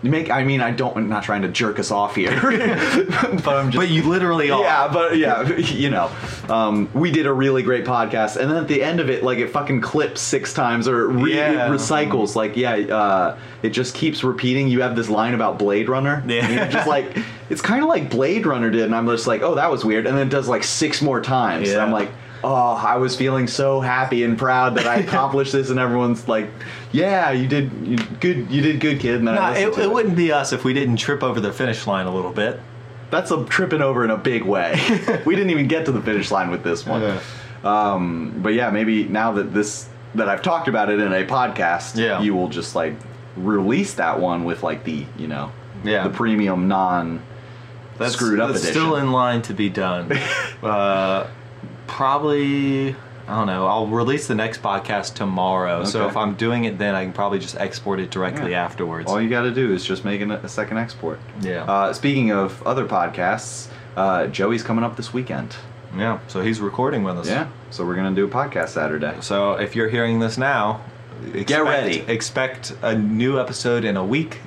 S2: You make. I mean, I don't. I'm not trying to jerk us off here.
S1: But I'm just. But you literally are.
S2: yeah, but yeah, you know, um, we did a really great podcast, and then at the end of it, like it fucking clips six times or re-
S1: Yeah.
S2: recycles. Like, yeah, uh, it just keeps repeating. You have this line about Blade Runner.
S1: Yeah.
S2: and you're just like it's kind of like Blade Runner did, and I'm just like, oh, that was weird, and then it does like six more times. And I'm
S1: Yeah.
S2: like. Oh, I was feeling so happy and proud that I accomplished this, and everyone's like, "Yeah, you did you, good. You did good, kid." And then I
S1: Nah,
S2: listened
S1: it,
S2: to
S1: it wouldn't be us if we didn't trip over the finish line a little bit.
S2: that's a tripping over in a big way. we didn't even get to the finish line with this one.
S1: Yeah.
S2: Um, but yeah, maybe now that this that I've talked about it in a podcast,
S1: Yeah.
S2: you will just like release that one with like the you know
S1: Yeah.
S2: the premium non
S1: That's,
S2: screwed up
S1: that's
S2: edition.
S1: still in line to be done. uh, probably, I don't know. I'll release the next podcast tomorrow. So
S2: Okay.
S1: if I'm doing it then, I can probably just export it directly
S2: Yeah.
S1: afterwards.
S2: All you got to do is just make an, a second export.
S1: Yeah.
S2: Uh, speaking of other podcasts, uh, Joey's coming up this weekend.
S1: yeah. So he's recording with us.
S2: Yeah, so we're gonna do a podcast Saturday.
S1: So if you're hearing this now, expect,
S2: ready.
S1: Expect a new episode in a week.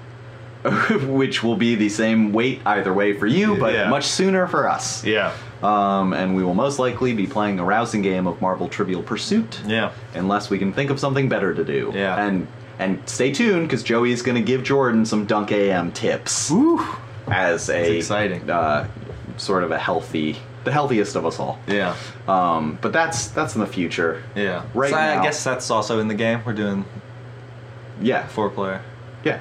S2: which will be the same weight either way for you, but
S1: Yeah.
S2: much sooner for us.
S1: Yeah.
S2: Um, and we will most likely be playing a rousing game of Marvel Trivial Pursuit,
S1: Yeah.
S2: unless we can think of something better to do.
S1: Yeah.
S2: And and stay tuned because Joey's going to give Jordan some Dunk AM tips
S1: Woo.
S2: as a
S1: It's exciting.
S2: Uh, sort of a healthy, the healthiest of us all.
S1: Yeah.
S2: Um, but that's that's in the future.
S1: Yeah.
S2: Right
S1: So I
S2: now-
S1: guess that's also in the game. We're doing
S2: Yeah.
S1: four player.
S2: Yeah.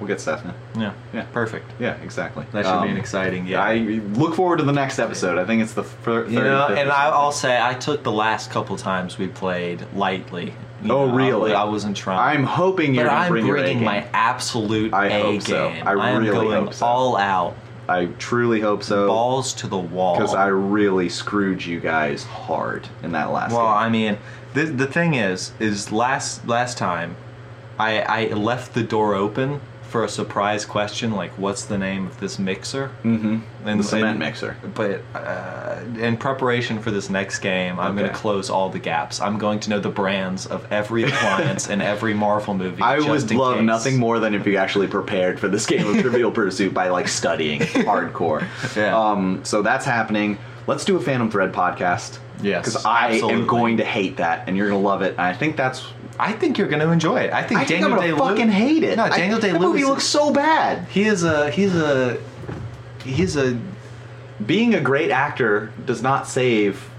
S2: We'll get Seth now.
S1: Yeah.
S2: Yeah.
S1: Perfect.
S2: Yeah, exactly.
S1: That should be an
S2: Um,
S1: exciting. Yeah.
S2: I look forward to the next episode. I think it's the fir-
S1: you know,
S2: 35th or
S1: and I,
S2: something.
S1: I'll say I took the last couple times we played lightly. You
S2: Oh,
S1: know,
S2: really?
S1: I, I wasn't trying.
S2: I'm hoping you're
S1: but
S2: gonna
S1: I'm
S2: bring your A
S1: bringing
S2: game.
S1: my absolute
S2: I
S1: A
S2: hope
S1: game.
S2: so. I
S1: am
S2: really
S1: going
S2: hope so.
S1: all out,
S2: I truly hope so
S1: balls to the wall.
S2: because I really screwed you guys hard in that last
S1: Well,
S2: game.
S1: I mean, the the thing is, is last last time, I I left the door open for a surprise question like, "What's the name of this mixer?"
S2: mm-hmm.
S1: And-
S2: the cement
S1: and-
S2: mixer.
S1: But uh, in preparation for this next game, I'm going
S2: Okay.
S1: to close all the gaps. I'm going to know the brands of every appliance in every Marvel movie.
S2: I
S1: just
S2: would
S1: in
S2: love
S1: case.
S2: nothing more than if you actually prepared for this game of Trivial Pursuit by like studying hardcore.
S1: Yeah.
S2: Um, so that's happening. Let's do a Phantom Thread podcast.
S1: Yes,
S2: Because I am
S1: absolutely.
S2: going to hate that, and you're gonna love it. And I think that's.
S1: I think you're going to enjoy it. I think
S2: I think
S1: Daniel
S2: I'm
S1: Day
S2: gonna fucking hate it.
S1: No,
S2: I-
S1: Daniel Day
S2: That movie
S1: Lewis.
S2: looks so bad.
S1: he is a he's a he's a
S2: being a great actor does not save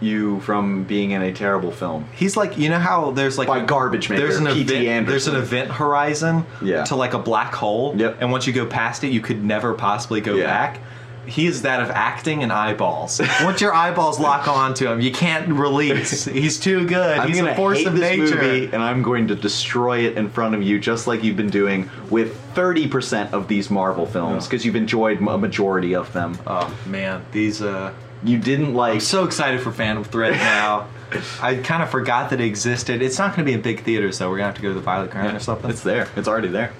S2: you from being in a terrible film.
S1: He's like, you know how there's like
S2: By garbage maker,
S1: There's an
S2: P.T.
S1: event. There's an
S2: Anderson.
S1: event horizon
S2: Yeah.
S1: to like a black hole.
S2: Yep.
S1: And once you go past it, you could never possibly go
S2: Yeah.
S1: back. He is that of acting and eyeballs. once your eyeballs lock onto him, you can't release. He's too good.
S2: I'm
S1: He's
S2: going
S1: a
S2: to
S1: force
S2: hate
S1: of
S2: this
S1: nature.
S2: movie, and I'm going to destroy it in front of you, just like you've been doing with 30% of these Marvel films,
S1: Yeah.
S2: because you've enjoyed m- a majority of them.
S1: Oh man, these. uh
S2: You didn't like.
S1: I'm so excited for Phantom Thread now. I kind of forgot that it existed. It's not going to be in big theaters though. We're gonna have to go to the Violet Crown or something.
S2: It's there. It's already there.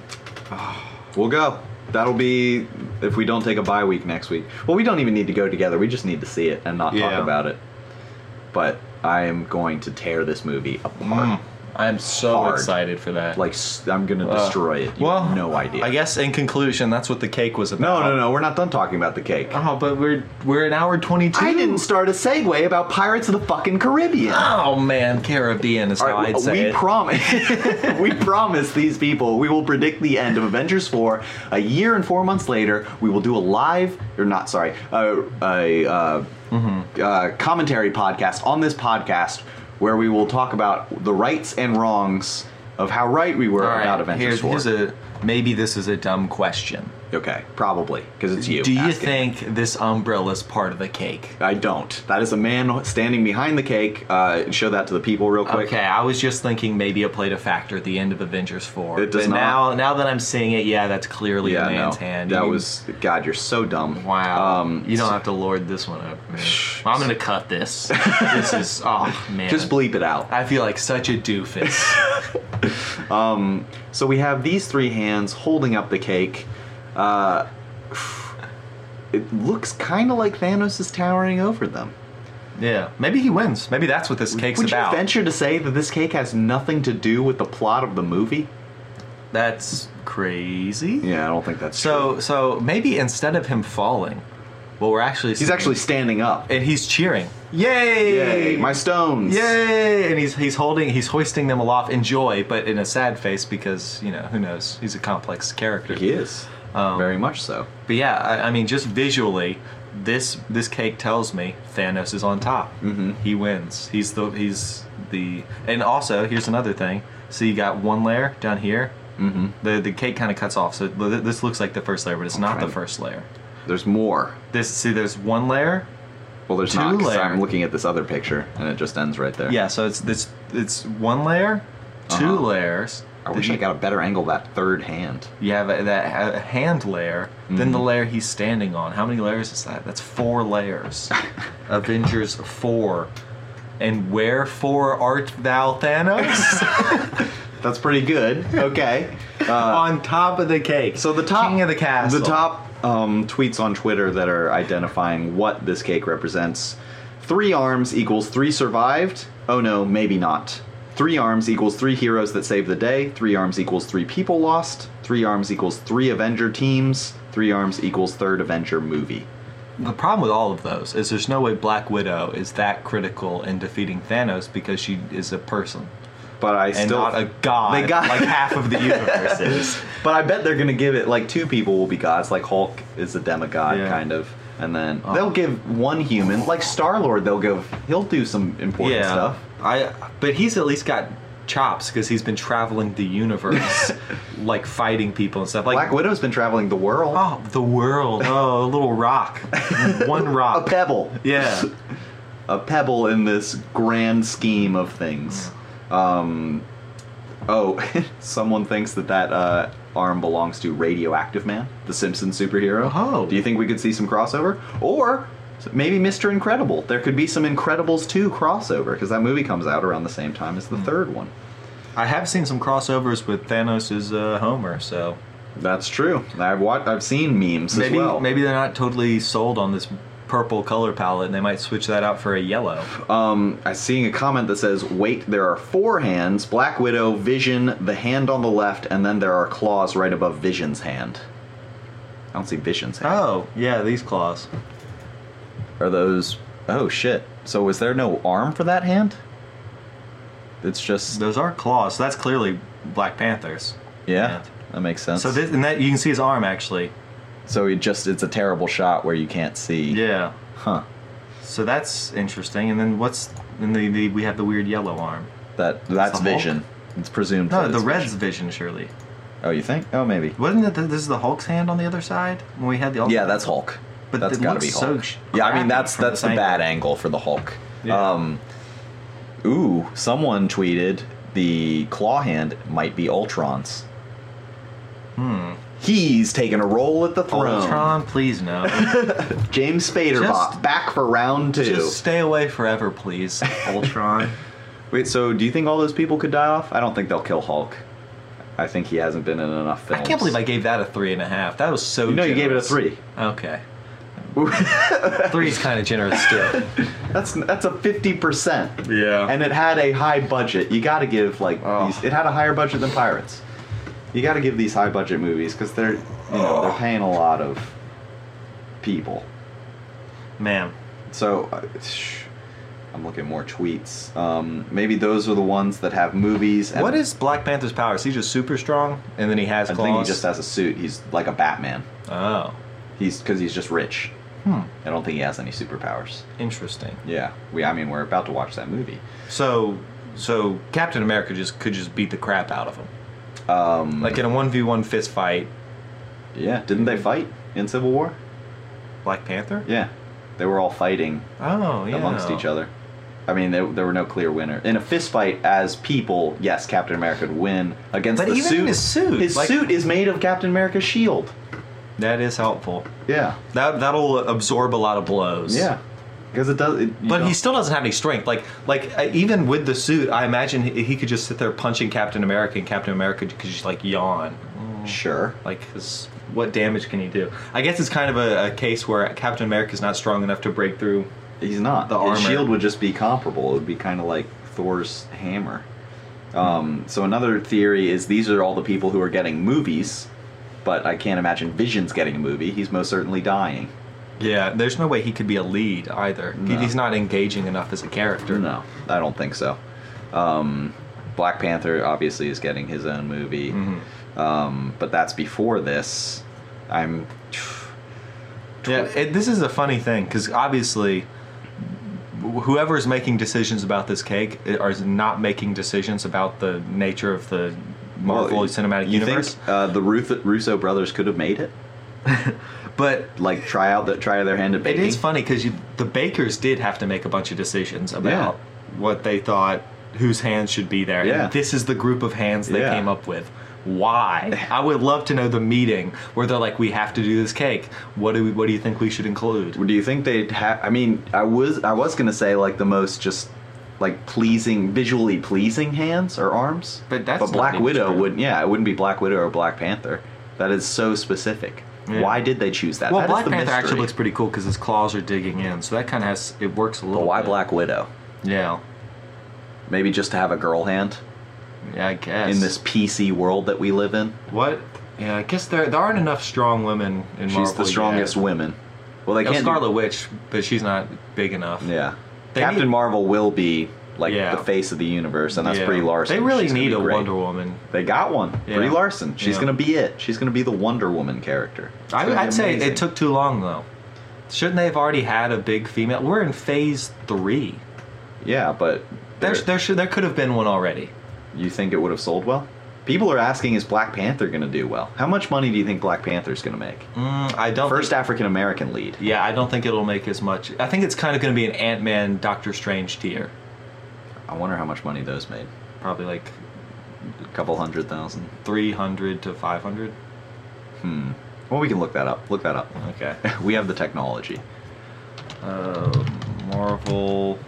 S2: We'll go. That'll be if we don't take a bye week next week. Well, we don't even need to go together. We just need to see it and not
S1: Yeah.
S2: talk about it. But I am going to tear this movie
S1: Mm.
S2: apart.
S1: I am so
S2: Hard.
S1: excited for that.
S2: Like s- I'm gonna destroy it. You
S1: Uh, well,
S2: have no idea.
S1: I guess in conclusion, that's what the cake was
S2: no,
S1: about.
S2: no, no. We're not done talking about the cake.
S1: Oh, but we're we're an hour twenty two.
S2: I didn't start a segue about Pirates of the fucking Caribbean.
S1: Oh man, Caribbean is
S2: All
S1: how
S2: right,
S1: I'd say
S2: we
S1: it.
S2: promise. we promise these people we will predict the end of Avengers 4 a year and four months later. We will do a live, or not, sorry, a, a uh,
S1: Mm-hmm.
S2: uh, commentary podcast on this podcast where we will talk about the rights and wrongs of how right we were
S1: All right,
S2: about
S1: here's,
S2: Avengers 4.
S1: here's a maybe this is a dumb question.
S2: okay, probably because it's you.
S1: Do you
S2: asking.
S1: think this umbrella is part of the cake?
S2: I don't. That is a man standing behind the cake. Uh, show that to the people real quick.
S1: Okay, I was just thinking maybe it played a factor at the end of Avengers Four.
S2: It does
S1: but
S2: not.
S1: Now, now that I'm seeing it, yeah, that's clearly
S2: Yeah,
S1: a man's
S2: no,
S1: hand.
S2: that
S1: You-
S2: was God. You're so dumb.
S1: wow.
S2: Um,
S1: you don't have to lord this one up. Man. I'm gonna cut this. this is oh man.
S2: Just bleep it out.
S1: I feel like such a doofus.
S2: So we have these three hands holding up the cake. Uh, it looks kind of like Thanos is towering over them.
S1: Yeah, maybe he wins. Maybe that's what this cake's
S2: Would
S1: about.
S2: you venture to say that this cake has nothing to do with the plot of the movie?
S1: that's crazy.
S2: Yeah, I don't think that's
S1: So
S2: true.
S1: so maybe instead of him falling, what we're actually
S2: He's
S1: seeing-
S2: actually standing up.
S1: and he's cheering. Yay!
S2: Yay, my stones.
S1: Yay! And he's he's holding he's hoisting them aloft in joy, but in a sad face because you know who knows he's a complex character.
S2: He is.
S1: Um,
S2: Very much so.
S1: But yeah, I, I mean just visually, this this cake tells me Thanos is on top.
S2: Mhm.
S1: He wins. He's the he's the and also here's another thing. So you got one layer down here.
S2: Mm-hmm.
S1: The the cake kind of cuts off. So th- this looks like the first layer, but it's not the
S2: trying-
S1: first layer.
S2: There's more.
S1: This see there's one layer.
S2: Well, there's
S1: Two
S2: not. 'cause
S1: layer.
S2: I'm looking at this other picture, and it just ends right there.
S1: Yeah, so it's this it's one layer, 2
S2: Uh-huh.
S1: layers.
S2: I
S1: then
S2: wish I
S1: you-
S2: got a better angle of that third hand.
S1: You have a- that ha- hand layer, then the
S2: Mhm.
S1: layer he's standing on. How many layers is that? That's four layers. Avengers 4. And wherefore art thou Thanos?
S2: That's pretty good. Okay. Uh,
S1: on top of the cake.
S2: so the top
S1: King of the castle.
S2: The top um, tweets on Twitter that are identifying what this cake represents. Three arms equals three survived. Oh no, maybe not. Three arms equals three heroes that saved the day. Three arms equals three people lost. Three arms equals three Avenger teams. Three arms equals third Avenger movie.
S1: The problem with all of those is there's no way Black Widow is that critical in defeating Thanos because she is a person
S2: But I
S1: and
S2: still
S1: not a god
S2: They got
S1: like half of the universe is.
S2: But I bet they're gonna give it like two people will be gods, like Hulk is a demigod
S1: Yeah.
S2: kind of, and then
S1: Oh.
S2: they'll give one human, like Star Lord. They'll give he'll do some important
S1: yeah.
S2: stuff.
S1: I but he's at least got chops because he's been traveling the universe, like fighting people and stuff. Like
S2: Black Widow's been traveling the world.
S1: oh, the world. Oh, a little rock, one
S2: a
S1: rock.
S2: pebble,
S1: Yeah,
S2: a pebble in this grand scheme of things. Um, oh, someone thinks that that uh, arm belongs to Radioactive Man, the Simpson superhero.
S1: Oh.
S2: do you think we could see some crossover, or maybe Mister Incredible? There could be some Incredibles two crossover because that movie comes out around the same time
S1: Hmm.
S2: as the third one.
S1: I have seen some crossovers with Thanos' uh, Homer, so
S2: That's true. I've watched. I've seen memes
S1: maybe
S2: as well.
S1: maybe they're not totally sold on this purple color palette, and they might switch that out for a yellow.
S2: Um, I'm seeing a comment that says, "Wait, there are four hands: Black Widow, Vision, the hand on the left, and then there are claws right above Vision's hand." I don't see Vision's hand.
S1: Oh, yeah, these claws.
S2: Are those? Oh shit! So was there no arm for that hand? It's just
S1: Those are claws. So that's clearly Black Panther's.
S2: yeah.
S1: hand.
S2: That makes sense.
S1: So this, and that you can see his arm actually.
S2: so it just it's a terrible shot where you can't see.
S1: Yeah.
S2: Huh.
S1: So that's interesting. And then what's then the, the we have the weird yellow arm.
S2: That that's
S1: the Hulk?
S2: Vision. It's presumed.
S1: No,
S2: that
S1: the
S2: it's
S1: red's
S2: Vision.
S1: vision surely.
S2: Oh, you think? Oh, maybe.
S1: Wasn't it that this is the Hulk's hand on the other side when we had the
S2: Yeah, that's Hulk.
S1: But
S2: that's
S1: it
S2: gotta
S1: looks
S2: be
S1: so
S2: Hulk.
S1: sh-
S2: yeah, I
S1: crappy
S2: mean that's
S1: from
S2: that's the
S1: this
S2: bad angle for the Hulk.
S1: Yeah.
S2: Um, ooh, someone tweeted the claw hand might be Ultron's.
S1: Hmm.
S2: He's taking a roll at the throne.
S1: Ultron, please no.
S2: James Spader
S1: Just-
S2: bot, back for round two.
S1: Just stay away forever, please, Ultron.
S2: Wait, so do you think all those people could die off? I don't think they'll kill Hulk. I think he hasn't been in enough
S1: I
S2: films.
S1: can't believe I gave that a three and a half. That was so.
S2: You know, you gave it
S1: generous.
S2: a three.
S1: Okay. Three's kind of generous still.
S2: That's that's a fifty percent.
S1: Yeah.
S2: And it had a high budget. You got to give like
S1: Oh.
S2: these, it had a higher budget than Pirates. You got to give these high budget movies because they're you know they're paying a lot of people.
S1: Man,
S2: So uh, sh- I'm looking at more tweets. Um, maybe those are the ones that have movies. And
S1: what is Black Panther's power? Is he just super strong, and then he has
S2: I
S1: claws?
S2: think he just has a suit. He's like a Batman.
S1: Oh.
S2: He's because he's just rich.
S1: Hmm.
S2: I don't think he has any superpowers.
S1: Interesting.
S2: Yeah, we. I mean, we're about to watch that movie.
S1: So, so Captain America just could just beat the crap out of him,
S2: Um,
S1: like in a one v one fist fight.
S2: yeah, didn't they fight in Civil War?
S1: Black Panther.
S2: Yeah, they were all fighting
S1: Oh, yeah.
S2: amongst each other. I mean, there, there were no clear winner in a fist fight. As people, yes, Captain America would win against
S1: But
S2: the
S1: even
S2: suit.
S1: in his suit,
S2: his
S1: like-
S2: suit is made of Captain America's shield.
S1: That is helpful.
S2: Yeah,
S1: That that'll absorb a lot of blows.
S2: yeah, because it does. It, you
S1: But
S2: know,
S1: he still doesn't have any strength. Like, like uh, even with the suit, I imagine he, he could just sit there punching Captain America, and Captain America could just like yawn.
S2: Mm. sure.
S1: Like, 'cause what damage can he do? I guess it's kind of a, a case where Captain America's not strong enough to break through.
S2: He's not.
S1: The
S2: his
S1: armor.
S2: shield would just be comparable. It would be kind of like Thor's hammer. Um, so another theory is these are all the people who are getting movies, but I can't imagine Vision's getting a movie. He's most certainly dying.
S1: Yeah, there's no way he could be a lead either. He-
S2: No.
S1: He's not engaging enough as a character.
S2: No, I don't think so. Um, Black Panther obviously is getting his own movie,
S1: Mhm.
S2: um, but that's before this. I'm.
S1: Yeah, it, this is a funny thing because obviously, wh- whoever is making decisions about this cake i- are not making decisions about the nature of the Marvel
S2: Well,
S1: Cinematic
S2: you
S1: Universe.
S2: think uh, the Ruth, Russo brothers could have made it?
S1: But
S2: Like try out the, try their hand at
S1: it
S2: baking.
S1: is funny because the bakers did have to make a bunch of decisions about what they thought whose hands should be there. And
S2: Yeah.
S1: this is the group of hands they
S2: Yeah.
S1: came up with. Why? I would love to know the meeting where they're like, "We have to do this cake. What do we? What do you think we should include?"
S2: Do you think they'd have? I mean, I was I was gonna say like the most just like pleasing, visually pleasing hands or arms.
S1: But that's
S2: but
S1: not
S2: Black
S1: even
S2: Widow
S1: true.
S2: wouldn't. Yeah, it wouldn't be Black Widow or Black Panther. That is so specific.
S1: Yeah.
S2: Why did they choose that?
S1: Well,
S2: That is
S1: Black
S2: the
S1: Panther
S2: mystery.
S1: actually looks pretty cool because his claws are digging in, so that kind of has it works a little.
S2: But why
S1: bit.
S2: Black Widow?
S1: Yeah,
S2: Maybe just to have a girl hand
S1: yeah, I guess
S2: in this PC world that we live in.
S1: what? Yeah, I guess there there aren't enough strong women in Marvel.
S2: She's the
S1: yet.
S2: strongest women. Well, they
S1: Oh,
S2: can't. do-
S1: Scarlet Witch, but she's not big enough.
S2: yeah.
S1: They
S2: Captain
S1: need-
S2: Marvel will be like
S1: Yeah.
S2: the face of the universe, and that's
S1: Yeah.
S2: pretty Larson.
S1: They really
S2: She's gonna
S1: need
S2: be
S1: a
S2: great.
S1: Wonder Woman.
S2: They got one.
S1: Yeah.
S2: Brie Larson. She's
S1: Yeah.
S2: gonna be it. She's gonna be the Wonder Woman character. It's
S1: I,
S2: gonna be
S1: I'd say
S2: amazing.
S1: it took too long though. Shouldn't they have already had a big female? We're in phase three.
S2: Yeah, but
S1: There,
S2: there-
S1: there, should, there could have been one already.
S2: you think it would have sold well? People are asking, is Black Panther gonna do well? How much money do you think Black Panther's gonna make?
S1: Mm, I don't.
S2: First
S1: think,
S2: African American lead.
S1: yeah, I don't think it'll make as much. I think it's kind of going to be an Ant Man, Doctor Strange tier,
S2: I wonder how much money those made.
S1: probably like
S2: A couple hundred thousand.
S1: three hundred to five hundred.
S2: Hmm. Well, we can look that up. Look that up.
S1: Okay.
S2: we have the technology.
S1: Uh, Marvel.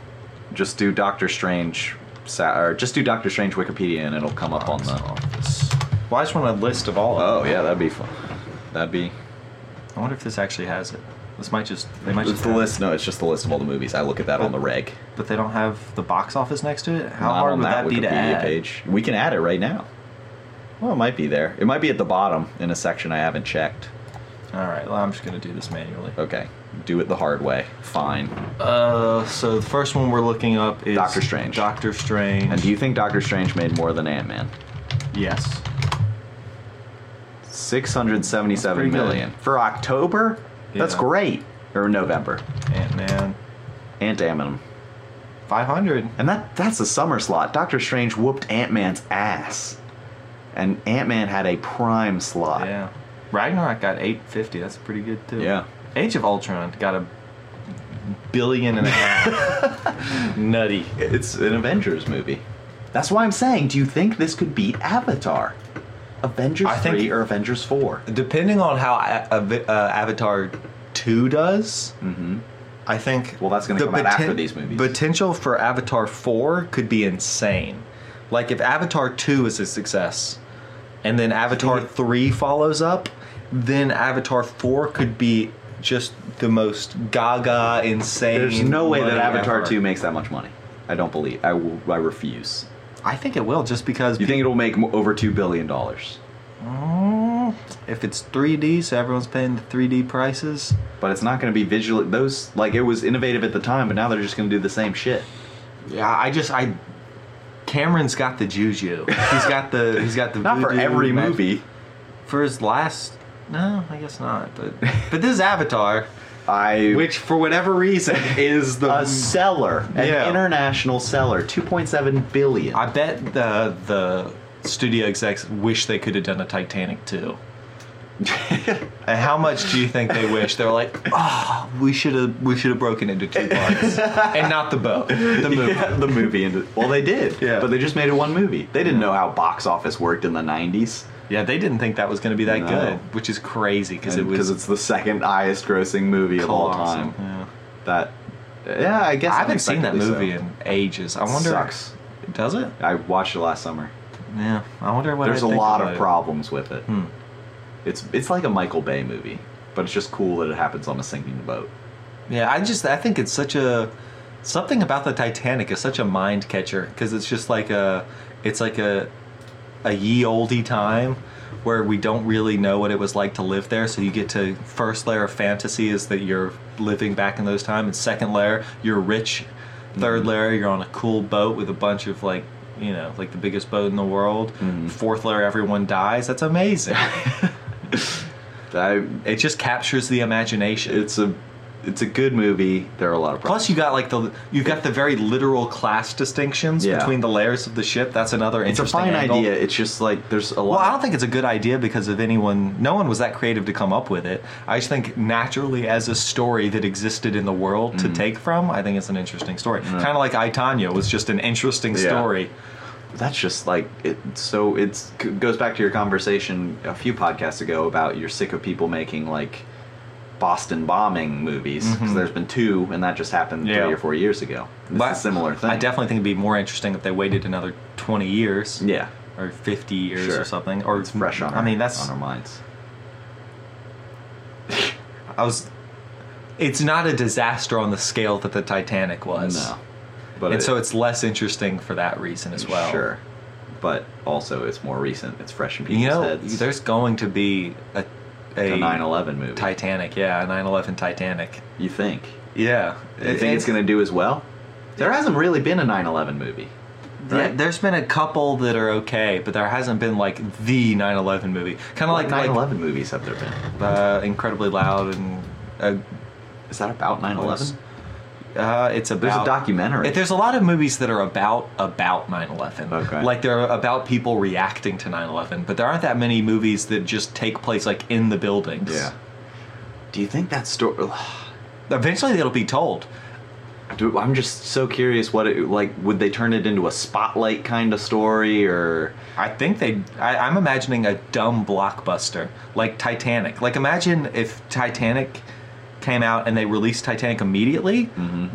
S2: Just do Doctor Strange, sa- or just do Doctor Strange Wikipedia, and it'll come up on
S1: box
S2: the.
S1: office. Well, I just want a list of all.
S2: Oh
S1: Of them.
S2: yeah, that'd be fun. That'd be
S1: I wonder if this actually has it. This might just. They might
S2: It's
S1: just
S2: the
S1: have it.
S2: list. No, it's just the list of all the movies. I look at that on the reg.
S1: But they don't have the box office next to it. How
S2: Not
S1: hard
S2: on
S1: would that, be to add?
S2: page. We can add it right now. Well, it might be there. It might be at the bottom in a section I haven't checked.
S1: All right. Well, I'm just gonna do this manually.
S2: Okay, do it the hard way. Fine.
S1: Uh, so the first one we're looking up is
S2: Doctor Strange.
S1: Doctor Strange.
S2: And do you think Doctor Strange made more than Ant Man?
S1: Yes.
S2: Six
S1: That's
S2: seventy-seven
S1: pretty good.
S2: million for October. That's
S1: Yeah.
S2: great. Or November.
S1: Ant Man.
S2: Ant Man.
S1: Five hundred.
S2: And that that's a summer slot. Doctor Strange whooped Ant Man's ass, and Ant Man had a prime slot.
S1: Yeah. Ragnarok got eight fifty. That's pretty good too.
S2: Yeah.
S1: Age of Ultron got a billion and a half. Nutty.
S2: It's an Avengers movie. That's why I'm saying, do you think this could beat Avatar? Avengers
S1: I think-
S2: 3 or Avengers 4?
S1: Depending on how A- Av- uh, Avatar two does,
S2: Mm-hmm.
S1: I think.
S2: Well, that's gonna come out after these movies.
S1: Potential for Avatar 4 could be insane. Like, if Avatar 2 is a success, and then Avatar
S2: think it-
S1: 3 follows up, then Avatar 4 could be just the most gaga, insane.
S2: There's no way that
S1: money
S2: Avatar
S1: ever.
S2: 2 makes that much money. I don't believe. I, will- I refuse.
S1: I think it will, just because.
S2: You think it'll make mo- over $2 billion? But
S1: Mm, if it's 3D, so everyone's paying the 3D prices.
S2: it's not going to be visually. Those, like, it was innovative at the time, but now they're just going to do the same shit.
S1: Yeah, I just I. Cameron's got the juju. He's got the he's got the
S2: Not for
S1: voodoo
S2: every
S1: magic.
S2: movie.
S1: For his last, no, I guess not. But but this is Avatar,
S2: I.
S1: which for whatever reason is the.
S2: a seller, an
S1: Yeah.
S2: international seller, 2.7 billion.
S1: I bet the the studio execs wish they could have done a Titanic too. and how much do you think they wish? They're like, oh, we should have we should have broken into two parts, and not the boat, the movie.
S2: Yeah, the movie. And well, they did.
S1: Yeah.
S2: But they just made it one movie. They didn't know how box office worked in the '90s
S1: Yeah, they didn't think that was going to be that
S2: No.
S1: good, which is crazy because
S2: because
S1: it was
S2: it's the second highest-grossing movie of all
S1: colossal.
S2: time.
S1: Yeah.
S2: That. Yeah, I guess.
S1: I haven't seen that
S2: unexpectedly
S1: movie
S2: so.
S1: in ages. I wonder.
S2: Sucks.
S1: Does it?
S2: I watched it last summer.
S1: Yeah. I wonder what.
S2: There's
S1: a
S2: a lot of problems with it.
S1: Hmm.
S2: It's it's like a Michael Bay movie, but it's just cool that it happens on a sinking boat.
S1: Yeah, I just I think it's such a something about the Titanic is such a mind catcher because it's just like a It's like a a ye olde time where we don't really know what it was like to live there. So you get to first layer of fantasy is that you're living back in those times, and second layer you're rich. 3rd layer you're on a cool boat with a bunch of like you know like the biggest boat in the world. Fourth layer everyone dies. That's amazing.
S2: I,
S1: it just captures the imagination.
S2: it's a it's a good movie. There are a lot of problems.
S1: Plus, you got like the you've got the very literal class distinctions
S2: Yeah.
S1: between the layers of the ship. That's another
S2: it's a
S1: interesting
S2: fine
S1: angle.
S2: idea. It's just like there's a lot.
S1: Well, I don't think it's a good idea because of anyone. No one was that creative to come up with it. I just think naturally, as a story that existed in the world to
S2: Mm.
S1: take from, I think it's an interesting story. Kind of like I Tanya was just an interesting
S2: Yeah.
S1: story.
S2: that's just like it. So it's c- goes back to your conversation a few podcasts ago about you're sick of people making like Boston bombing movies 'cause there's been two, and that just happened
S1: Mm-hmm. Yeah.
S2: three or four years ago. It's
S1: But
S2: a similar thing.
S1: I definitely think it'd be more interesting if they waited another twenty years
S2: yeah.
S1: or fifty years
S2: Sure.
S1: or something. Or
S2: It's fresh on.
S1: I
S2: our-
S1: mean, that's
S2: on our minds.
S1: I was. It's not a disaster on the scale that the Titanic was.
S2: No, but
S1: and
S2: it-
S1: so it's less interesting for that reason as well.
S2: Sure, but also it's more recent. It's fresh in people's
S1: You know,
S2: heads.
S1: there's going to be a,
S2: a
S1: a
S2: 9/11 movie.
S1: Titanic. Yeah, a 9/11 Titanic.
S2: you think?
S1: Yeah.
S2: You think it's going to do as well? There hasn't really been a 9/11 movie.
S1: Yeah,
S2: right?
S1: there's been a couple that are okay, but there hasn't been like the 9/11 movie. Kind of
S2: What
S1: like
S2: 9/11 movies have there been?
S1: like uh, incredibly loud and uh,
S2: Is that about 9/11?
S1: uh, it's about
S2: There's a documentary.
S1: If there's a lot of movies that are about about 9/11.
S2: Okay.
S1: Like they're about people reacting to 9/11, but there aren't that many movies that just take place like in the buildings.
S2: yeah. Do you think that story?
S1: Eventually it'll be told.
S2: Do, I'm just so curious. What it like? Would they turn it into a spotlight kind of story, or
S1: I think they. I, I'm imagining a dumb blockbuster like Titanic. Like imagine if Titanic came out and they released Titanic immediately.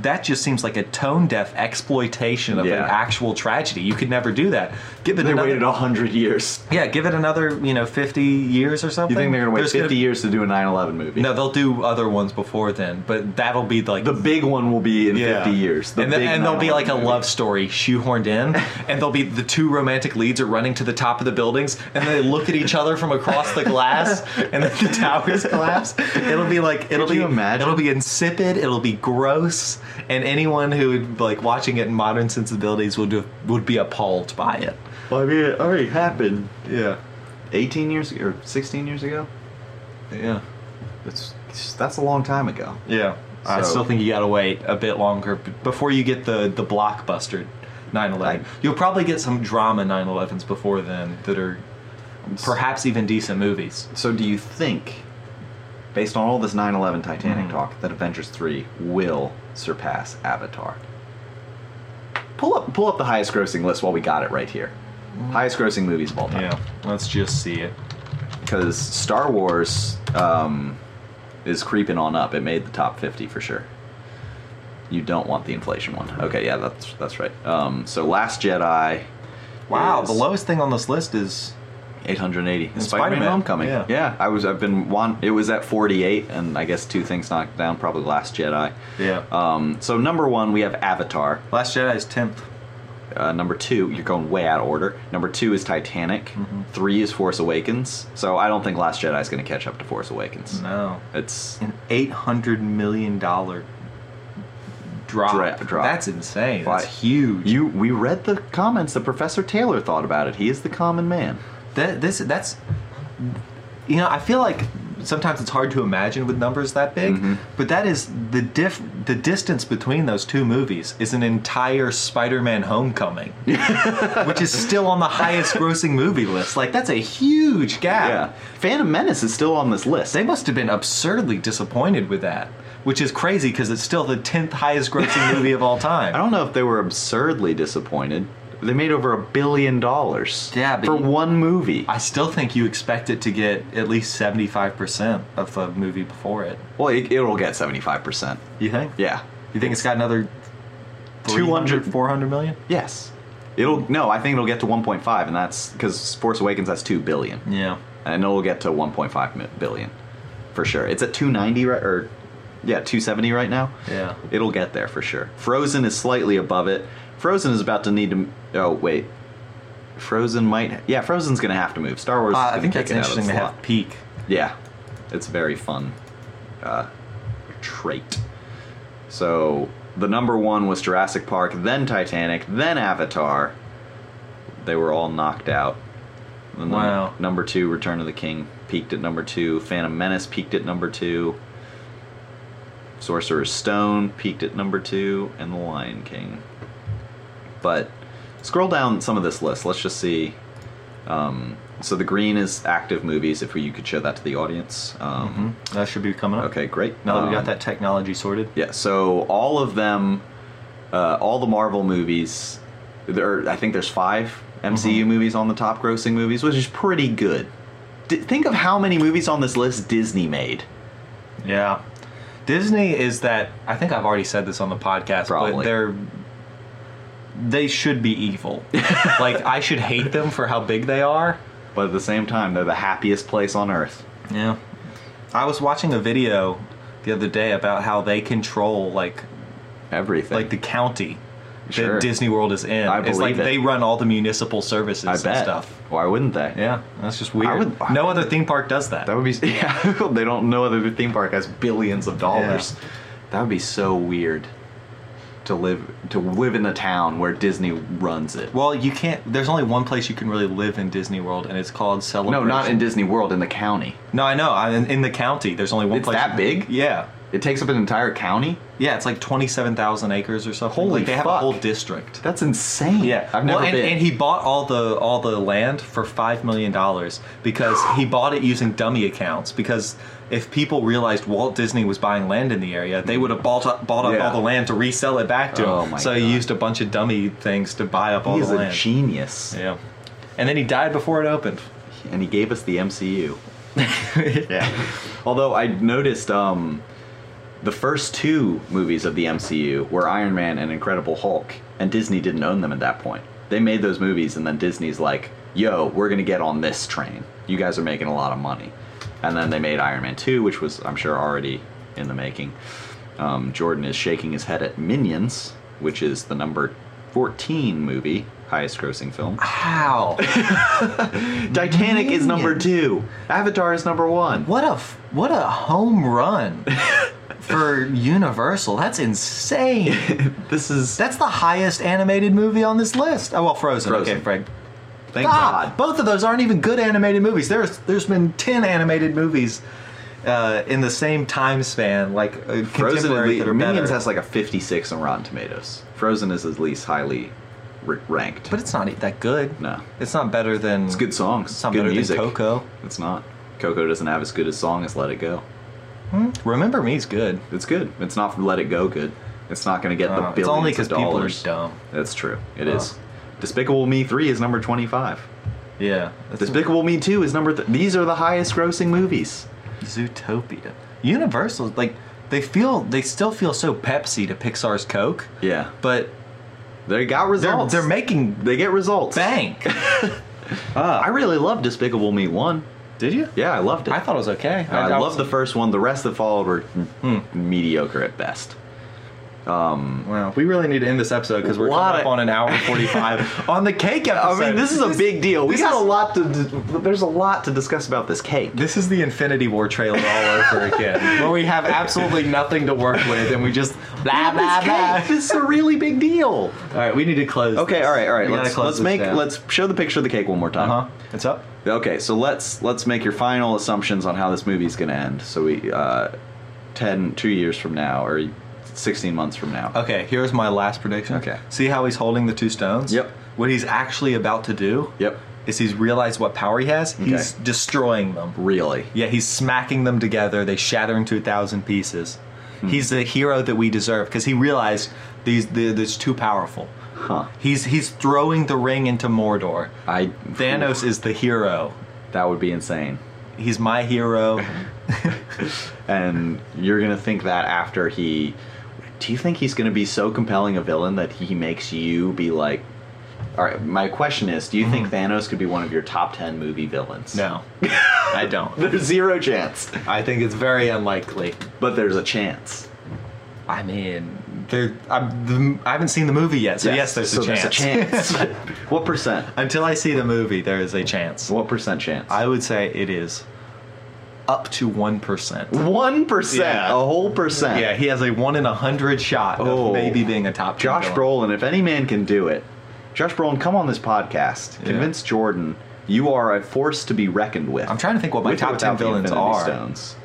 S1: That just seems like a tone deaf exploitation of
S2: Mm-hmm. Yeah.
S1: an actual tragedy. You could never do that. Give it
S2: they
S1: another.
S2: waited a hundred years?
S1: yeah, give it another you know 50 years or something.
S2: You think they're gonna wait
S1: There's
S2: 50 years to do a 9/11 movie?
S1: No, they'll do other ones before then, but that'll be like
S2: The big one will be in
S1: Yeah.
S2: 50 years. The
S1: and, then,
S2: big
S1: and there'll be like a
S2: 9/11
S1: love story shoehorned in, and there'll be the two romantic leads are running to the top of the buildings, and they look at each other from across the glass, and then the towers collapse. It'll be like it'll
S2: Could
S1: be
S2: you imagine?
S1: it'll be insipid, it'll be gross, and anyone who would like watching it in modern sensibilities would have, would be appalled by it.
S2: movie. Well, I mean, it already happened
S1: Yeah,
S2: 18 years ago, or 16 years ago.
S1: yeah,
S2: It's, it's- that's a long time ago.
S1: yeah. I
S2: So-
S1: still think you gotta wait a bit longer b- before you get the the blockbuster. 9/11.
S2: I-
S1: You'll probably get some drama 9/11s before then that are perhaps even decent movies.
S2: So, do you think, based on all this 9/11 Titanic
S1: Mm-hmm.
S2: talk, that Avengers 3 will surpass Avatar? Pull up, pull up the highest grossing list while we got it right here.
S1: Mm.
S2: Highest grossing movies of all time.
S1: Yeah, let's just see it.
S2: Because Star Wars um, is creeping on up. It made the top 50 for sure. You don't want the inflation one. Okay, yeah, that's that's right. Um, so Last Jedi.
S1: Wow,
S2: is
S1: the lowest thing on this list is
S2: 880. Spider-Man,
S1: Spider-Man,
S2: Homecoming.
S1: yeah.
S2: I was. I've been one. It was at 48, and I guess two things knocked down. Probably Last Jedi.
S1: yeah.
S2: Um, so number one, we have Avatar.
S1: uh, Last Jedi is tenth.
S2: Uh, number two, you're going way out of order. Number two is Titanic.
S1: Mm-hmm.
S2: Three is Force Awakens. So I don't think Last Jedi is going to catch up to Force Awakens.
S1: No,
S2: It's
S1: an eight hundred million dollar drop.
S2: Dra- drop.
S1: That's insane.
S2: Why-
S1: That's huge.
S2: you. We read the comments that Professor Taylor thought about it. He is the common man.
S1: That, this that's you know I feel like sometimes it's hard to imagine with numbers that big,
S2: Mhm.
S1: but that is the diff the distance between those two movies is an entire Spider-Man Homecoming, which is still on the highest grossing movie list. Like that's a huge gap.
S2: Yeah. Phantom Menace is still on this list.
S1: They must have been absurdly disappointed with that, which is crazy because it's still the tenth highest grossing movie of all time.
S2: I don't know if they were absurdly disappointed. They made over a billion dollars.
S1: Yeah, but
S2: for
S1: you-
S2: one movie.
S1: I still think you expect it to get at least seventy five percent of the movie before it.
S2: well, it, it'll get seventy-five percent.
S1: You think?
S2: Yeah.
S1: You think it's got another
S2: 200
S1: 200, 400 million?
S2: Yes. It'll no. I think it'll get to one point five, and that's because Force Awakens has two billion,
S1: Yeah.
S2: and it'll get to one point five mi- billion, for sure. It's at two ninety right or, yeah, two seventy right now.
S1: Yeah.
S2: It'll get there for sure. Frozen is slightly above it. Frozen is about to need to. Oh wait, Frozen might. Yeah, Frozen's gonna have to move. Star Wars.
S1: Uh,
S2: is
S1: I
S2: gonna
S1: think
S2: kick
S1: that's
S2: it out of
S1: interesting to
S2: its
S1: have
S2: slot.
S1: peak.
S2: Yeah, it's a very fun uh, trait. So the number one was Jurassic Park, then Titanic, then Avatar. They were all knocked out. The num-
S1: Wow.
S2: Number two, Return of the King, peaked at number two. Phantom Menace peaked at number two. Sorcerer's Stone peaked at number two, and The Lion King. But scroll down some of this list. Let's just see. Um, so the green is active movies. If you could show that to the audience. Um,
S1: Mm-hmm. That should be coming up.
S2: Okay, great.
S1: Now that we
S2: Um,
S1: got that technology sorted.
S2: yeah, so all of them, uh, all the Marvel movies, there are, I think there's five MCU movies on the top grossing movies, which is pretty good. D- think of how many movies on this list Disney made.
S1: Yeah. Disney is that I think I've already said this on the podcast,
S2: Probably.
S1: but they're they should be evil. like I should hate them for how big they are.
S2: But at the same time, they're the happiest place on earth.
S1: Yeah. I was watching a video the other day about how they control like
S2: Everything.
S1: like the county
S2: Sure.
S1: that Disney World is in.
S2: I
S1: it's like
S2: believe it.
S1: they run all the municipal services
S2: I
S1: and
S2: bet.
S1: stuff.
S2: Why wouldn't they?
S1: Yeah, that's just weird.
S2: would- I-
S1: no other theme park does that.
S2: That would be yeah. they don't know that the theme park has billions of dollars. That would be so weird to live to live in a town where Disney runs it.
S1: well, you can't. There's only one place you can really live in Disney World, and it's called
S2: no,
S1: Celebration.
S2: not in Disney World, in the county.
S1: No, I know. I, in, in the county, there's only one
S2: It's
S1: place.
S2: that big?
S1: Yeah.
S2: It takes up an entire county.
S1: Yeah, it's like 27,000 acres or something.
S2: Holy
S1: like they have a
S2: fuck.
S1: whole district.
S2: That's insane.
S1: Yeah.
S2: I've never
S1: well, and,
S2: been.
S1: and he bought all the all the land for 5 million dollars because he bought it using dummy accounts because if people realized Walt Disney was buying land in the area, they would have bought up, bought up
S2: Yeah.
S1: all the land to resell it back to
S2: Oh
S1: him.
S2: my
S1: so
S2: God.
S1: he used a bunch of dummy things to buy up all
S2: He's
S1: the
S2: a
S1: land.
S2: genius.
S1: Yeah. And then he died before it opened.
S2: And he gave us the MCU.
S1: yeah.
S2: Although I noticed um, the first two movies of the MCU were Iron Man and Incredible Hulk, and Disney didn't own them at that point. They made those movies, and then Disney's like, yo, we're going to get on this train. You guys are making a lot of money. And then they made Iron Man 2, which was, I'm sure, already in the making. Um, Jordan is shaking his head at Minions, which is the number 14 movie, highest grossing film.
S1: How?
S2: Titanic is number
S1: Minions.
S2: two, Avatar is number one.
S1: What a f- what a home run for Universal. That's insane.
S2: This is.
S1: That's the highest animated movie on this list. Oh well, Frozen.
S2: Frozen.
S1: Okay, Frank.
S2: Thank
S1: Ah,
S2: God.
S1: both of those aren't even good animated movies. There's there's been ten animated movies uh, in the same time span, like uh,
S2: Frozen at
S1: contemporary
S2: least,
S1: that are
S2: Minions
S1: better.
S2: has like a 56 on Rotten Tomatoes. Frozen is at least highly r- ranked.
S1: but it's not e, that good.
S2: no,
S1: It's not better than
S2: it's good songs.
S1: It's not
S2: good
S1: better
S2: music.
S1: than Coco.
S2: It's not. Coco doesn't have as good a song as Let It Go.
S1: Hmm? Remember Me's good.
S2: It's good. It's not Let It Go good. It's not going to get the
S1: Uh,
S2: billions
S1: it's only
S2: of
S1: because people are
S2: dollars.
S1: dumb.
S2: That's true. It
S1: Oh.
S2: is. Despicable Me 3 is number 25.
S1: Yeah, that's
S2: Despicable Me 2 is number. Th- These are the highest grossing movies.
S1: Zootopia. Universal, like they feel they still feel so Pepsi to Pixar's Coke,
S2: Yeah.
S1: but
S2: They got
S1: they're
S2: results.
S1: they're making
S2: They get results.
S1: bank.
S2: I really love Despicable Me 1.
S1: Did you?
S2: Yeah, I loved it.
S1: I thought it was okay.
S2: I,
S1: I
S2: love the first one. The rest that followed were Hmm. mediocre at best.
S1: Wow, we really need to end this episode because we're coming
S2: Lot
S1: up
S2: of-
S1: on an hour and forty-five on the cake
S2: I
S1: episode.
S2: mean, this is a big deal. We
S1: this
S2: got
S1: is-
S2: a lot to. There's a lot to discuss about this cake.
S1: This is the Infinity War trailer all over again, where we have absolutely nothing to work with, and we just blah blah
S2: this
S1: blah.
S2: cake. This is a really big deal.
S1: All right, we need to close.
S2: Okay,
S1: this.
S2: all right, all right.
S1: We
S2: Let's
S1: gotta close
S2: let's
S1: this
S2: make
S1: down.
S2: let's show the picture of the cake one more time.
S1: Uh huh. It's up.
S2: Okay, so let's let's make your final assumptions on how this movie's gonna end. So we, uh, ten two years from now or sixteen months from now.
S1: Okay, here's my last prediction.
S2: Okay.
S1: See how he's holding the two stones?
S2: Yep.
S1: What he's actually about to do
S2: Yep.
S1: is he's realized what power he has. He's
S2: Okay.
S1: destroying them.
S2: Really.
S1: Yeah, he's smacking them together. They shatter into a thousand pieces. He's the hero that we deserve because he realized these the, this too powerful.
S2: Huh.
S1: He's he's throwing the ring into Mordor.
S2: I
S1: Thanos is the hero.
S2: That would be insane.
S1: He's my hero.
S2: and you're gonna think that after he do you think he's gonna be so compelling a villain that he makes you be like all right my question is do you think thanos could be one of your top 10 movie villains
S1: Mm-hmm. No, I don't.
S2: there's zero chance
S1: I think it's very unlikely.
S2: but there's a chance
S1: I mean, There, I'm, the, I haven't seen the movie yet, so yes, there's,
S2: so
S1: a chance.
S2: There's a chance. what percent?
S1: Until I see the movie, there is a chance.
S2: What percent chance?
S1: I would say it is up to one percent.
S2: One percent.
S1: Yeah.
S2: A whole percent.
S1: Yeah, he has a one in a hundred shot
S2: Oh.
S1: of maybe being a top. 10
S2: Josh
S1: villain.
S2: Brolin, if any man can do it, Josh Brolin, come on this podcast.
S1: Yeah.
S2: Convince Jordan you are a force to be reckoned with.
S1: I'm trying to think what my
S2: With or
S1: top ten
S2: without the
S1: villains
S2: Infinity
S1: are.
S2: Stones.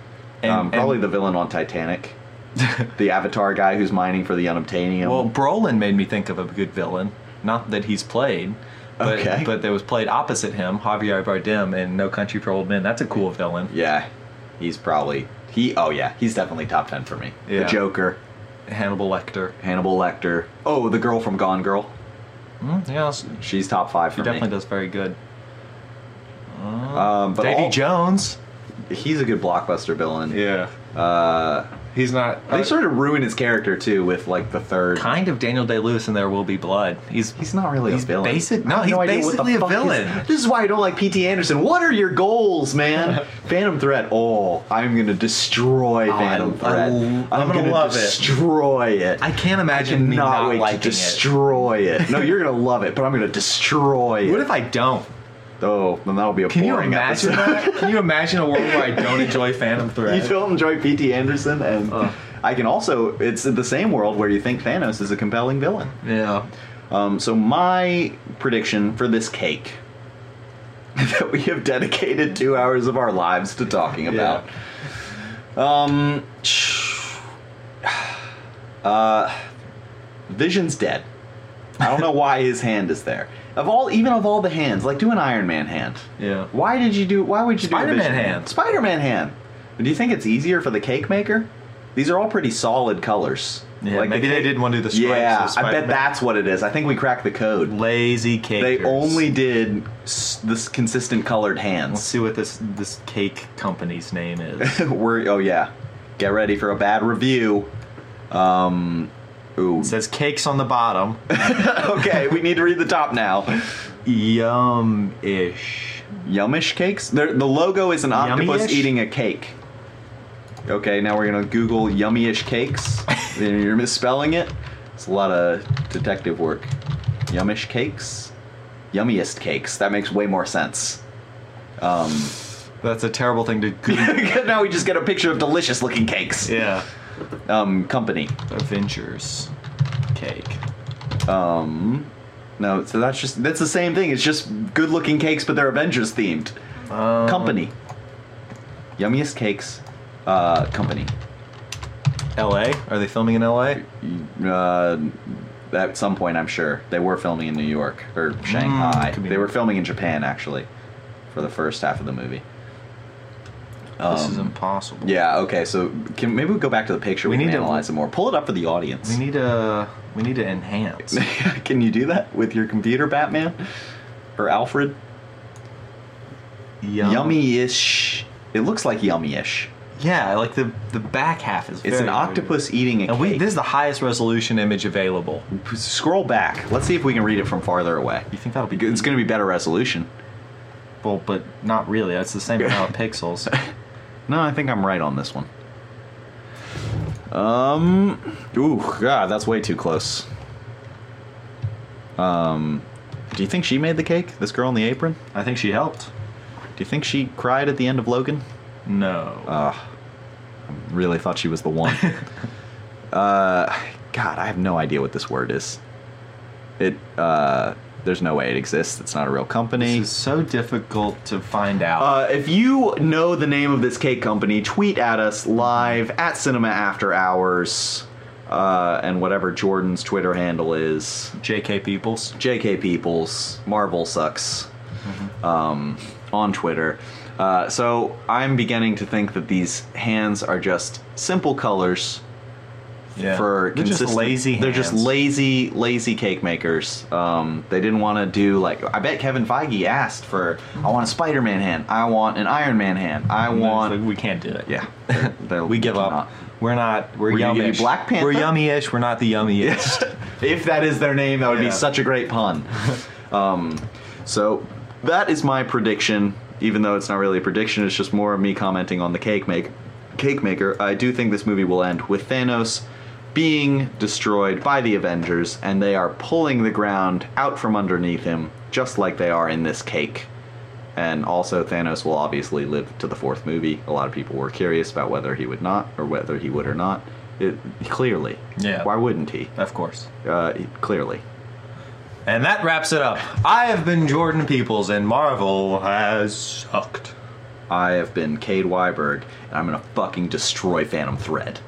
S1: And-
S2: um, probably
S1: and-
S2: the villain on Titanic, the Avatar guy who's mining for the unobtainium.
S1: Well, Brolin made me think of a good villain. Not that he's played, but
S2: Okay.
S1: but there was played opposite him Javier Bardem in No Country for Old Men. That's a cool villain.
S2: yeah, he's probably he. Oh yeah, he's definitely top ten for me.
S1: Yeah.
S2: The Joker,
S1: Hannibal Lecter.
S2: Hannibal Lecter. Oh, the girl from Gone Girl.
S1: Mm, yeah, that's-
S2: She's top five
S1: he
S2: for
S1: definitely
S2: me.
S1: does very good.
S2: Um, but
S1: Davy
S2: all-
S1: Jones.
S2: he's a good blockbuster villain.
S1: Yeah,
S2: Uh,
S1: he's not.
S2: they sort of ruin his character too with like the third.
S1: kind of Daniel Day Lewis in There Will Be Blood. He's
S2: He's not really
S1: He's
S2: a villain.
S1: basic- no,
S2: I have
S1: he's
S2: idea what the
S1: basically a
S2: fuck his-
S1: villain.
S2: this is why I don't like P.T. Anderson. What are your goals, man? Phantom Threat. Oh, I'm gonna destroy
S1: Oh, I
S2: Phantom
S1: l-
S2: Threat.
S1: I l-
S2: I'm,
S1: I'm gonna
S2: gonna,
S1: love it.
S2: destroy it.
S1: I can't imagine me
S2: cannot
S1: not
S2: wait
S1: liking
S2: to
S1: it.
S2: destroy it. No, you're gonna love it, but I'm gonna destroy it.
S1: What if I don't?
S2: oh, then that'll be a
S1: Can you
S2: boring
S1: imagine
S2: episode.
S1: that? Can you imagine a world where I don't enjoy Phantom Thread?
S2: You don't enjoy P.T. Anderson, and
S1: Ugh.
S2: I can also. It's the same world where you think Thanos is a compelling villain.
S1: Yeah.
S2: Um, so my prediction for this cake that we have dedicated two hours of our lives to talking about. Um, uh, Vision's dead. I don't know why his hand is there. Of all, even of all the hands, like do an Iron Man hand.
S1: Yeah.
S2: Why did you do? Why would you do
S1: Spider-Man
S2: a Vision
S1: hand.
S2: Spider Man hand. Do you think it's easier for the cake maker? These are all pretty solid colors.
S1: Yeah,
S2: Like the
S1: maybe they
S2: cake-
S1: didn't want to do the stripes.
S2: yeah,
S1: of
S2: I bet
S1: Spider-Man.
S2: that's what it is. I think we cracked the code.
S1: lazy cake.
S2: They only did s- this consistent colored
S1: Let's
S2: hands.
S1: see what this this cake company's name is.
S2: We're oh yeah, get ready for a bad review. Um, ooh.
S1: It says cakes on the bottom.
S2: okay, we need to read the top now.
S1: Yum ish.
S2: Yumish cakes. They're, the logo is an octopus
S1: Yummy-ish?
S2: eating a cake. Okay, now we're gonna Google yummyish cakes. Then You're misspelling it. It's a lot of detective work. Yummish cakes, yummiest cakes. That makes way more sense. Um,
S1: That's a terrible thing to Google.
S2: now we just get a picture of delicious looking cakes.
S1: yeah.
S2: Um, company.
S1: Adventures cake.
S2: Um, no, so that's just that's the same thing. It's just good looking cakes, but they're Avengers themed.
S1: Um,
S2: company. Yummiest cakes. Uh, company.
S1: L.A. Are they filming in L.A.?
S2: Uh, at some point, I'm sure they were filming in New York or Shanghai.
S1: Hmm, could be.
S2: they were filming in Japan actually, for the first half of the movie.
S1: this is
S2: Um,
S1: impossible.
S2: Yeah. Okay. So can maybe we go back to the picture?
S1: We
S2: We,
S1: need
S2: need
S1: to-
S2: can analyze it more. Pull it up for the audience.
S1: We need to we need to enhance.
S2: Can you do that with your computer, Batman? Or Alfred?
S1: Yum.
S2: Yummy ish. It looks like yummy ish.
S1: Yeah, like the the back half is.
S2: It's
S1: very
S2: an octopus eating a
S1: And we
S2: cake.
S1: this is the highest resolution image available.
S2: Scroll back. Let's see if we can read it from farther away.
S1: You think that'll be
S2: It's going to be better resolution.
S1: Well, but not really. That's the same amount of pixels.
S2: No, I think I'm right on this one. Um. Ooh, God, that's way too close. Um. Do you think she made the cake? This girl in the apron?
S1: I think she helped.
S2: Do you think she cried at the end of Logan?
S1: No.
S2: Ah, I really thought she was the one. uh, God, I have no idea what this word is. It uh, there's no way it exists. It's not a real company.
S1: This is so difficult to find out.
S2: Uh, if you know the name of this cake company, tweet at us live at Cinema After Hours, uh, and whatever Jordan's Twitter handle is.
S1: J.K. Peoples.
S2: JK Peoples, Marvel sucks,
S1: Mm-hmm.
S2: um, on Twitter. Uh, so I'm beginning to think that these hands are just simple colors for
S1: They're just
S2: consistent-
S1: lazy.
S2: They're just
S1: hands.
S2: lazy, lazy cake makers. Um, they didn't want to do like I bet Kevin Feige asked for. I want a Spider-Man hand. I want an Iron Man hand. I
S1: And they're just
S2: want.
S1: like, we can't do it.
S2: yeah, they're- they're-
S1: We give up.
S2: cannot.
S1: We're not. We're
S2: Were you gonna
S1: yummy.
S2: be Black Panther?
S1: We're yummy-ish. We're not the yummiest.
S2: if that is their name, that would
S1: Yeah.
S2: be such a great pun. um, so that is my prediction. Even though it's not really a prediction, it's just more of me commenting on the cake make cake maker. I do think this movie will end with Thanos being destroyed by the Avengers, and they are pulling the ground out from underneath him, just like they are in this cake. And also, Thanos will obviously live to the fourth movie. A lot of people were curious about whether he would not, or whether he would or not. It, clearly.
S1: Yeah.
S2: Why wouldn't he?
S1: Of course.
S2: Uh, clearly.
S1: And that wraps it up. I have been Jordan Peoples, and Marvel has sucked.
S2: I have been Cade Weiberg, and I'm gonna fucking destroy Phantom Thread.